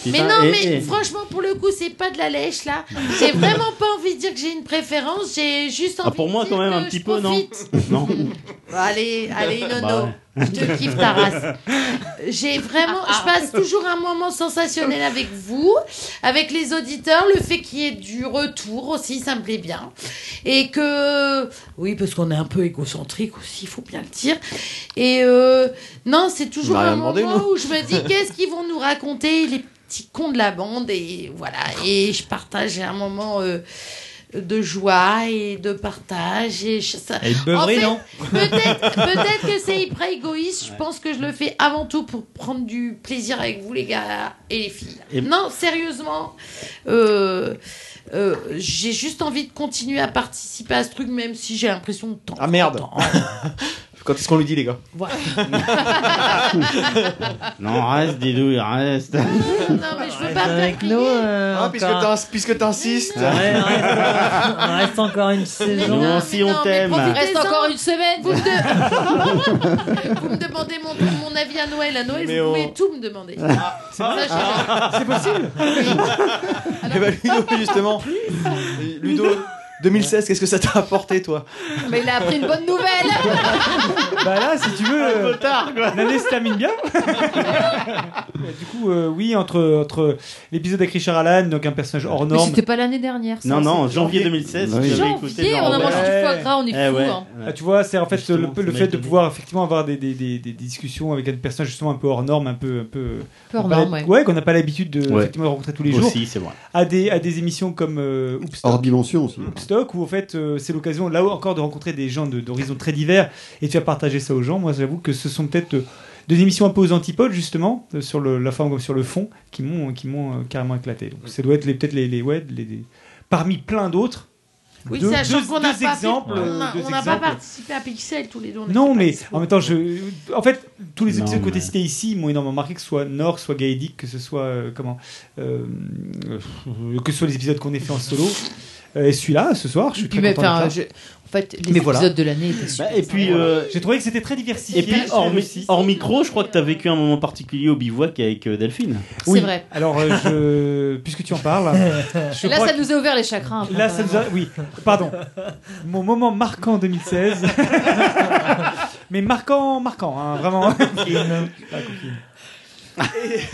E: mais non, mais franchement, pour le coup, c'est pas de la lèche là. J'ai vraiment pas envie de dire que j'ai une préférence. J'ai juste envie.
H: Ah, pour moi,
E: de dire
H: quand même,
E: que
H: un
E: je
H: petit peu, non Non.
E: Allez, allez, Nono,
H: Bah ouais.
E: je te kiffe ta race. J'ai vraiment, je passe toujours un moment sensationnel avec vous, avec les auditeurs, le fait qu'il y ait du retour aussi, ça me plaît bien, et que oui, parce qu'on est un peu égocentrique aussi, il faut bien le dire. Et euh, non, c'est toujours
K: On n'a rien
E: un moment
K: demandé, nous.
E: où je me dis qu'est-ce qu'ils vont nous raconter les petits cons de la bande, et voilà, et je partage un moment. euh, de joie et de partage et je- ça-
A: Et de beuverie,
E: En
A: non
E: fait, Peut-être peut-être
A: *laughs*
E: que c'est hyper égoïste. Je pense que je le fais avant tout pour prendre du plaisir avec vous, les gars et les filles.
H: Et-
E: Non, sérieusement, euh, euh, j'ai juste envie de continuer à participer à ce truc, même si j'ai l'impression de temps.
D: Ah merde *laughs* Quand est-ce qu'on lui dit, les gars
E: Voilà.
H: Non, reste, Didouille,
E: *laughs*
H: reste.
E: non, mais je veux pas faire crier.
A: euh,
D: Ah, puisque t'ins- puisque t'insistes
A: On reste encore une saison.
H: Non, si on t'aime.
E: profitez-en.
F: Reste encore une semaine.
E: Vous me,
F: *laughs*
E: de- Vous me demandez mon, mon avis à Noël. À Noël,
D: Mais
E: vous
D: on-
E: pouvez tout me demander.
K: Ah.
E: Ça, je-
A: Ah,
G: C'est possible
D: Eh ben, Ludo, justement. Ludo, 2016, qu'est-ce que ça t'a apporté, toi
F: Mais il a appris une bonne nouvelle.
G: Bah là, si tu veux, euh, l'année se termine *laughs* bien. du coup, euh, oui, entre, entre l'épisode avec Richard Allan, donc un personnage hors
F: Mais
G: norme.
F: C'était pas l'année dernière. ça,
H: Non, non,
F: c'est-
H: janvier 2016,
G: Oui.
H: si j'avais écouté
F: Janvier,
H: Jean
F: on a mangé
G: Robert.
F: du foie gras, on est
H: Eh
F: fou.
H: ouais.
F: hein.
G: Ah, tu vois, c'est en fait le, le
H: Justement, ça
G: fait
H: m'a
G: de
H: étonné.
G: pouvoir effectivement avoir des, des- des- des discussions avec un personnage justement un peu hors norme, un peu. Un peu,
F: Peu hors
G: qu'on a pas
F: norme,
G: l'hab-
F: ouais.
G: qu'on n'a pas l'habitude de,
H: Ouais.
G: effectivement, de rencontrer tous les jours.
H: Aussi, c'est vrai.
G: À des, à des émissions comme euh, Hoopstock.
C: Hors dimension aussi.
G: Stock où en fait euh, c'est l'occasion là encore de rencontrer des gens de- d'horizons très divers et tu as partagé ça aux gens. Moi j'avoue que ce sont peut-être euh, des émissions un peu aux antipodes justement euh, sur le, la forme comme sur le fond qui m'ont qui m'ont euh, carrément éclaté. Donc ça doit être les- peut-être les les, ouais, les- les- parmi plein d'autres.
E: Oui,
G: Deux-
E: sachant
G: deux-
E: qu'on n'a
G: deux
E: pas, fait-
G: exemples,
E: on a-
G: euh, deux
E: on n'a pas
G: exemples.
E: participé à Pixel tous les deux. on était
G: Non
E: pas
G: mais
E: dispo.
G: en même temps je en fait tous les
H: Non,
G: épisodes que tu
H: mais-
G: as cités ici m'ont énormément marqué que ce soit Nord, soit Gaédic, que ce soit euh, comment euh, euh, que ce soit les épisodes qu'on ait fait en solo. Euh, Et celui-là, ce soir, je suis
F: Puis,
G: très
F: mais,
G: content. de
F: enfin,
G: ça.
F: je- En fait, les
G: Mais
F: épisodes
G: voilà.
F: de l'année étaient super.
H: Bah, et puis, euh,
G: J'ai trouvé que c'était très diversifié.
H: et puis
G: très
H: hors, mi-
G: réussi.
H: hors micro, je crois que t'as vécu un moment particulier au bivouac avec euh, Delphine.
F: C'est vrai.
G: Alors, euh,
H: *laughs*
G: je... puisque tu en
F: *laughs*
G: parles, je
F: Là,
G: crois
F: ça nous a ouvert les chakras. un peu,
G: que- là,
F: quand
G: ça
F: même.
G: nous a- Oui, pardon. Mon moment marquant
F: *laughs*
G: 2016. Mais marquant, marquant, hein, vraiment.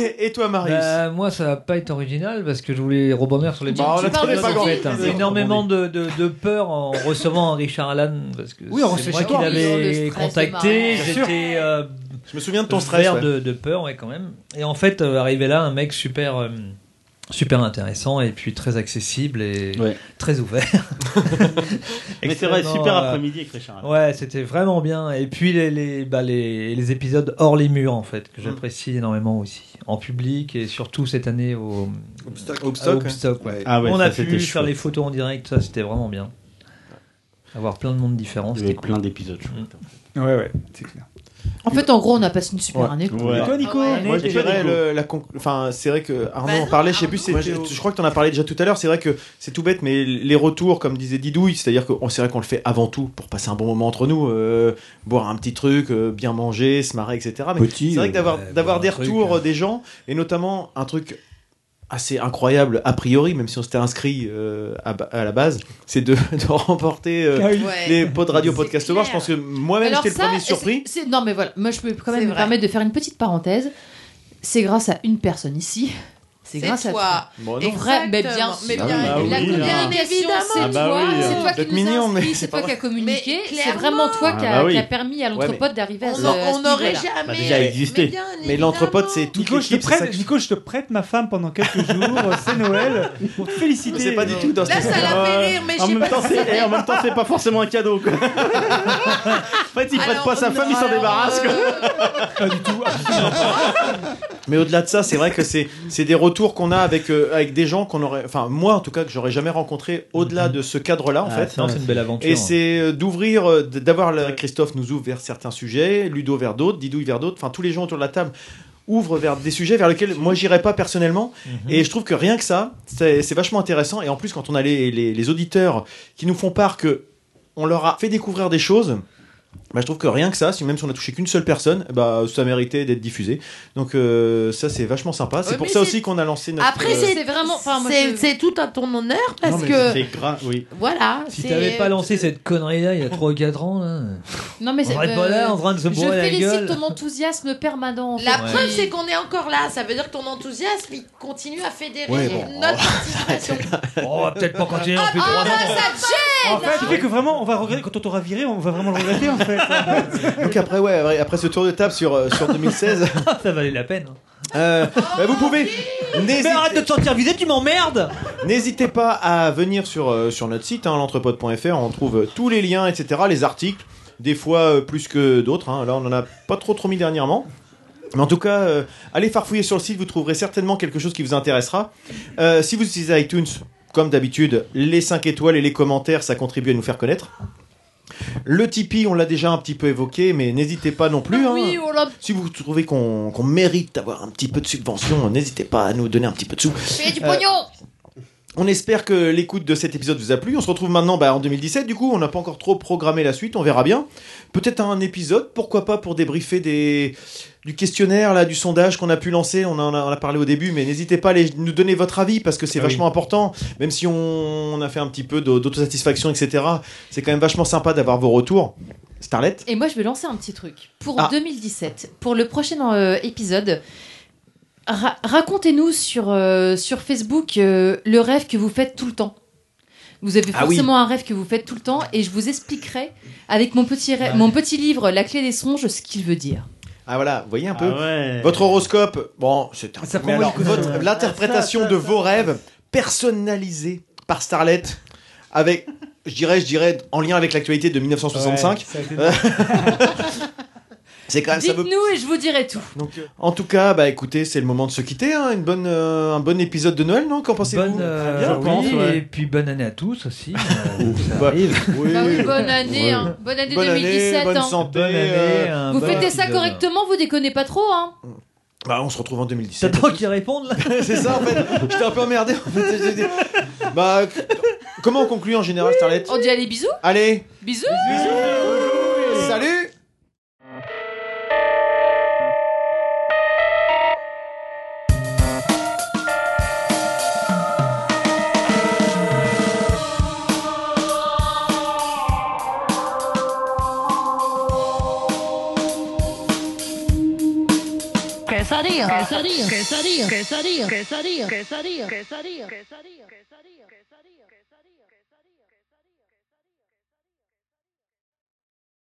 D: et, et toi, Marius
A: Bah, moi, ça va pas être original parce que je voulais rebondir sur les
D: Bah, on
A: petites
D: attendait
A: choses,
D: pas
A: en
D: grand-
A: fait, hein.
D: Vas-y,
A: énormément de, de, de peur en recevant Richard Allan parce que
G: Oui, on
A: c'est
G: recevait
A: moi
G: chez
A: qui
G: toi.
F: Le
A: l'avais
F: stress de
A: contacté.
F: Marais.
G: Bien sûr.
A: J'étais euh,
D: Je me souviens de ton
A: vert
D: stress. ouais.
A: de, de peur, ouais, quand même. Et en fait, euh, arrivé là, un mec super. euh, Super intéressant et puis très accessible et
H: Ouais.
A: très ouvert.
H: *laughs* Mais c'est vrai,
A: Extrêmement,
H: super
A: euh,
H: après-midi avec Richard.
A: Ouais, c'était vraiment bien. Et puis les, les, bah, les, les épisodes hors les murs, en fait,
H: Mmh.
A: que j'apprécie énormément aussi. En public et surtout cette année au
D: Obstacle.
A: à Obstock, ouais.
H: Ah ouais,
A: On a
H: ça,
A: pu
H: c'était
A: faire
H: chouette.
A: les photos en direct, ça c'était vraiment bien. Avoir plein de monde différent,
H: Il y
A: c'était
H: avait
A: cool.
H: plein d'épisodes. je crois.
G: Ouais, ouais, c'est clair.
F: En fait, en gros, on a passé une super
D: Ouais.
F: année. quoi.
H: Ouais.
G: Et toi, Nico
E: Ah ouais.
D: Moi, je
H: Et toi,
D: dirais
H: Nico
D: le- la conc- Enfin, c'est vrai que Arnaud
E: Bah
D: en
E: non,
D: parlait, je sais
E: Arnaud.
D: plus,
E: Moi,
D: c'était-
E: j'ai-
D: je, crois que t'en as parlé déjà tout à l'heure. C'est vrai que c'est tout bête, mais les retours, comme disait Didouille, c'est-à-dire que oh, c'est vrai qu'on le fait avant tout pour passer un bon moment entre nous, euh, boire un petit truc, euh, bien manger, se marrer, etc. Mais
C: Petit,
D: c'est vrai que d'avoir
A: ouais,
D: d'avoir
A: boire
D: des
A: un truc,
D: retours
A: hein.
D: euh, des gens, et notamment un truc assez incroyable a priori, même si on s'était inscrit euh, à, ba- à la base, c'est de, *laughs* de remporter euh,
G: Ah oui.
E: Ouais.
D: les pods radio
E: C'est
D: podcast Awards. Je
E: clair.
D: pense que moi-même
E: Alors
D: j'étais le
E: ça,
D: premier
E: c'est-
D: surpris.
F: C'est- Non, mais voilà, moi je peux quand
E: C'est
F: même me
E: vrai.
F: permettre de faire une petite parenthèse. C'est grâce à une personne ici. C'est grâce
E: C'est
F: à toi.
E: toi.
D: Bon, non.
F: Et vrai, mais bien
E: Exactement. Mais
F: sûr.
E: bien
H: Ah oui,
F: la
H: oui,
F: communication,
E: hein.
F: c'est
H: Ah bah
F: toi,
H: oui, hein.
F: c'est toi
D: Vous êtes
F: qui nous
D: mignon,
F: a
D: mais c'est
F: inscrits, c'est toi
D: pas
F: qui a communiqué,
E: Mais
F: c'est
E: clairement.
F: vraiment toi qui
H: Ah
F: a,
H: bah oui.
F: qui a permis à l'entrepôt d'arriver à
E: On
F: ce
E: en-
F: à ce
E: on n'aurait
F: niveau-là.
E: jamais.
H: Bah, déjà, elle existait.
E: Mais, bien
D: Mais l'entrepôt, c'est
E: évidemment.
D: toute
G: Nico, je te
D: l'équipe. c'est ça
G: prête,
D: que je-
G: Nico, je te prête ma femme pendant quelques jours, c'est Noël, pour te féliciter.
D: C'est pas du tout dans
E: Là,
D: cette
E: ça l'a fait rire, mais je
H: en,
E: sais
H: même
E: pas.
H: temps,
E: si-
H: c'est- et en même temps, c'est pas forcément un cadeau. Quoi. *laughs* en fait, il prête
E: Alors,
H: pas sa femme, il s'en
E: alors,
H: débarrasse. quoi.
E: euh,
D: Mais au-delà de ça, c'est vrai que c'est c'est des retours retours qu'on a avec, euh, avec des gens qu'on aurait, enfin moi en tout cas que j'aurais jamais rencontré
E: Mhm.
D: au-delà de ce cadre-là en
A: Ah,
D: fait.
A: non, c'est une belle aventure.
D: Et c'est euh, d'ouvrir, euh, d- d'avoir la- Christophe nous ouvre vers certains sujets, Ludo vers d'autres, Didouille vers d'autres, enfin tous les gens autour de la table ouvrent vers des sujets vers lesquels moi j'irais pas personnellement et je trouve que rien que ça c'est c'est vachement intéressant et en plus quand on a les, les- les auditeurs qui nous font part que on leur a fait découvrir des choses bah, je trouve que rien que ça, si même si on a touché qu'une seule personne, bah, ça méritait d'être diffusé. Donc euh, ça, c'est vachement sympa. C'est
E: Ouais,
D: pour
E: mais
D: ça
E: c'est-
D: aussi qu'on a lancé notre.
E: Après,
D: euh,
E: c'est vraiment.
F: enfin, moi,
E: c'est-
F: je-
E: C'est tout à ton honneur
D: non,
E: parce
D: mais
E: que.
D: c'est gra- oui.
E: Voilà.
A: Si
E: c'est-
A: t'avais pas lancé cette connerie là il y a 3 ou 4 ans, là.
F: Non, mais
A: on
F: c'est-
A: aurait pas
F: euh,
A: là en train de se
F: Je
A: bourrer la
F: félicite
A: gueule.
F: ton enthousiasme permanent. en
E: La
F: fait.
E: preuve, c'est qu'on est encore là. Ça veut dire que ton enthousiasme, il continue à fédérer
A: Ouais, bon.
E: notre participation.
A: Oh, on va peut-être pas continuer
E: Ah,
A: non plus.
E: ah,
A: trois
E: bah,
A: ans.
E: ça te
G: En
E: gêne
G: fait, tu fais que vraiment, on va regretter, quand on t'aura viré, on va vraiment le regretter en fait.
D: Donc après, ouais, après- après ce tour de table sur, euh, sur
E: *laughs*
D: 2016,
A: ça valait la peine.
D: euh, bah, vous pouvez.
A: Mais arrête de te sentir visé, tu m'emmerdes
D: N'hésitez pas à venir sur, euh, sur notre site, hein, l'entrepode.fr. On trouve euh, tous les liens, etc., les articles, des fois euh, plus que d'autres. hein. Là, on en a pas trop trop mis dernièrement. Mais en tout cas, euh, allez farfouiller sur le site, vous trouverez certainement quelque chose qui vous intéressera. Euh, si vous utilisez iTunes, comme d'habitude, les 5 étoiles et les commentaires, ça contribue à nous faire connaître. Le Tipeee, on l'a déjà un petit peu évoqué, mais n'hésitez pas non
K: Ah
D: plus. hein.
E: Oui,
K: oh
E: oh on l'a
D: Si vous trouvez qu'on qu'on mérite d'avoir un petit peu de subvention, n'hésitez pas à nous donner un petit peu de sous.
E: fait du
D: Euh,
E: pognon.
D: on espère que l'écoute de cet épisode vous a plu. On se retrouve maintenant bah, en 2017. Du coup, on n'a pas encore trop programmé la suite. On verra bien. Peut-être un épisode, pourquoi pas pour débriefer des du questionnaire là, du sondage qu'on a pu lancer. On en a, on a parlé au début, mais n'hésitez pas à les- nous donner votre avis parce que c'est
A: Ah oui.
D: vachement important. Même si on, on a fait un petit peu d'au- d'autosatisfaction, etc. C'est quand même vachement sympa d'avoir vos retours. Starlet.
F: Et moi, je vais lancer un petit truc. Pour
D: Ah.
F: 2017, pour le prochain euh, épisode, ra- racontez-nous sur, euh, sur Facebook euh, le rêve que vous faites tout le temps. Vous avez
E: Ah oui.
F: forcément un rêve que vous faites tout le temps et je vous expliquerai avec mon petit, rêve- mon petit livre La clé des songes ce qu'il veut dire.
D: Ah voilà, vous voyez un peu Votre horoscope, bon, c'est un
A: Ça
D: mais
A: prend
D: alors,
A: beaucoup de-
D: votre- l'interprétation de vos rêves personnalisée par Starlet avec je dirais je dirais en lien avec l'actualité de 1965. *laughs* c'est quand même ça
F: Dites-nous
D: veut
F: et je vous dirai tout.
D: donc, euh, en tout cas, bah écoutez, c'est le moment de se quitter. hein. Une bonne, euh, un bon épisode de Noël, non Qu'en pensez-vous
A: Bonne, euh,
D: Je
A: oui,
D: pense, ouais.
A: Et puis bonne année à tous aussi. euh, ça
D: Bah,
A: arrive.
D: oui.
F: Bah oui, bonne année,
D: Ouais.
F: hein. bonne année
D: Bonne année,
F: 2017.
D: bonne
F: hein.
D: santé.
A: Bonne année,
D: euh,
A: un
F: Vous
A: bon
F: faites ça
A: épisode.
F: correctement, vous déconnez pas trop. Hein.
D: bah, on se retrouve en 2017.
A: T'attends qu'ils répondent là
D: *laughs* c'est ça en fait. J'étais un peu emmerdé. en fait. J'ai dit- bah, comment on conclut en général, Starlet
F: On dit allez bisous,
D: Allez,
F: bisous.
D: salut
E: Quesadilla. Quesadilla. Quesadilla. Quesadilla. Quesadilla. Quesadilla. Quesadilla. Quesadilla.